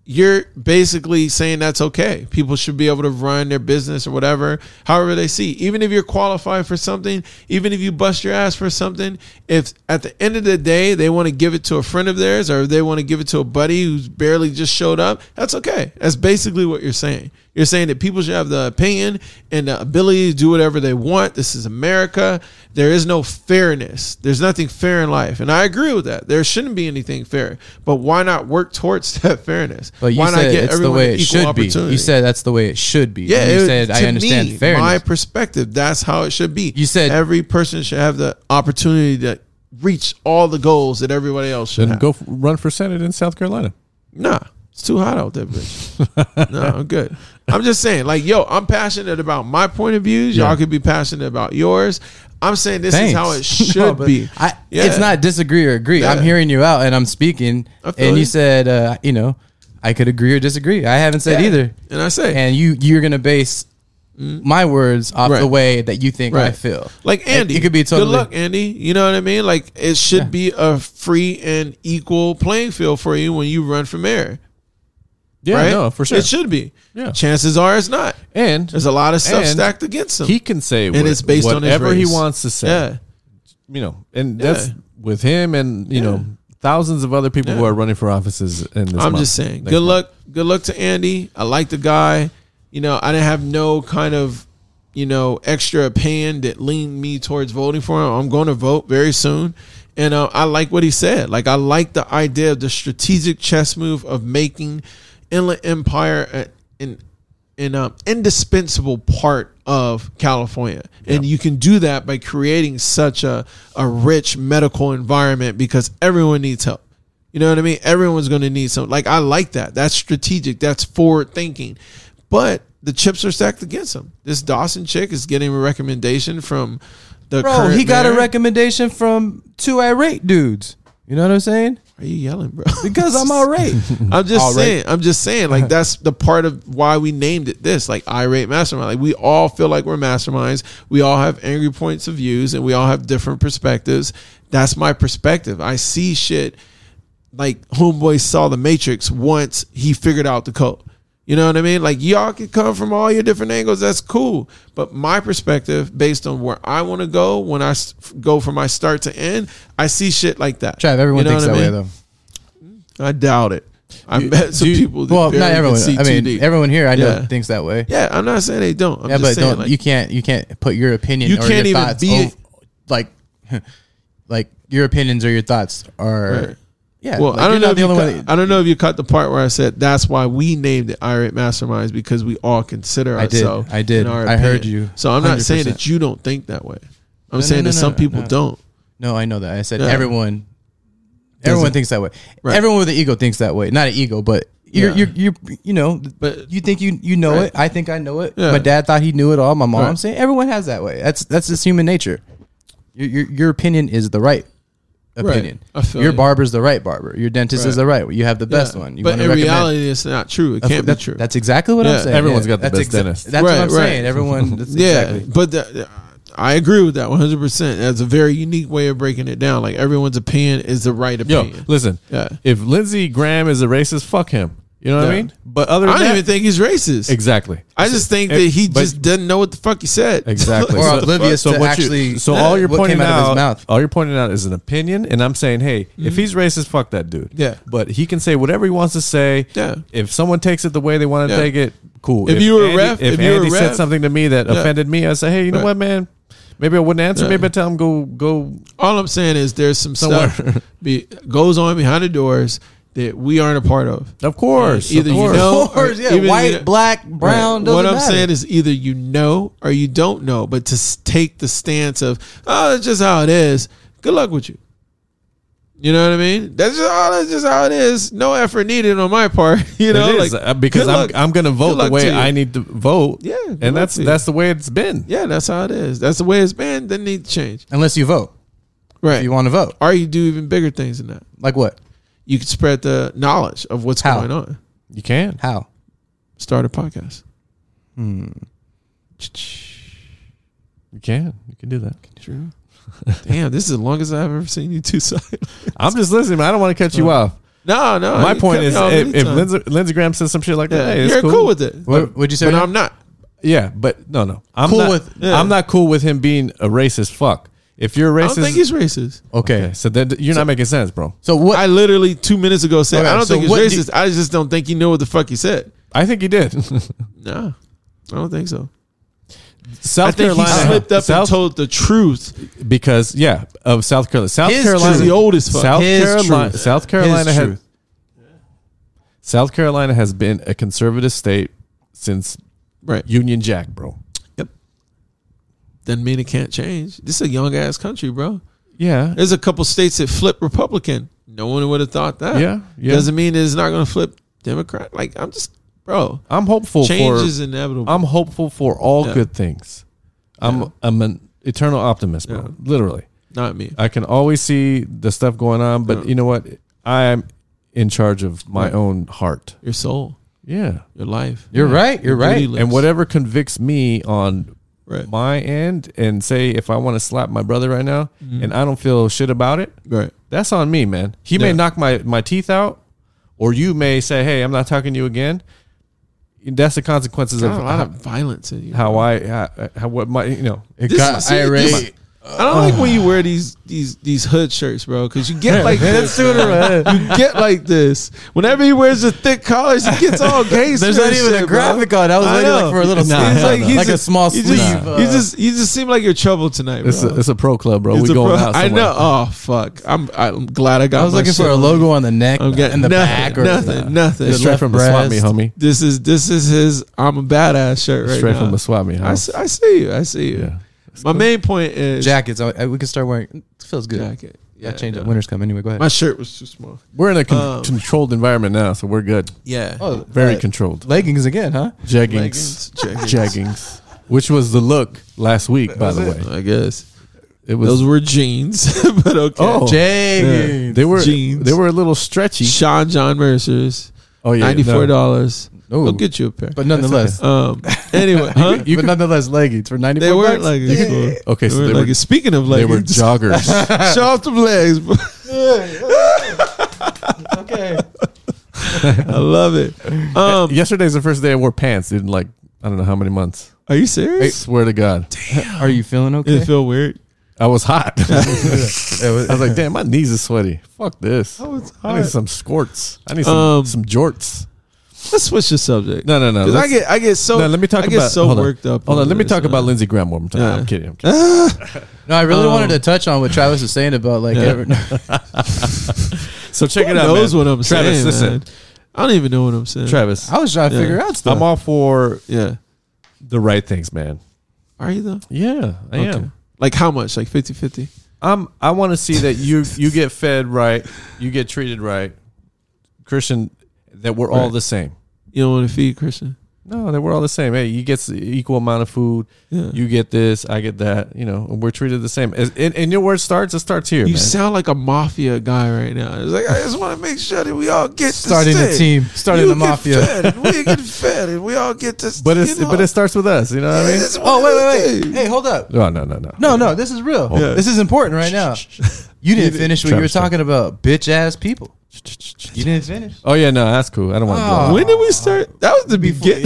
B: you're basically saying that's okay. People should be able to run their business or whatever, however they see. Even if you're qualified for something, even if you bust your ass for something, if at the end of the day they want to give it to a friend of theirs or they want to give it to a buddy who's barely just showed up, that's okay. That's basically what you're saying. You're saying that people should have the opinion and the ability to do whatever they want. This is America. There is no fairness. There's nothing fair in life. And I agree with that. There shouldn't be anything fair. But why not work towards that fairness?
C: but you
B: why
C: said it's the way it should be.
B: opportunity?
C: You said that's the way it should be. and you
B: it-
C: said I
B: to
C: understand
B: me,
C: fairness.
B: My perspective, that's how it should be.
C: You said-
B: every person should have the opportunity to reach all the goals that everybody else should
A: Then
B: have.
A: go f- run for senate in South Carolina.
B: Nah, it's too hot out there, bitch. no, I'm good. I'm just saying, like, yo, I'm passionate about my point of views. Y'all could be passionate about yours. I'm saying this
C: Thanks.
B: is how it should
C: No, but
B: be.
C: I,
B: Yeah.
C: It's not disagree or agree. I'm
B: Yeah.
C: hearing you out and I'm speaking.
B: I feel
C: And you
B: you.
C: said, uh, you know, I could agree or disagree. I haven't said
B: Yeah.
C: either.
B: And I say,
C: And you you're gonna base my words off
B: Right.
C: the way that you think I
B: Right.
C: feel.
B: Like Andy,
C: it could be totally-
B: good luck, Andy. You know what I mean? Like it should be a free and equal playing field for you when you run for mayor.
A: Yeah,
B: right?
A: no, for sure.
B: It should be.
A: Yeah.
B: Chances are it's not.
A: and
B: There's a lot of stuff
A: And
B: stacked against him.
A: he can say
B: And
A: what-
B: it's based on his
A: whatever
B: race.
A: he wants to say.
B: yeah.
A: You know, and
B: Yeah.
A: that's with him and you know thousands of other people who
B: Yeah.
A: are running for offices. In this
B: I'm
A: month,
B: just saying.
A: next
B: Good
A: month.
B: luck. Good luck to Andy. I like the guy. You know, I didn't have no kind of, you know, extra opinion that leaned me towards voting for him. I'm going to vote very soon, and uh, I like what he said. Like I like the idea of the strategic chess move of making Inland Empire a- an an um, indispensable part of California, and you can do that by creating such a a rich medical environment because everyone needs help. You know what I mean? Everyone's going to need some. Like I like that. That's strategic. That's forward thinking. But the chips are stacked against him. This Dawson chick is getting a recommendation from the
C: Bro,
B: current
C: he got a
B: mayor.
C: recommendation from two irate dudes. You know what I'm saying?
B: Why Are you yelling, bro?
C: Because I'm irate.
B: I'm just
C: All right.
B: saying. I'm just saying. Like that's the part of why we named it this. Like irate mastermind. Like we all feel like we're masterminds. We all have angry points of views, and we all have different perspectives. That's my perspective. I see shit like homeboy saw the Matrix once he figured out the code. You know what I mean? Like y'all can come from all your different angles. That's cool. But my perspective, based on where I want to go, when I s- go from my start to end, I see shit like that.
C: Trav, everyone
B: You know
C: thinks
B: what
C: that
B: I
C: way
B: mean?
C: though.
B: I doubt it. I met some
A: do you-
B: people. That
C: Well, not everyone.
B: See
C: I mean,
B: 2D.
C: everyone here I know
B: Yeah.
C: thinks that way.
B: yeah, I'm not saying they don't. I'm
C: Yeah,
B: just
C: but
B: saying
C: don't,
B: like,
C: you can't you can't put your opinion
B: You
C: or
B: can't
C: your
B: even
C: thoughts
B: be-
C: ov- like like your opinions or your thoughts are
B: Right.
C: yeah.
B: well,
C: like,
B: I
C: you're
B: don't know.
C: not
B: If you
C: only
B: cut, I don't know if you caught the part where I said that's why we named it irate masterminds because we all consider
C: I did.
B: ourselves.
C: I did.
B: in our
C: I heard
B: opinion.
C: you.
B: So I'm not saying
C: 100%.
B: that you don't think that way. I'm
C: no,
B: saying
C: no,
B: that
C: no,
B: some
C: no,
B: people
C: no.
B: don't.
C: No, I know that. I said
B: Yeah.
C: everyone. Everyone thinks that way.
B: Right.
C: Everyone with an ego thinks that way. Not an ego, but you're
B: Yeah.
C: you're, you're you know.
B: But-
C: But you think you you know
B: Right.
C: it. I think I know it.
B: Yeah.
C: My dad thought he knew it all. My mom
B: Right.
C: saying everyone has that way. That's that's just human nature. Your your, your opinion is the right opinion.
B: I feel
C: your
B: you.
C: barber's the right barber. Your dentist is
B: Right.
C: the right. one. You have the best
B: Yeah.
C: one. You
B: but
C: wanna
B: in
C: recommend-
B: reality, it's not true. It
C: that's,
B: can't
C: that's,
B: be true.
C: that's exactly what I'm
B: Yeah.
C: saying.
A: Everyone's got the
C: That's
A: best dentist.
C: That's
B: Right,
C: what I'm
B: right.
C: saying. Everyone. That's
B: yeah,
C: exactly.
B: but the, I agree with that 100. percent That's a very unique way of breaking it down. Like everyone's opinion is the right
A: Yo,
B: opinion.
A: listen.
B: Yeah.
A: If Lindsey Graham is a racist, fuck him. You know what I
B: Yeah.
A: mean? But other
B: I
A: than
B: don't
A: that,
B: even think he's racist.
A: exactly.
B: I just think
A: Eh,
B: that he
A: but-
B: just doesn't know what the fuck he said.
A: Exactly.
C: Or
A: So-
C: oblivious to
A: what
C: actually
A: so all you're
C: what
A: pointing
C: came out of his
A: out-
C: mouth.
A: All you're pointing out is an opinion, and I'm saying, hey, if he's racist, fuck that dude.
B: Mm-hmm. Yeah.
A: But he can say whatever he wants to say.
B: Yeah.
A: If someone takes it the way they want to
B: Yeah.
A: take it, cool.
B: If you were a
A: Andy,
B: ref-
A: if,
B: if you were
A: Andy
B: a
A: said
B: ref-
A: something to me that
B: Yeah.
A: offended me, I say, hey, you know
B: Right.
A: what, man? Maybe I wouldn't answer.
B: Yeah.
A: Maybe I tell him go go.
B: All I'm saying is there's some
A: Somewhere.
B: stuff be, goes on behind the doors that we aren't a part of.
A: Of course,
B: Either
A: of
B: you
A: course.
B: know,
C: Of course,
B: or
C: yeah.
B: even-
C: White, black,
B: Right.
C: brown. Doesn't
B: What I'm
C: matter.
B: saying is either you know or you don't know, but to s- take the stance of oh, that's just how it is. Good luck with you. You know what I mean? That's just, oh, that's just how it is. No effort needed on my part. You know,
A: It is,
B: like,
A: uh, because
B: good
A: I'm
B: luck.
A: I'm gonna vote
B: Good
A: the
B: luck
A: way
B: to you.
A: I need to vote.
B: Yeah, good luck
A: and that's
B: to you.
A: that's the way it's been.
B: Yeah, that's how it is. That's the way it's been. Doesn't need to change.
C: Unless you vote,
B: Right.
C: if you want to vote.
B: or you do even bigger things than that.
C: Like what?
B: You can spread the knowledge of what's
C: How?
B: going on.
A: You can.
C: How?
B: Start a podcast.
A: You can. You can do that.
B: True. Damn, this is the longest I've ever seen you two side.
A: I'm just listening. Man. I don't want to cut you off.
B: No, no.
A: My
B: Uh, you
A: point
B: cut
A: is,
B: me off
A: if, if
B: anytime.
A: Lindsey, Lindsey Graham says some shit like
B: yeah,
A: that, hey, it's
B: you're
A: cool.
B: cool. with it.
C: What would you say?
B: But
C: right
B: I'm not.
A: yeah, but no, no, I'm
C: Cool
A: not.
C: with-
B: yeah.
A: I'm not cool with him being a racist. Fuck. If you're a
B: I
A: racist,
B: don't think he's racist.
C: now? okay.
A: okay. So that you're not making sense, bro.
C: So what?
B: I literally two minutes ago said
C: Okay,
B: I don't
C: so
B: think he's
C: what do-
B: racist. I just don't think he knew what the fuck he said.
A: I think he did.
B: Nah, I don't think so.
A: South
B: I think
A: Carolina
B: he slipped up
A: South,
B: and told the truth.
A: because yeah of South Carolina. South
C: His
A: Carolina
C: truth.
B: He's the oldest fuck.
A: South
C: His
A: Carolina.
C: truth.
A: South Carolina
C: His
A: has.
C: truth.
A: South Carolina has been a conservative state since
B: Right.
A: Union Jack, bro.
B: Doesn't mean it can't change. This is a young ass country, bro.
A: Yeah.
B: There's a couple states that flip Republican. No one would have thought that.
A: Yeah, yeah.
B: Doesn't mean it's not going to flip Democrat. Like I'm just, bro.
A: I'm hopeful
B: Change
A: for
B: is inevitable.
A: I'm hopeful for all
B: Yeah.
A: good things. I'm
B: Yeah.
A: I'm an eternal optimist, bro.
B: Yeah.
A: Literally,
B: not me.
A: I can always see the stuff going on, but
B: Yeah.
A: you know what? I'm in charge of my own heart.
B: Your soul.
A: Yeah.
B: Your life.
C: You're right. You're right.
A: And whatever convicts me on
B: Right.
A: my end, and say if I want to slap my brother right now,
B: Mm-hmm.
A: and I don't feel shit about it,
B: Right.
A: that's on me, man. He
B: Yeah.
A: may knock my, my teeth out, or you may say, "Hey, I'm not talking to you again." That's the consequences
B: Not a lot
A: of
B: of violence in you.
A: how, how I how, how what my you know
C: It
B: This
C: got
B: is it.
C: irate.
B: This- I don't like when you wear these these these hood shirts, bro, because you get like this. man. You get like this. Whenever he wears the thick collars, he gets all gangster.
C: There's not
B: and
C: even
B: shit,
C: a graphic
B: bro.
C: on. it. I was
B: I
C: waiting
B: know.
C: like for a little
A: Nah,
C: sleeve,
A: hell
C: like,
A: no.
B: he's
C: a
B: just-
C: small
B: you
C: sleeve.
B: just,
C: uh,
B: You just you just seem like you're trouble tonight, bro.
A: it's a, it's a pro club, bro.
B: It's
A: we
B: a
A: going
B: pro-
A: out.
B: I
A: somewhere.
B: know. Oh fuck! I'm I'm glad I got.
C: I was
B: my
C: looking
B: shit
C: for a
B: on.
C: logo on the neck
B: I'm getting
C: and the
B: nothing,
C: back or
B: nothing, nothing.
A: It's
C: the
A: straight
C: left
A: from the swap meet,
C: breast.
A: homie.
B: This is this is his. I'm a badass shirt right
A: Straight
B: now.
A: from the swap meet.
B: I,
A: homie.
B: see, I see you. I see you.
A: Yeah.
B: My main point is
C: jackets. I, I- we can start wearing. It feels good.
B: jacket.
C: Yeah, change it.
B: no.
C: Winter's come anyway. Go ahead.
B: My shirt was too small.
A: We're in a con-
B: Um,
A: controlled environment now, so we're good.
B: Yeah.
C: oh,
A: Very
C: uh,
A: controlled.
C: leggings again, huh?
A: Jeggings.
B: Leggings,
A: Jeggings. Which was the look last week, by the way.
B: I guess
A: It
B: those
A: was.
B: were jeans, but okay.
A: Oh.
C: Jeggings.
A: They were
B: jeans.
A: they were a little stretchy.
B: Sean John Mercer's,
A: Oh yeah,
B: ninety four dollars.
C: Ooh.
B: I'll get you a pair.
C: But nonetheless,
B: um, anyway, huh?
C: but nonetheless, leggings for ninety.
B: they weren't leggings.
A: could-
B: bro.
A: okay,
B: they
A: so
B: weren't
A: they were-
B: leggings. Speaking of
A: No, they were
B: leggings,
A: joggers.
B: show off the legs. bro.
C: Okay.
B: I love it. Um,
A: Yesterday's the first day I wore pants in like I don't know how many months.
B: Are you
A: I
B: serious?
A: swear to God,
C: Are you feeling okay?
B: Did it feel weird?
A: I was hot. I was like, damn, my knees are sweaty. Fuck this.
B: Oh, it's
A: I need
B: hot.
A: some squirts. I need some,
B: Um,
A: some jorts.
B: Let's switch the subject.
A: No, no, no.
B: 'Cause I
A: let's-
B: get I get so
A: no, let me talk
B: I get
A: about.
B: so
A: hold on.
B: worked up.
A: Hold on.
B: over
A: Let me
B: this,
A: talk
B: man.
A: about Lindsey Graham one more time.
B: Yeah.
A: I'm kidding. I'm kidding.
C: No, I really
B: Um,
C: wanted to touch on what Travis was saying about like
B: Yeah.
C: every-
A: So check
B: Who
A: it out.
B: knows
A: man.
B: what I'm
A: Travis,
B: saying,
A: listen.
B: man? I don't even know what I'm saying.
A: Travis,
C: I was trying to
B: Yeah.
C: figure out stuff.
A: I'm all for
B: Yeah.
A: the right things, man.
B: Are you though?
A: Yeah, I am.
B: Like how much? Like 50-50?
A: I'm. I want to see that you you get fed right, you get treated right, Christian. That we're all
B: Right.
A: the same.
B: You don't want to feed Christian?
A: No, that we're all the same. Hey, you get s- equal amount of food.
B: Yeah.
A: You get this, I get that. You know, and we're treated the same. As, and, and you know where it starts? It starts here,
B: You
A: man.
B: sound like a mafia guy right now. It's like I just want to make sure that we all get
C: starting the
B: this thing.
C: team, starting
B: You
C: the
B: get
C: mafia.
B: fed and we get fed, and we all get this.
A: but it's
B: you know?
A: but it starts with us. You know what I mean? Oh,
B: It's one
C: Oh
B: of
C: wait, wait,
B: those
C: wait!
B: things.
C: Hey, hold up.
A: No, no, no, no.
C: No, no, this is real.
B: Yeah.
C: This is important right now. You didn't finish what you were
A: Travis,
C: talking about, bitch ass people. You didn't finish.
A: Oh yeah, no, that's cool. I don't want to.
C: Oh.
A: dwell.
B: When did we start? That was the beginning.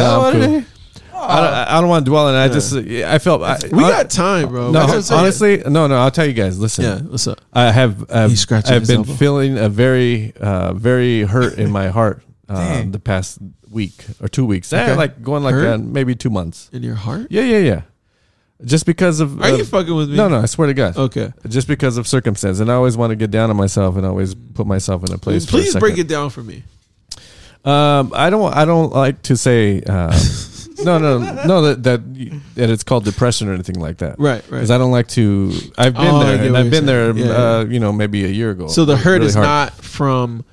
A: No,
C: what
A: I'm
C: did
A: cool.
C: I-
A: I don't, I don't want to dwell on it. I just I felt I,
B: We got time, bro.
A: Uh, No,
B: That's what I'm saying.
A: honestly, no, no. I'll tell you guys. Listen,
B: Yeah, what's up?
A: I have I've,
B: He's scratching
A: I've
B: his
A: been
B: elbow.
A: feeling a very uh, very hurt in my heart um,
C: Dang.
A: the past week or two weeks. Eh,
C: Okay.
A: like going like
B: Hurt?
A: uh, maybe two months.
B: In your heart?
A: Yeah, yeah, yeah. Just because of
B: Are
A: uh,
B: you fucking with me?
A: No, no. I swear to God.
B: Okay.
A: Just because of circumstance, and I always want to get down on myself, and always put myself in a place. for
B: Please,
A: a second.
B: break it down for me.
A: Um, I don't. I don't like to say. Um, no, no, no. That that you- that it's called depression or anything like that.
B: Right, right.
A: Because I don't like to. I've been
B: Oh, I
A: there,
B: get
A: and
B: what
A: I've
B: you're
A: been there.
B: saying. Yeah,
A: uh, You know, maybe a year ago.
B: So the hurt
A: Really
B: is
A: hard.
B: not from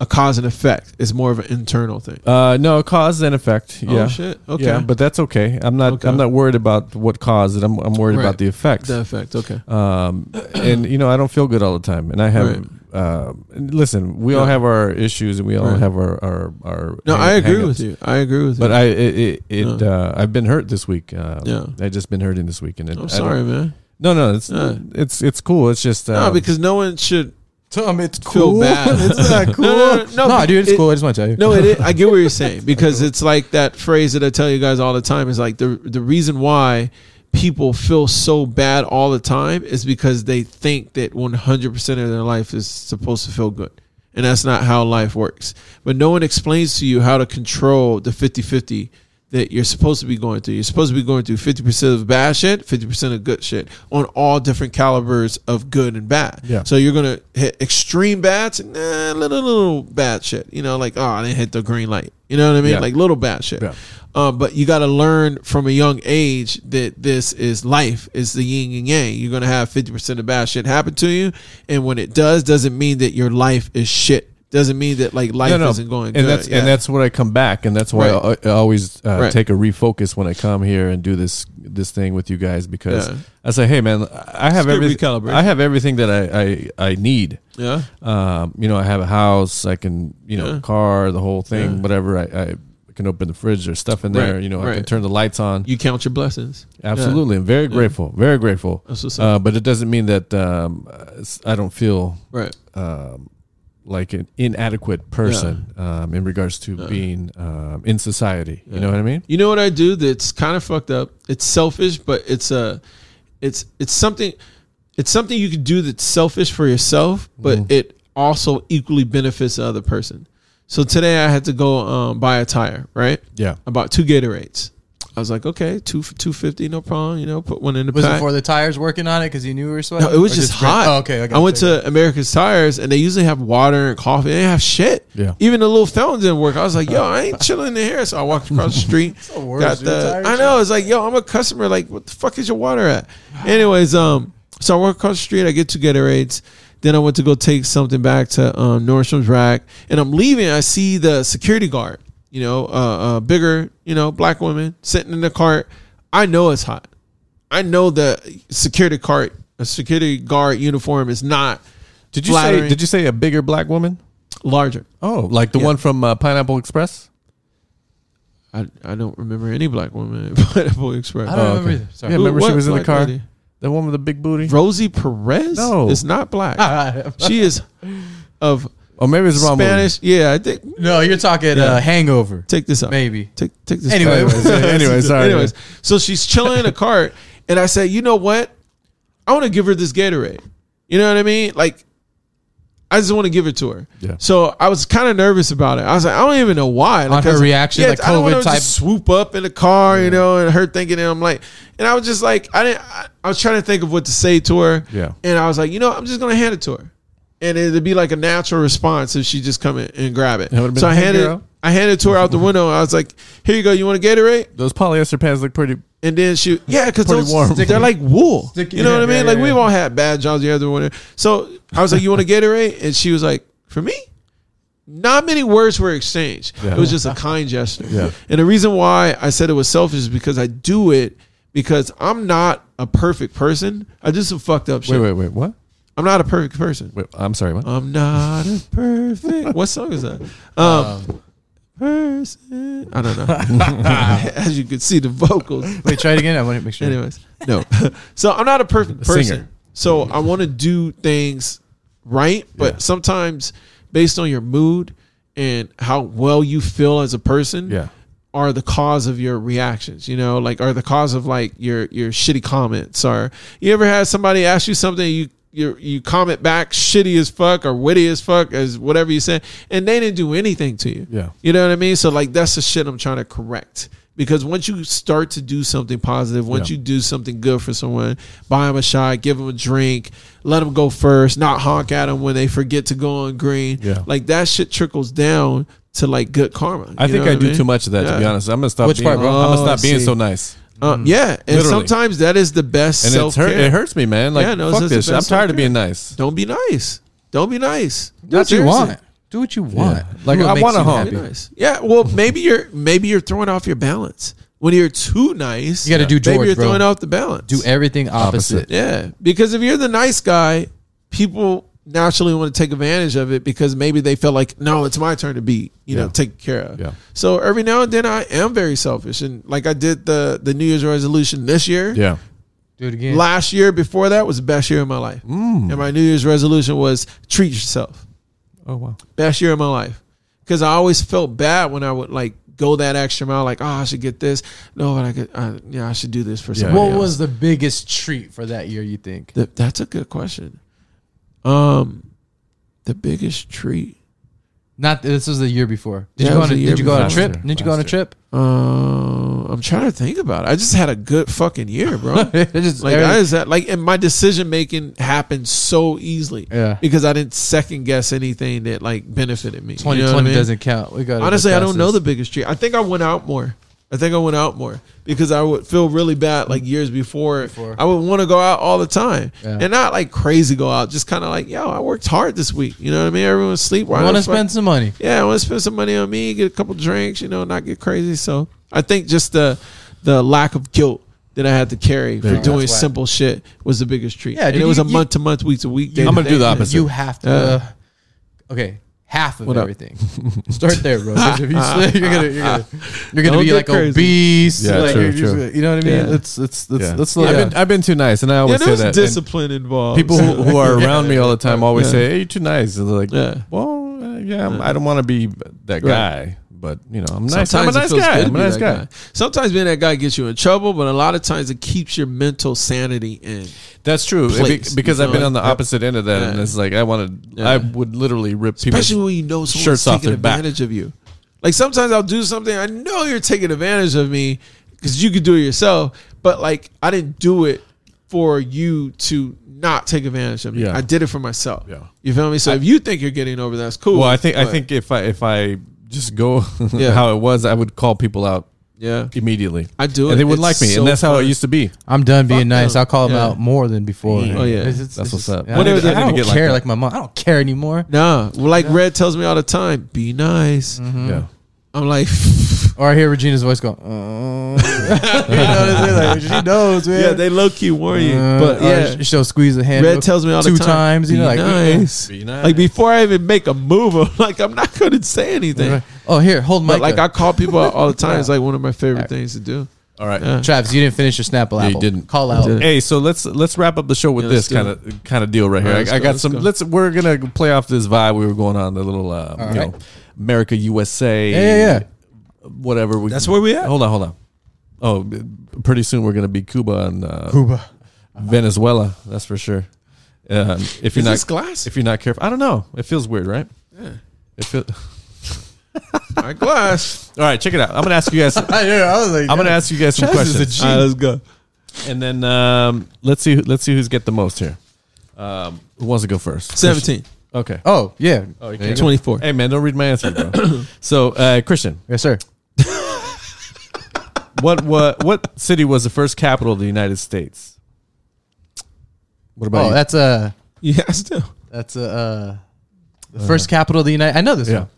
B: a cause and effect. It's more of an internal thing.
A: Uh, no cause and effect.
B: Oh,
A: yeah.
B: shit. Okay.
A: Yeah, but that's okay. I'm not.
B: Okay.
A: I'm not worried about what caused it. I'm. I'm worried
B: Right.
A: about the effect.
B: the effect. Okay.
A: um, and you know, I don't feel good all the time, and I have.
B: Right.
A: Um, listen, we all
B: Yeah.
A: have our issues, and we all
B: Right.
A: have our our our.
B: no, I
A: hang-
B: agree
A: hang-ups.
B: with you. I agree with
A: But
B: you.
A: I it, it, it
B: Yeah.
A: uh, I've been hurt this week. Uh,
B: Yeah.
A: I just been hurting this week, and it, I
B: I'm
A: don't-
B: sorry, man.
A: No, no, it's
B: Yeah.
A: it's it's cool. It's just uh,
B: No, because no one should
C: Tom, it's
B: Feel
C: cool.
B: bad.
C: it's not cool.
B: No, no, no, no, but
C: dude, it's
B: it-
C: cool. I just want to tell you.
B: No, it is, I get what you're saying because it's like that phrase that I tell you guys all the time is like the the reason why people feel so bad all the time is because they think that 100% of their life is supposed to feel good. And that's not how life works. But no one explains to you how to control the 50-50 that you're supposed to be going through. You're supposed to be going through 50% of bad shit, 50% of good shit on all different calibers of good and bad.
A: Yeah.
B: So you're gonna hit extreme bats and nah, little little bad shit. You know, like oh, I didn't hit the green light. You know what I mean?
A: Yeah.
B: Like little bad shit.
A: Yeah.
B: Um, but you got to learn from a young age that this is life. It's the yin and yang. You're gonna have fifty percent of bad shit happen to you, and when it does, doesn't mean that your life is shit. doesn't mean that like life isn't going
A: and
B: good.
A: that's
B: Yeah.
A: and that's what I come back, and that's why
B: Right.
A: I, I always uh,
B: Right.
A: take a refocus when I come here and do this this thing with you guys because
B: Yeah.
A: I say, hey man, I have
B: good
A: everything.
B: recalibration.
A: I have everything that I I, I need.
B: yeah.
A: Um, you know, I have a house, I can you know
B: Yeah.
A: car, the whole thing, whatever. I, I can open the fridge. There's stuff in there.
B: Right,
A: You know, I can
B: right.
A: turn the lights on.
B: You count your blessings.
A: Absolutely, I'm very grateful. Very grateful.
B: That's what's up.
A: Uh, but it doesn't mean that um, I don't feel
B: Right.
A: like an inadequate person um, in regards to being um, in society. You know what I mean?
B: You know what I do that's kind of fucked up? It's selfish, but it's a it's it's something it's something you can do that's selfish for yourself, but
A: Mm-hmm.
B: it also equally benefits the other person. So today I had to go um, buy a tire, right?
A: Yeah.
B: I bought two Gatorades. I was like, okay, two for two fifty, no problem. You know, put one in the
C: Was
B: pack.
C: it for the tires working on it because you knew we were sweating?
B: No, it was
C: Or
B: just,
C: ran-
B: hot.
C: Oh, okay, okay.
B: I went to America's Tires and they usually have water and coffee. They didn't have shit.
A: Yeah.
B: Even the little fountain didn't work. I was like, yo, I ain't chilling in here. So I walked across the street.
C: worst,
B: got
C: dude.
B: the,
C: Tires
B: I know. It's like, yo, I'm a customer. Like, what the fuck is your water at? Anyways, um, so I walk across the street. I get two Gatorades. Then I went to go take something back to um, Nordstrom's rack. And I'm leaving. I see the security guard, you know, uh, uh, bigger, you know, black woman sitting in the cart. I know it's hot. I know the security card, a security guard uniform is not
A: Did you say?
B: Flattering.
A: Did you say a bigger black woman?
B: larger.
A: Oh, like the one from uh, Pineapple Express?
B: I, I don't remember any black woman in Pineapple Express.
C: I don't remember either. Sorry.
A: Oh, Yeah, remember she
B: Oh, what
A: was in the
B: black
A: car.
B: lady?
A: The one with the big booty.
B: Rosie Perez
A: No.
B: is not black.
C: Ah.
B: she is of
A: Oh, maybe it's the wrong. movie.
B: Spanish. Yeah, I think
C: no, you're talking uh, hangover.
B: take this out.
C: Maybe.
B: Take take this
C: Anyway,
B: out.
C: anyways,
A: anyway, sorry.
B: Anyways, so she's chilling in a cart, and I said, you know what? I want to give her this Gatorade. You know what I mean? Like, I just want to give it to her.
A: Yeah.
B: So I was kind of nervous about it. I was like, I don't even know why. Like,
C: her
B: I was-
C: reaction, like
B: I don't want her
C: COVID
B: to
C: type-
B: just swoop up in the car, you know, and her thinking, and I'm like, and I was just like, I didn't. I, I was trying to think of what to say to her.
A: Yeah.
B: And I was like, you know, I'm just gonna hand it to her, and it'd be like a natural response if she just come in and grab it.
A: would've been
B: so I
A: like, "Hey,
B: handed.
A: girl."
B: I handed it to her out the window. I was like, "Here you go. You want a Gatorade?"
A: Those polyester pants look pretty.
B: And then she, yeah, because
A: Pretty
B: those
A: warm.
B: they're like wool.
C: Sticky.
B: You know what I
C: Yeah,
B: mean?
C: yeah,
B: like
C: yeah.
B: we've all had bad jobs the other one. So I was like, "You want a Gatorade?" And she was like, "For me." Not many words were exchanged.
A: Yeah.
B: It was just a kind gesture.
A: Yeah.
B: And the reason why I said it was selfish is because I do it because I'm not a perfect person. I do some fucked up shit.
A: Wait, wait, wait. What?
B: I'm not a perfect person.
A: Wait, I'm sorry. What?
B: I'm not a perfect. What song is that? Um, person. I don't know. As you can see, the vocals.
C: Wait, try it again. I want to make sure.
B: Anyways, no. so I'm not a perfect
A: Singer.
B: person. So I want to do things right, but
A: Yeah.
B: sometimes based on your mood and how well you feel as a person,
A: Yeah.
B: are the cause of your reactions. You know, like are the cause of like your your shitty comments. Or you ever had somebody ask you something you. You, you comment back shitty as fuck or witty as fuck as whatever you said and they didn't do anything to you
A: Yeah.
B: you know what I mean? So like that's the shit I'm trying to correct. Because once you start to do something positive, once
A: Yeah.
B: you do something good for someone, buy them a shot, give them a drink, let them go first, not honk at them when they forget to go on green.
A: Yeah.
B: Like that shit trickles down to like good karma.
A: I
B: You
A: think
B: know
A: I
B: what
A: do
B: mean?
A: too much of that. To
B: Yeah.
A: be honest, I'm gonna stop.
C: Which
A: being,
C: part, bro?
A: I'm gonna
B: Oh,
A: stop
B: I
A: being
B: see.
A: so nice.
B: Uh, yeah,
A: Mm.
B: and
A: Literally.
B: sometimes that is the best
A: And it's
B: self
A: hurt, it
B: care.
A: hurts me, man. Like
B: Yeah, no,
A: fuck
B: it's- it's
A: this. shit. I'm
B: best
A: tired of
B: self-care.
A: being nice.
B: Don't be nice. Don't be nice.
C: Do what you
B: Seriously.
C: want. Do what you want. Do
A: Like,
C: what
A: I
C: makes
A: wanna
C: you
A: hump.
C: happy.
B: Be nice. Yeah. Well, maybe you're maybe you're throwing off your balance when you're too nice.
C: You gotta do
B: Maybe
C: George,
B: you're
C: bro.
B: throwing off the balance.
C: Do everything opposite.
B: Yeah, because if you're the nice guy, people naturally want to take advantage of it because maybe they feel like, no, it's my turn to be, you know, taken care of.
A: Yeah.
B: So every now and then I am very selfish, and like I did the the New Year's resolution this year.
A: Yeah. Mm.
C: Do it again.
B: Last year before that was the best year of my life, and my New Year's resolution was treat yourself.
A: Oh wow.
B: Best year of my life because I always felt bad when I would like go that extra mile, like oh I should get this, no, but I could, I, yeah I should do this for somebody.
C: What
B: else.
C: was the biggest treat for that year? You think?
B: Th- that's a good question. Um, the biggest treat.
C: Not this was the year before. Did
B: Yeah,
C: you
B: it
C: go
B: was
C: on? A,
B: the year
C: did you go on a
B: before.
C: trip?
A: Last year.
C: Didn't you go on a
A: Last year.
C: trip?
B: Um, I'm trying to think about it. I just had a good fucking year, bro. like
C: It's just
B: I
C: every-
B: is that like, and my decision making happened so easily.
C: Yeah.
B: because I didn't second guess anything that like benefited me. You know what I
C: 2020
B: mean?
C: doesn't count. We got
B: Honestly, I don't know the biggest treat. I think I went out more. I think I went out more because I would feel really bad like years before.
C: Before.
B: I would want to go out all the time
C: Yeah.
B: and not like crazy go out, just kind of like, yo, I worked hard this week. You know what I mean? Everyone's sleep. Why
C: I want
B: the
C: to
B: fuck-
C: spend some money.
B: yeah, I want to spend some money on me, get a couple drinks, you know, not get crazy. So I think just the the lack of guilt that I had to carry for
A: go.
B: doing
C: That's whack.
B: simple shit was the biggest treat.
C: Yeah,
B: and
C: dude,
B: it was
C: you-
B: a
C: you-
B: month to month, week to week.
A: I'm gonna do the opposite.
C: You have to. Uh, okay, half of
A: What up?
C: everything. Start there, bro. 'cause if you slip, you're gonna you're gonna, you're gonna
B: Don't
C: be
B: get
C: like
B: crazy.
C: obese.
A: Yeah,
C: like,
A: true,
C: you're just-
A: true.
C: You know what I mean?
B: Yeah.
C: Let's let's let's
A: Yeah.
C: let's look.
A: I've been I've been too nice, and I
B: Yeah,
A: always
B: there
A: say
B: was
A: that. and
B: discipline involved.
A: people who, who are around me all the time always
B: Yeah.
A: say, "Hey, you're too nice." They're like,
B: Yeah.
A: "Well, uh, yeah, I'm, I don't want to be that guy, but you know, I'm nice. I'm a
B: Sometimes it
A: nice
B: feels
A: guy.
B: good to
A: I'm a
B: be
A: nice
B: that
A: guy."
B: Sometimes being that guy gets you in trouble, but a lot of times it keeps your mental sanity in.
A: That's true be-
B: Place,
A: because
B: you
A: I've been
B: know?
A: on the
B: Yep.
A: opposite end of that, and
B: Yeah.
A: it's like I wanted,
B: Yeah.
A: I would literally rip
B: Especially
A: people.
B: when you know someone's
A: shirts off
B: taking
A: their back.
B: advantage of you. Like sometimes I'll do something I know you're taking advantage of me because you could do it yourself, but like I didn't do it for you to not take advantage of me.
A: Yeah.
B: I did it for myself.
A: Yeah.
B: You feel me? So if you think you're getting over, that's cool.
A: Well, I think I
B: but-
A: think if I if I just go
B: Yeah.
A: how it was, I would call people out
B: yeah,
A: immediately.
B: I do it.
A: and they would
B: It's
A: like me,
B: so
A: and that's how it
B: fun.
A: used to be.
C: I'm done being
B: Fuck
C: nice.
B: them.
C: I'll call them
B: Yeah.
C: out more than before.
B: Oh, yeah.
A: That's what's up.
C: I,
A: When
C: don't-
A: is it
C: I
A: gonna
C: don't
A: get like
C: care
A: that?
C: like, my mom. I don't care anymore.
B: Nah, well, like Red tells me all the time, be nice.
A: Yeah.
B: I'm like,
C: Or I hear Regina's voice going. "Uh," you know what I'm saying? Like, she knows, man.
B: yeah, they low key warn you,
C: Uh,
B: but
C: or
B: yeah,
C: sh- she'll squeeze the hand.
B: oh, Red tells me all the
C: two
B: time,
C: times. You
B: be
C: know, like uh,
B: nice.
A: Be nice.
B: Like before I even make a move, I'm like I'm not going to say anything.
C: Oh, here, hold my
B: But like I call people out all the time. It's like one of my favorite things to do.
A: All right.
C: Travis, you didn't finish your Snapple
A: Yeah,
C: apple.
A: you didn't.
C: call out.
B: didn't.
A: Hey, so let's let's wrap up the show with
B: Yeah,
A: this
B: let's
A: kind
B: do
A: of kind of deal right here.
B: All right,
A: I, I
B: let's go,
A: got
B: let's
A: some.
B: go.
A: Let's we're gonna play off this vibe we were going on the little uh, you
C: right.
A: know America USA.
C: Yeah, yeah, yeah.
A: Whatever. We,
B: That's where we at.
A: Hold on, hold on. Oh, b- pretty soon we're gonna be Cuba and uh,
C: Cuba.
A: Venezuela. That's for sure. Um, if you're
B: Is
A: not
B: this glass?
A: if you're not careful, I don't know. It feels weird, right? Yeah. It feel,
B: My glass.
A: all right, check it out. I'm gonna ask you guys. I'm
C: yeah, I was like,
A: gonna ask you guys some
C: Travis is a
A: questions.
B: all right, let's go.
A: And then um, let's see who- let's see who's get the most here. Um, who wants to go first?
B: 17,
A: Okay.
C: Oh yeah.
A: Oh, you
C: There
A: can't.
C: you go.
B: 24.
A: Hey man, don't read my answer, bro. so uh, Christian,
C: Yes, sir.
A: what what what city was the first capital of the United States? What about
C: Oh,
A: you?
C: that's a
B: Yeah, I still.
C: that's a uh, the first capital of the United. I know this
A: Uh-huh. Yeah.
C: one.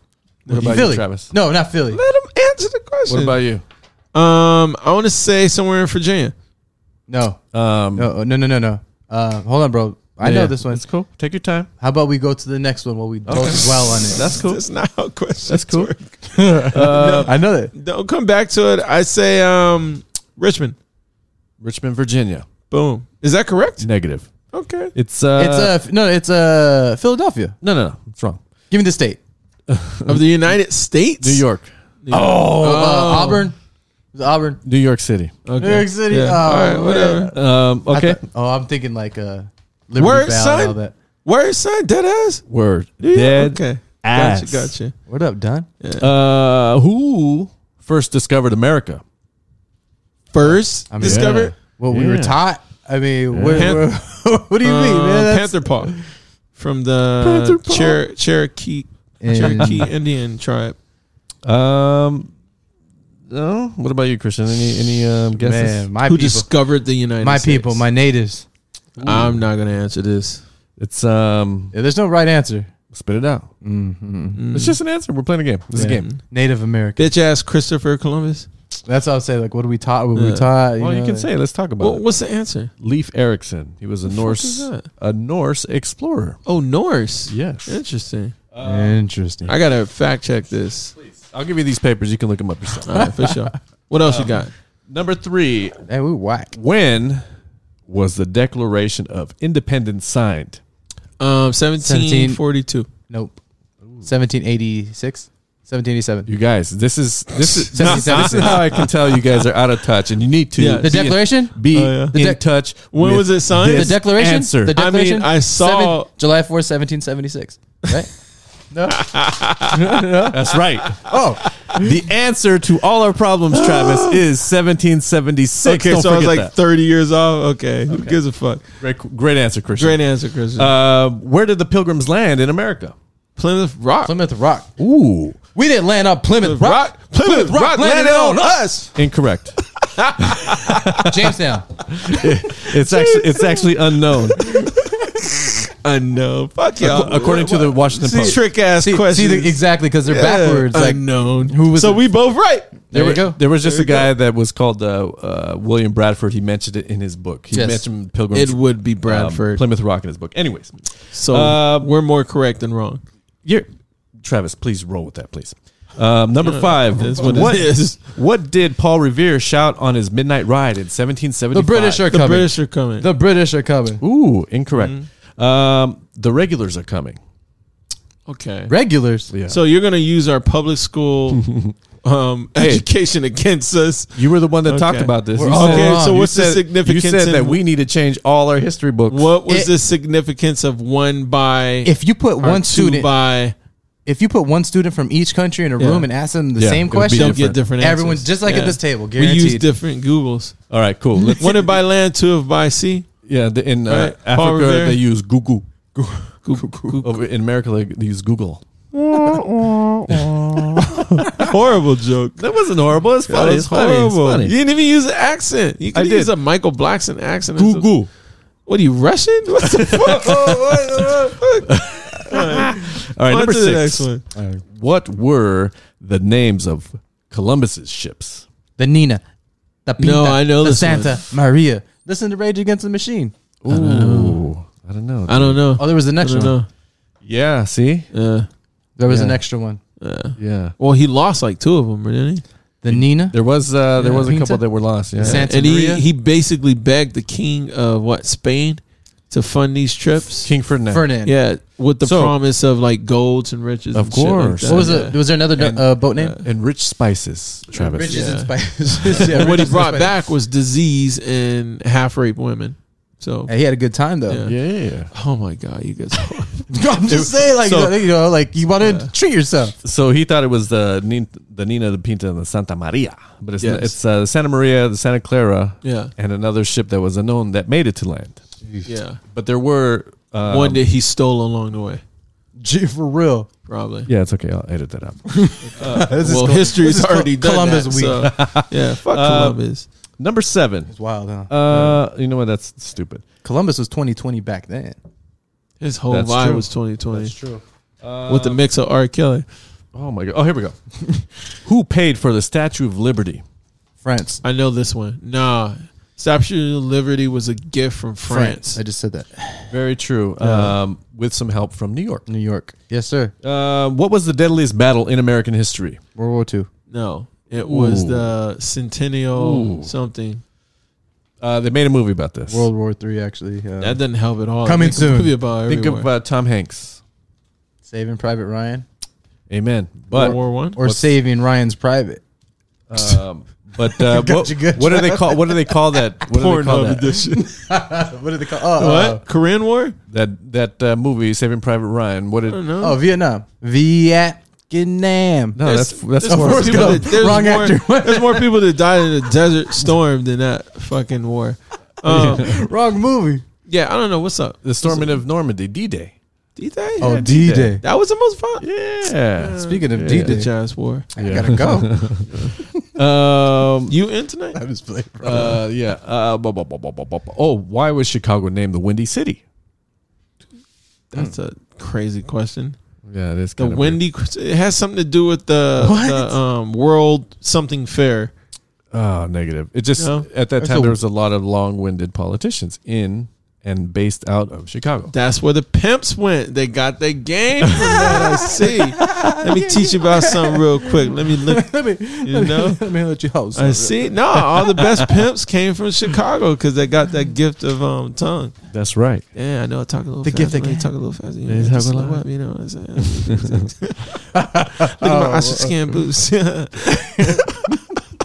A: what about
C: Philly.
A: you, Travis?
C: No, not Philly.
B: Let him answer the question.
A: What about you?
B: Um, I want to say somewhere in Virginia.
C: No,
A: Um,
C: no, no, no, no, no. Uh, hold on, bro. I know
A: yeah.
C: this one.
A: That's cool. Take your time.
C: How about we go to the next one while we don't dwell on it?
A: That's cool.
B: That's not how questions
A: That's cool. Uh,
B: work.
C: I know that.
B: Don't come back to it. I say um, Richmond.
A: Richmond, Virginia.
B: Boom. Is that correct?
A: Negative.
B: Okay.
A: It's uh.
C: It's uh, f- no, it's uh, Philadelphia.
A: no no no. It's wrong.
C: Give me the state.
B: Of the United States,
A: New York.
C: Oh, uh, Auburn. Is it Auburn.
A: New York City.
B: Okay.
C: New York City.
B: Yeah.
C: Oh,
B: All right,
C: man.
B: whatever.
A: Um.
C: I
A: Okay.
C: thought- oh, I'm thinking like uh, Liberty
B: Word,
C: Bell
B: son?
C: and all that.
B: Where is that dead ass?
A: Word.
B: Yeah,
A: Dead
B: Okay.
A: ass.
B: Gotcha. Gotcha.
C: What up, Don?
A: Uh. Who first discovered America?
B: First discovered.
C: What we were
A: Yeah.
C: taught. I mean, what,
B: Pan-
C: what- what do you mean,
B: Uh,
C: man? That's-
B: Panther Paw from the
A: Panther Paw.
B: Cher- Cherokee
C: And-
B: Cherokee Indian tribe.
A: Um. No. What about you, Christian? Any any um, guesses?
C: man, my
B: who
C: people,
B: discovered the United
C: my
B: States.
C: people, my natives.
B: I'm not gonna answer this.
A: It's um.
C: Yeah, there's no right answer.
A: Spit it out. It's just an answer. We're playing a game. This is a
C: Yeah.
A: game.
C: Native American.
B: Bitch ass Christopher Columbus.
C: That's what I would say. Like, what are we taught? What were
B: Yeah.
C: we taught?
A: Well, you
C: know,
A: can
C: like-
A: say. it. Let's talk about
B: Well,
A: it.
B: what's the answer?
A: Leif Erikson. He was a
B: is
A: Norse,
B: that?
A: a Norse explorer.
B: Oh, Norse.
A: Yes.
B: Interesting.
A: uh,
C: Interesting.
B: I gotta fact check this.
A: I'll give you these papers. You can look them up yourself.
B: All right, for sure. What else you got?
A: Number three.
C: Hey, we whack.
A: When was the Declaration of Independence signed?
B: Um, seventeen forty-two.
C: Nope. 1786, 1787.
A: You guys, this is this is
C: Seventy
A: this is how I can tell you guys are out of touch, and you need to
B: Yeah.
C: The
A: be-
C: Declaration?
A: Be
B: Oh, yeah.
A: in
B: The
C: dec-
A: touch.
B: When
A: with
B: was it signed?
A: this
B: The
C: Declaration.
A: Answer.
C: The
B: I mean,
C: Declaration.
B: I saw-
C: July 4th, 1776. Right?
A: That's right. oh, the answer to all our problems, Travis, is 1776.
B: Okay,
A: Don't
B: so I was
A: forget
B: like
A: that.
B: thirty years off. Okay, who gives a fuck?
A: Great, great answer, Christian.
B: Great answer, Christian.
A: Uh, where did the Pilgrims land in America?
B: Plymouth Rock.
C: Plymouth Rock.
A: Ooh.
C: We didn't land on Plymouth Rock.
B: Plymouth Ah. Rock, landed on us.
A: Incorrect.
C: Jamestown.
A: It's actually it's actually unknown
B: I know. Fuck y'all.
A: according to the Washington
B: See,
A: Post.
B: trick ass
C: See,
B: questions.
C: see the, exactly because they're backwards. Like
B: unknown.
C: who was
B: so
C: it?
B: we both right.
C: there we go.
A: There was just a guy that was called uh, uh, William Bradford. He mentioned it in his book. He
C: Yes.
A: mentioned Pilgrim.
B: It would be
A: um,
B: Bradford.
A: Plymouth Rock in his book. Anyways,
B: so
A: Uh,
B: we're more correct than wrong.
A: you Travis, please roll with that, please. Um, number five.
B: That's what it is.
A: What did Paul Revere shout on his midnight ride in 1775?
C: The British are
B: The
C: coming.
B: British are coming.
C: the British are coming.
A: Ooh, incorrect.
B: Mm-hmm.
A: Um, the regulars are coming.
B: okay.
C: Regulars.
A: Yeah.
B: So you're gonna use our public school um, education against us?
A: You were the one that talked
B: Okay.
A: about this.
C: We're
A: You
C: all
A: said-
B: Okay.
C: wrong.
B: So
A: you
B: what's the
A: said-
B: significance?
A: You said
B: in-
A: that we need to change all our history books.
B: What was
C: It-
B: the significance of one by
C: If you put
B: or
C: one
B: two
C: student,
B: by?
C: if you put one student from each country in a
B: Yeah.
C: room and ask them the
A: Yeah,
C: same
A: it'll be
C: question,
B: They'll
A: different.
B: get different. Answers.
C: Everyone's just like at this table,
B: We use
C: guaranteed.
B: different Googles.
A: All right, cool. Let's,
B: One by land, two of by sea.
A: yeah, the- in uh,
B: Right. Paul
A: Africa
B: Revere.
A: they use Google.
B: Google.
A: Over in America they use Google.
B: Horrible joke.
A: That wasn't horrible. It's
B: That
A: funny.
B: was
A: It's funny. It's
B: horrible.
A: funny.
B: You didn't even use an accent. You
A: I
B: could
A: did.
B: use a Michael Blackson accent.
A: Google.
B: What are you Russian? What the fuck? Oh, what the fuck?
A: All right,
B: On
A: number
B: to
A: six.
B: the next one.
A: All right. What were the names of Columbus's ships?
C: the Nina, the Pinta,
B: No, I know
C: the
B: this one.
C: Santa Maria. Listen to Rage Against the Machine.
A: Ooh, I don't know.
B: I don't know.
C: Oh, there was an
B: I
C: extra
B: don't
C: one.
B: know.
A: yeah, see,
B: Yeah.
C: There was an
A: Yeah.
C: extra one.
A: yeah,
B: Well, he lost like two of them, didn't he?
C: The Nina,
A: there was uh, there
C: Yeah.
A: was a couple
C: Pinta?
A: that were lost. Yeah,
C: Santa
B: And he,
C: Maria,
B: he basically begged the king of what Spain to fund these trips.
A: King Ferdinand.
C: Ferdinand.
B: Yeah, with the
A: So-
B: promise of like golds and riches.
A: Of
B: and shit like
A: course.
B: that.
C: What was
B: Yeah.
C: it? Was there another uh, boat name?
A: and rich spices, Travis.
C: Riches
B: yeah.
C: and Spices. yeah,
B: And what he
C: Riches and
B: brought
C: Spices.
B: back was disease and half rape women. So,
C: Hey, he had a good time though.
A: Yeah. yeah.
B: oh my god, you guys.
C: I'm just saying, like
A: So-
C: you know, like you want to treat yourself.
A: So he thought it was the Nin- the Nina, the Pinta, and the Santa Maria, but it's
B: Yes.
A: it's uh, the Santa Maria, the Santa Clara,
B: Yeah.
A: and another ship that was unknown that made it to land.
B: yeah,
A: But there were um,
B: one that he stole along the way,
C: Gee, for real.
B: probably.
A: Yeah, it's okay. I'll edit that out.
B: Well, history's already done
C: Columbus
B: that,
C: week.
B: so- yeah, fuck Columbus.
A: Number seven.
C: Wild, huh?
A: Uh, you know what? That's stupid.
C: Columbus was 2020 back then.
B: His whole
A: that's
B: vibe
A: true.
B: was 2020. That's true. With the mix of R. Kelly,
A: Oh my god. Oh, here we go. Who paid for the Statue of Liberty?
C: France.
B: I know this one. Nah, Statue of Liberty was a gift from France.
C: I just said that.
A: Very true. Um, with some help from New York.
C: New York. Yes, sir.
A: Uh, what was the deadliest battle in American history?
C: World War II.
B: No, it was
A: Ooh.
B: the Centennial something.
A: Uh, they made a movie about this.
C: World War III, actually. Uh,
B: That doesn't help at all.
C: Coming
B: Make a
C: soon.
B: movie about
A: Think of
B: everywhere.
A: uh, Tom Hanks.
C: saving Private Ryan.
A: Amen. But
B: World War One.
C: Or Saving Ryan's Private.
A: um, but uh,
C: Got
A: what,
C: you good,
A: what do they call what do they call that? What do they call
B: Pornhub
A: that?
B: edition.
C: What did they call oh, uh,
B: what? Korean War?
A: That that uh, movie Saving Private Ryan. What did?
B: I don't
A: No,
B: know.
C: oh, Vietnam. Vietnam.
A: oh, that's that's Forrest
B: there's more people
A: Gump.
B: that, there's
C: Wrong
B: more,
C: actor.
B: there's more people that died in a desert storm than that fucking war. Um,
C: Wrong movie.
B: yeah, I don't know what's up.
A: The storming of Normandy, D Day.
B: D
C: Oh,
B: Day.
C: D Day.
B: That was the most fun.
A: Yeah.
C: Speaking of
A: Yeah.
C: D
B: Bitch
C: Day,
B: ass war.
C: I gotta go.
A: Um,
B: You in tonight?
C: I just played.
A: uh, yeah. Uh, bu- bu- bu- bu- bu- bu- oh, why was Chicago named the Windy City?
B: That's a crazy question.
A: Yeah, it is
B: The windy. It has something to do with the,
C: What?
B: the um, world something fair.
A: Oh, negative. It just
B: No.
A: at that
C: That's
A: time
C: a-
A: there was a lot of long-winded politicians in and based out of Chicago.
B: That's where the pimps went. They got their game from that. I see. Let me teach you about something real quick. Let me look.
C: let me,
B: You know.
C: let me let you host.
B: I see. No, all the best pimps came from Chicago because they got that gift of um tongue.
A: That's right.
B: Yeah, I know. I talk a little.
C: The
B: faster.
C: gift they
B: man.
C: gave.
B: talk a little faster. You
A: They
B: know,
A: talk
B: just
A: a
B: slow
A: lot.
B: up. You know what I'm saying? Look at my ostrich skin boots.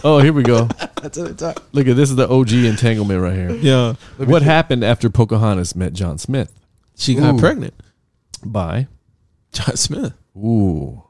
A: Oh, here we go.
C: That's what I talk.
A: Look at this is the OG entanglement right here.
B: yeah,
A: What happened after Pocahontas met John Smith?
B: she got
C: Ooh.
B: pregnant.
A: By
B: John Smith.
A: ooh,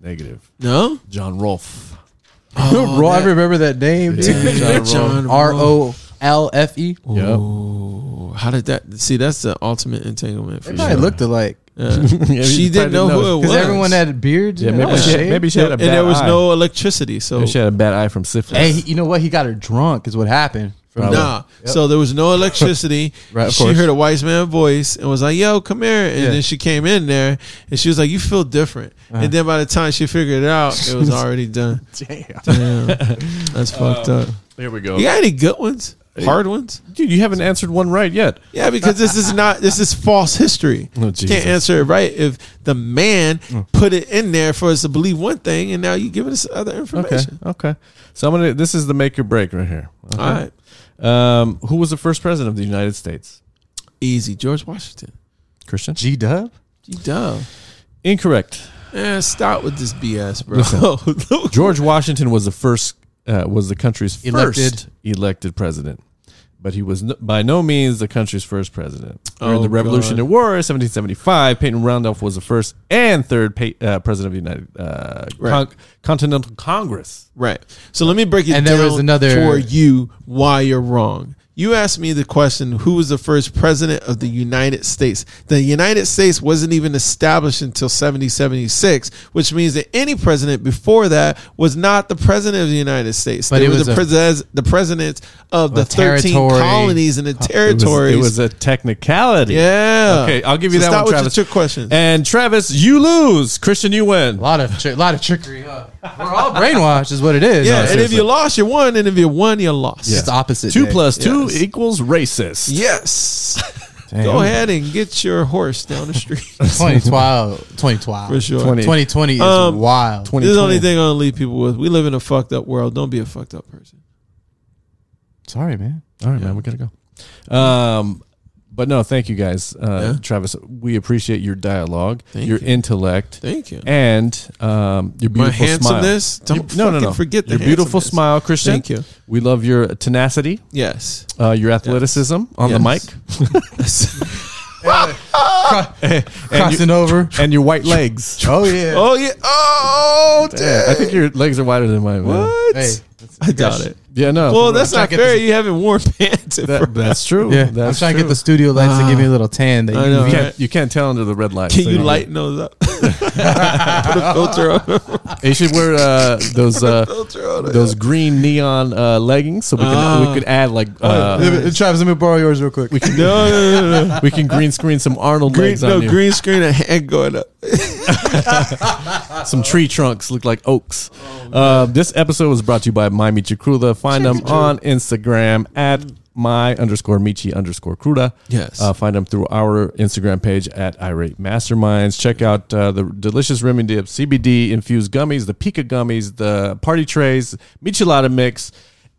A: negative.
B: No,
A: John Rolfe.
C: Ro- I remember that name. too.
B: John Rolfe.
C: R O L F E.
A: Yep.
B: Ooh, how did that? See, that's the ultimate entanglement for
C: They
B: you.
C: probably looked alike.
A: Yeah,
B: she
A: you probably
B: didn't know who it was.
C: Because everyone had beards.
A: Yeah,
C: you know,
A: maybe,
C: and
A: she,
C: shaved.
A: maybe she had a
B: and
A: bad
B: there was
A: eye.
B: no electricity, so
A: Maybe she had a bad eye from syphilis.
C: Hey, he- you know what? He got her drunk. Is what happened. From
A: Probably.
B: Nah. So there was no electricity.
C: Right, of
B: she
C: course.
B: heard a wise man voice and was like, "Yo, come here." And
C: Yeah. Uh-huh.
B: then she came in there and she was like, "You feel different." And then by the time she figured it out, it was already done. Damn.
C: Uh,
B: That's fucked up.
A: Here we go.
B: You got any good ones? Hard ones?
A: Dude, you haven't answered one right yet.
B: Yeah, because this is not this is false history.
A: Oh,
B: You
A: Jesus. Oh.
B: Can't answer it right if the man put it in there for us to believe one thing, and now you giving us other
A: Okay.
B: information.
A: Okay. So I'm gonna. This is the make or break right here. Okay.
B: All right,
A: Um, who was the first president of the United States?
B: easy. George Washington.
A: Christian.
C: G Dub.
B: You dumb.
A: Incorrect.
B: Man, stop with this BS, bro.
A: George Washington was the first. Uh, was the country's
C: Elected.
A: first elected president, but he was no, by no means the country's first president. During
B: Oh,
A: the Revolutionary
B: God.
A: War, 1775, Peyton Randolph was the first and third pa- uh, president of the United uh,
B: Right.
A: Con- Continental Congress.
B: Right. So let me break it
C: And
B: down
C: there was another-
B: for you why you're wrong. You asked me the question who was the first president of the United States? The United States wasn't even established until 1776, which means that any president before that was not the president of the United States.
C: But
B: they
C: it
B: were
C: was
B: the,
C: a-
B: pres- the presidents of the 13
C: territory.
B: colonies and the
A: It was,
B: territories.
A: it was a technicality.
B: yeah.
A: Okay, I'll give you
B: So
A: that one,
B: stop with
A: Travis.
B: your trick questions.
A: And Travis, you lose. Christian, you win.
C: A lot of tri- lot of trickery. huh? We're all brainwashed, is what it is.
B: yeah, and if
A: seriously.
B: you lost, you won, and if you won, you lost.
C: It's the opposite.
A: Two
C: day.
A: plus two
B: Yes.
A: equals racist.
B: Yes.
C: Damn.
B: Go ahead and get your horse down the street.
C: 2012. 2012.
B: For sure.
A: 20.
C: 2020 is
B: Um,
C: wild.
B: This is the only thing I'm gonna leave people with. We live in a fucked up world. Don't be a fucked up person.
C: Sorry, man.
A: All right, man, we gotta go. Um, but no, thank you guys, uh, Travis. We appreciate your dialogue, your intellect,
B: Thank you.
A: and um, your
B: My
A: beautiful smile.
B: handsomeness? Don't
A: Your-
B: fucking forget the
A: your beautiful
B: handsomeness.
A: smile, Christian.
B: Thank you.
A: We love your tenacity,
B: Yes.
A: uh, your athleticism on the mic,
B: Yes.
A: and,
C: Crossing
A: your,
C: over.
A: and your white legs.
C: Oh yeah.
B: Oh yeah. Oh damn.
A: Yeah, I think your legs are wider than mine. man.
B: What?
C: Hey,
B: I doubt it.
A: Yeah, no.
B: Well, that's
C: I'm
B: not
C: trying to get
B: fair. You haven't worn pants. in
A: that,
B: forever.
A: that's true.
C: yeah.
A: that's
C: I'm trying to
A: true.
C: get the studio lights to give me a little tan. That
B: I
C: you
B: know,
A: You
B: right?
A: can't, you can't tell under the red light.
B: Can
A: so
B: you
A: know.
B: lighten those up? Put a filter on.
A: You should wear uh, those uh,
B: Filter on it. Ah.
A: those green neon uh, leggings, so we can we could add like
B: Oh,
A: uh,
C: Let me- Travis, let me borrow yours real quick.
B: No, no, no, no, no.
A: we can green screen some Arnold
B: Green,
A: legs on
B: no
A: you.
B: green screen. A hand going up.
A: Some tree trunks look like oaks. uh, this episode was brought to you by My Michi Cruda. Find them on Instagram at my underscore Michi underscore Cruda.
B: Yes.
A: Uh, find them through our Instagram page at Irate Masterminds. Check out uh, the delicious Remy Dip CBD infused gummies, the Pika gummies, the party trays, Michelada mix.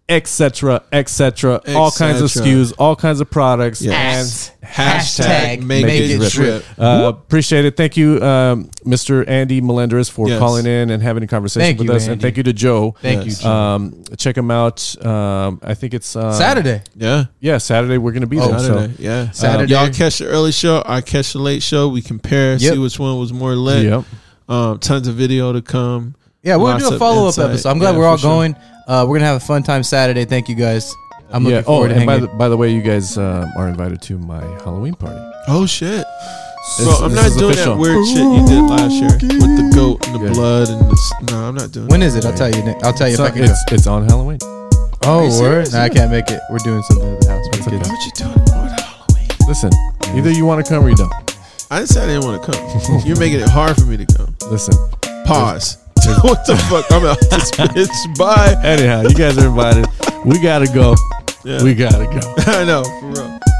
A: Etc. Etc. All kinds of
B: Etc.
A: SKUs, all kinds of products,
B: Yes.
A: and
B: Hashtag make,
A: make
B: it,
A: it
B: drip.
A: uh, appreciate it. Thank you, um, Mr. Andy Melendres, for
B: Yes.
A: calling in and having a conversation
C: Thank
A: with
C: you,
A: us. And
C: Andy.
A: thank you to Joe.
C: Thank you, Joe.
A: Um, check him out. Um, I think it's uh,
C: Saturday.
B: Yeah.
A: Yeah, Saturday. We're going to be there.
B: Oh, Saturday.
A: So.
B: yeah. Uh,
C: Saturday.
B: Y'all catch the early show. I catch the late show. We compare, see which one was more lit.
A: Yep.
B: Um, tons of video to come.
C: Yeah, we'll
B: Lots
C: do a
B: of
C: follow up
B: insight.
C: episode. I'm glad
B: Yeah,
C: we're all
B: for sure.
C: going. Uh, we're gonna have a fun time Saturday. Thank you guys. I'm looking
A: yeah. Oh,
C: forward to
A: and by
C: hanging.
A: the, by the way, you guys um, are invited to my Halloween party.
B: Oh shit. Bro,
A: This-
B: I'm
A: this
B: not
A: is
B: doing
A: official.
B: that weird shit you did last year with the goat and the blood and the. s- No, I'm not doing.
C: when is it? I'll tell you. Nick. I'll tell you
A: It's,
C: if I
A: not-
C: can. Go.
A: it's, it's on Halloween.
C: Oh, word? Nah, I can't make it. We're doing something at the house for the
A: okay.
C: kids.
B: What you doing? Lord Halloween?
A: Listen, either you want to come or you don't.
B: I just said I didn't want to come. You're making it hard for me to come.
A: Listen.
B: Pause. what the fuck? I'm out this bitch. Bye.
A: Anyhow, you guys are invited. We got to go.
B: Yeah.
A: We got to go.
B: I know for real.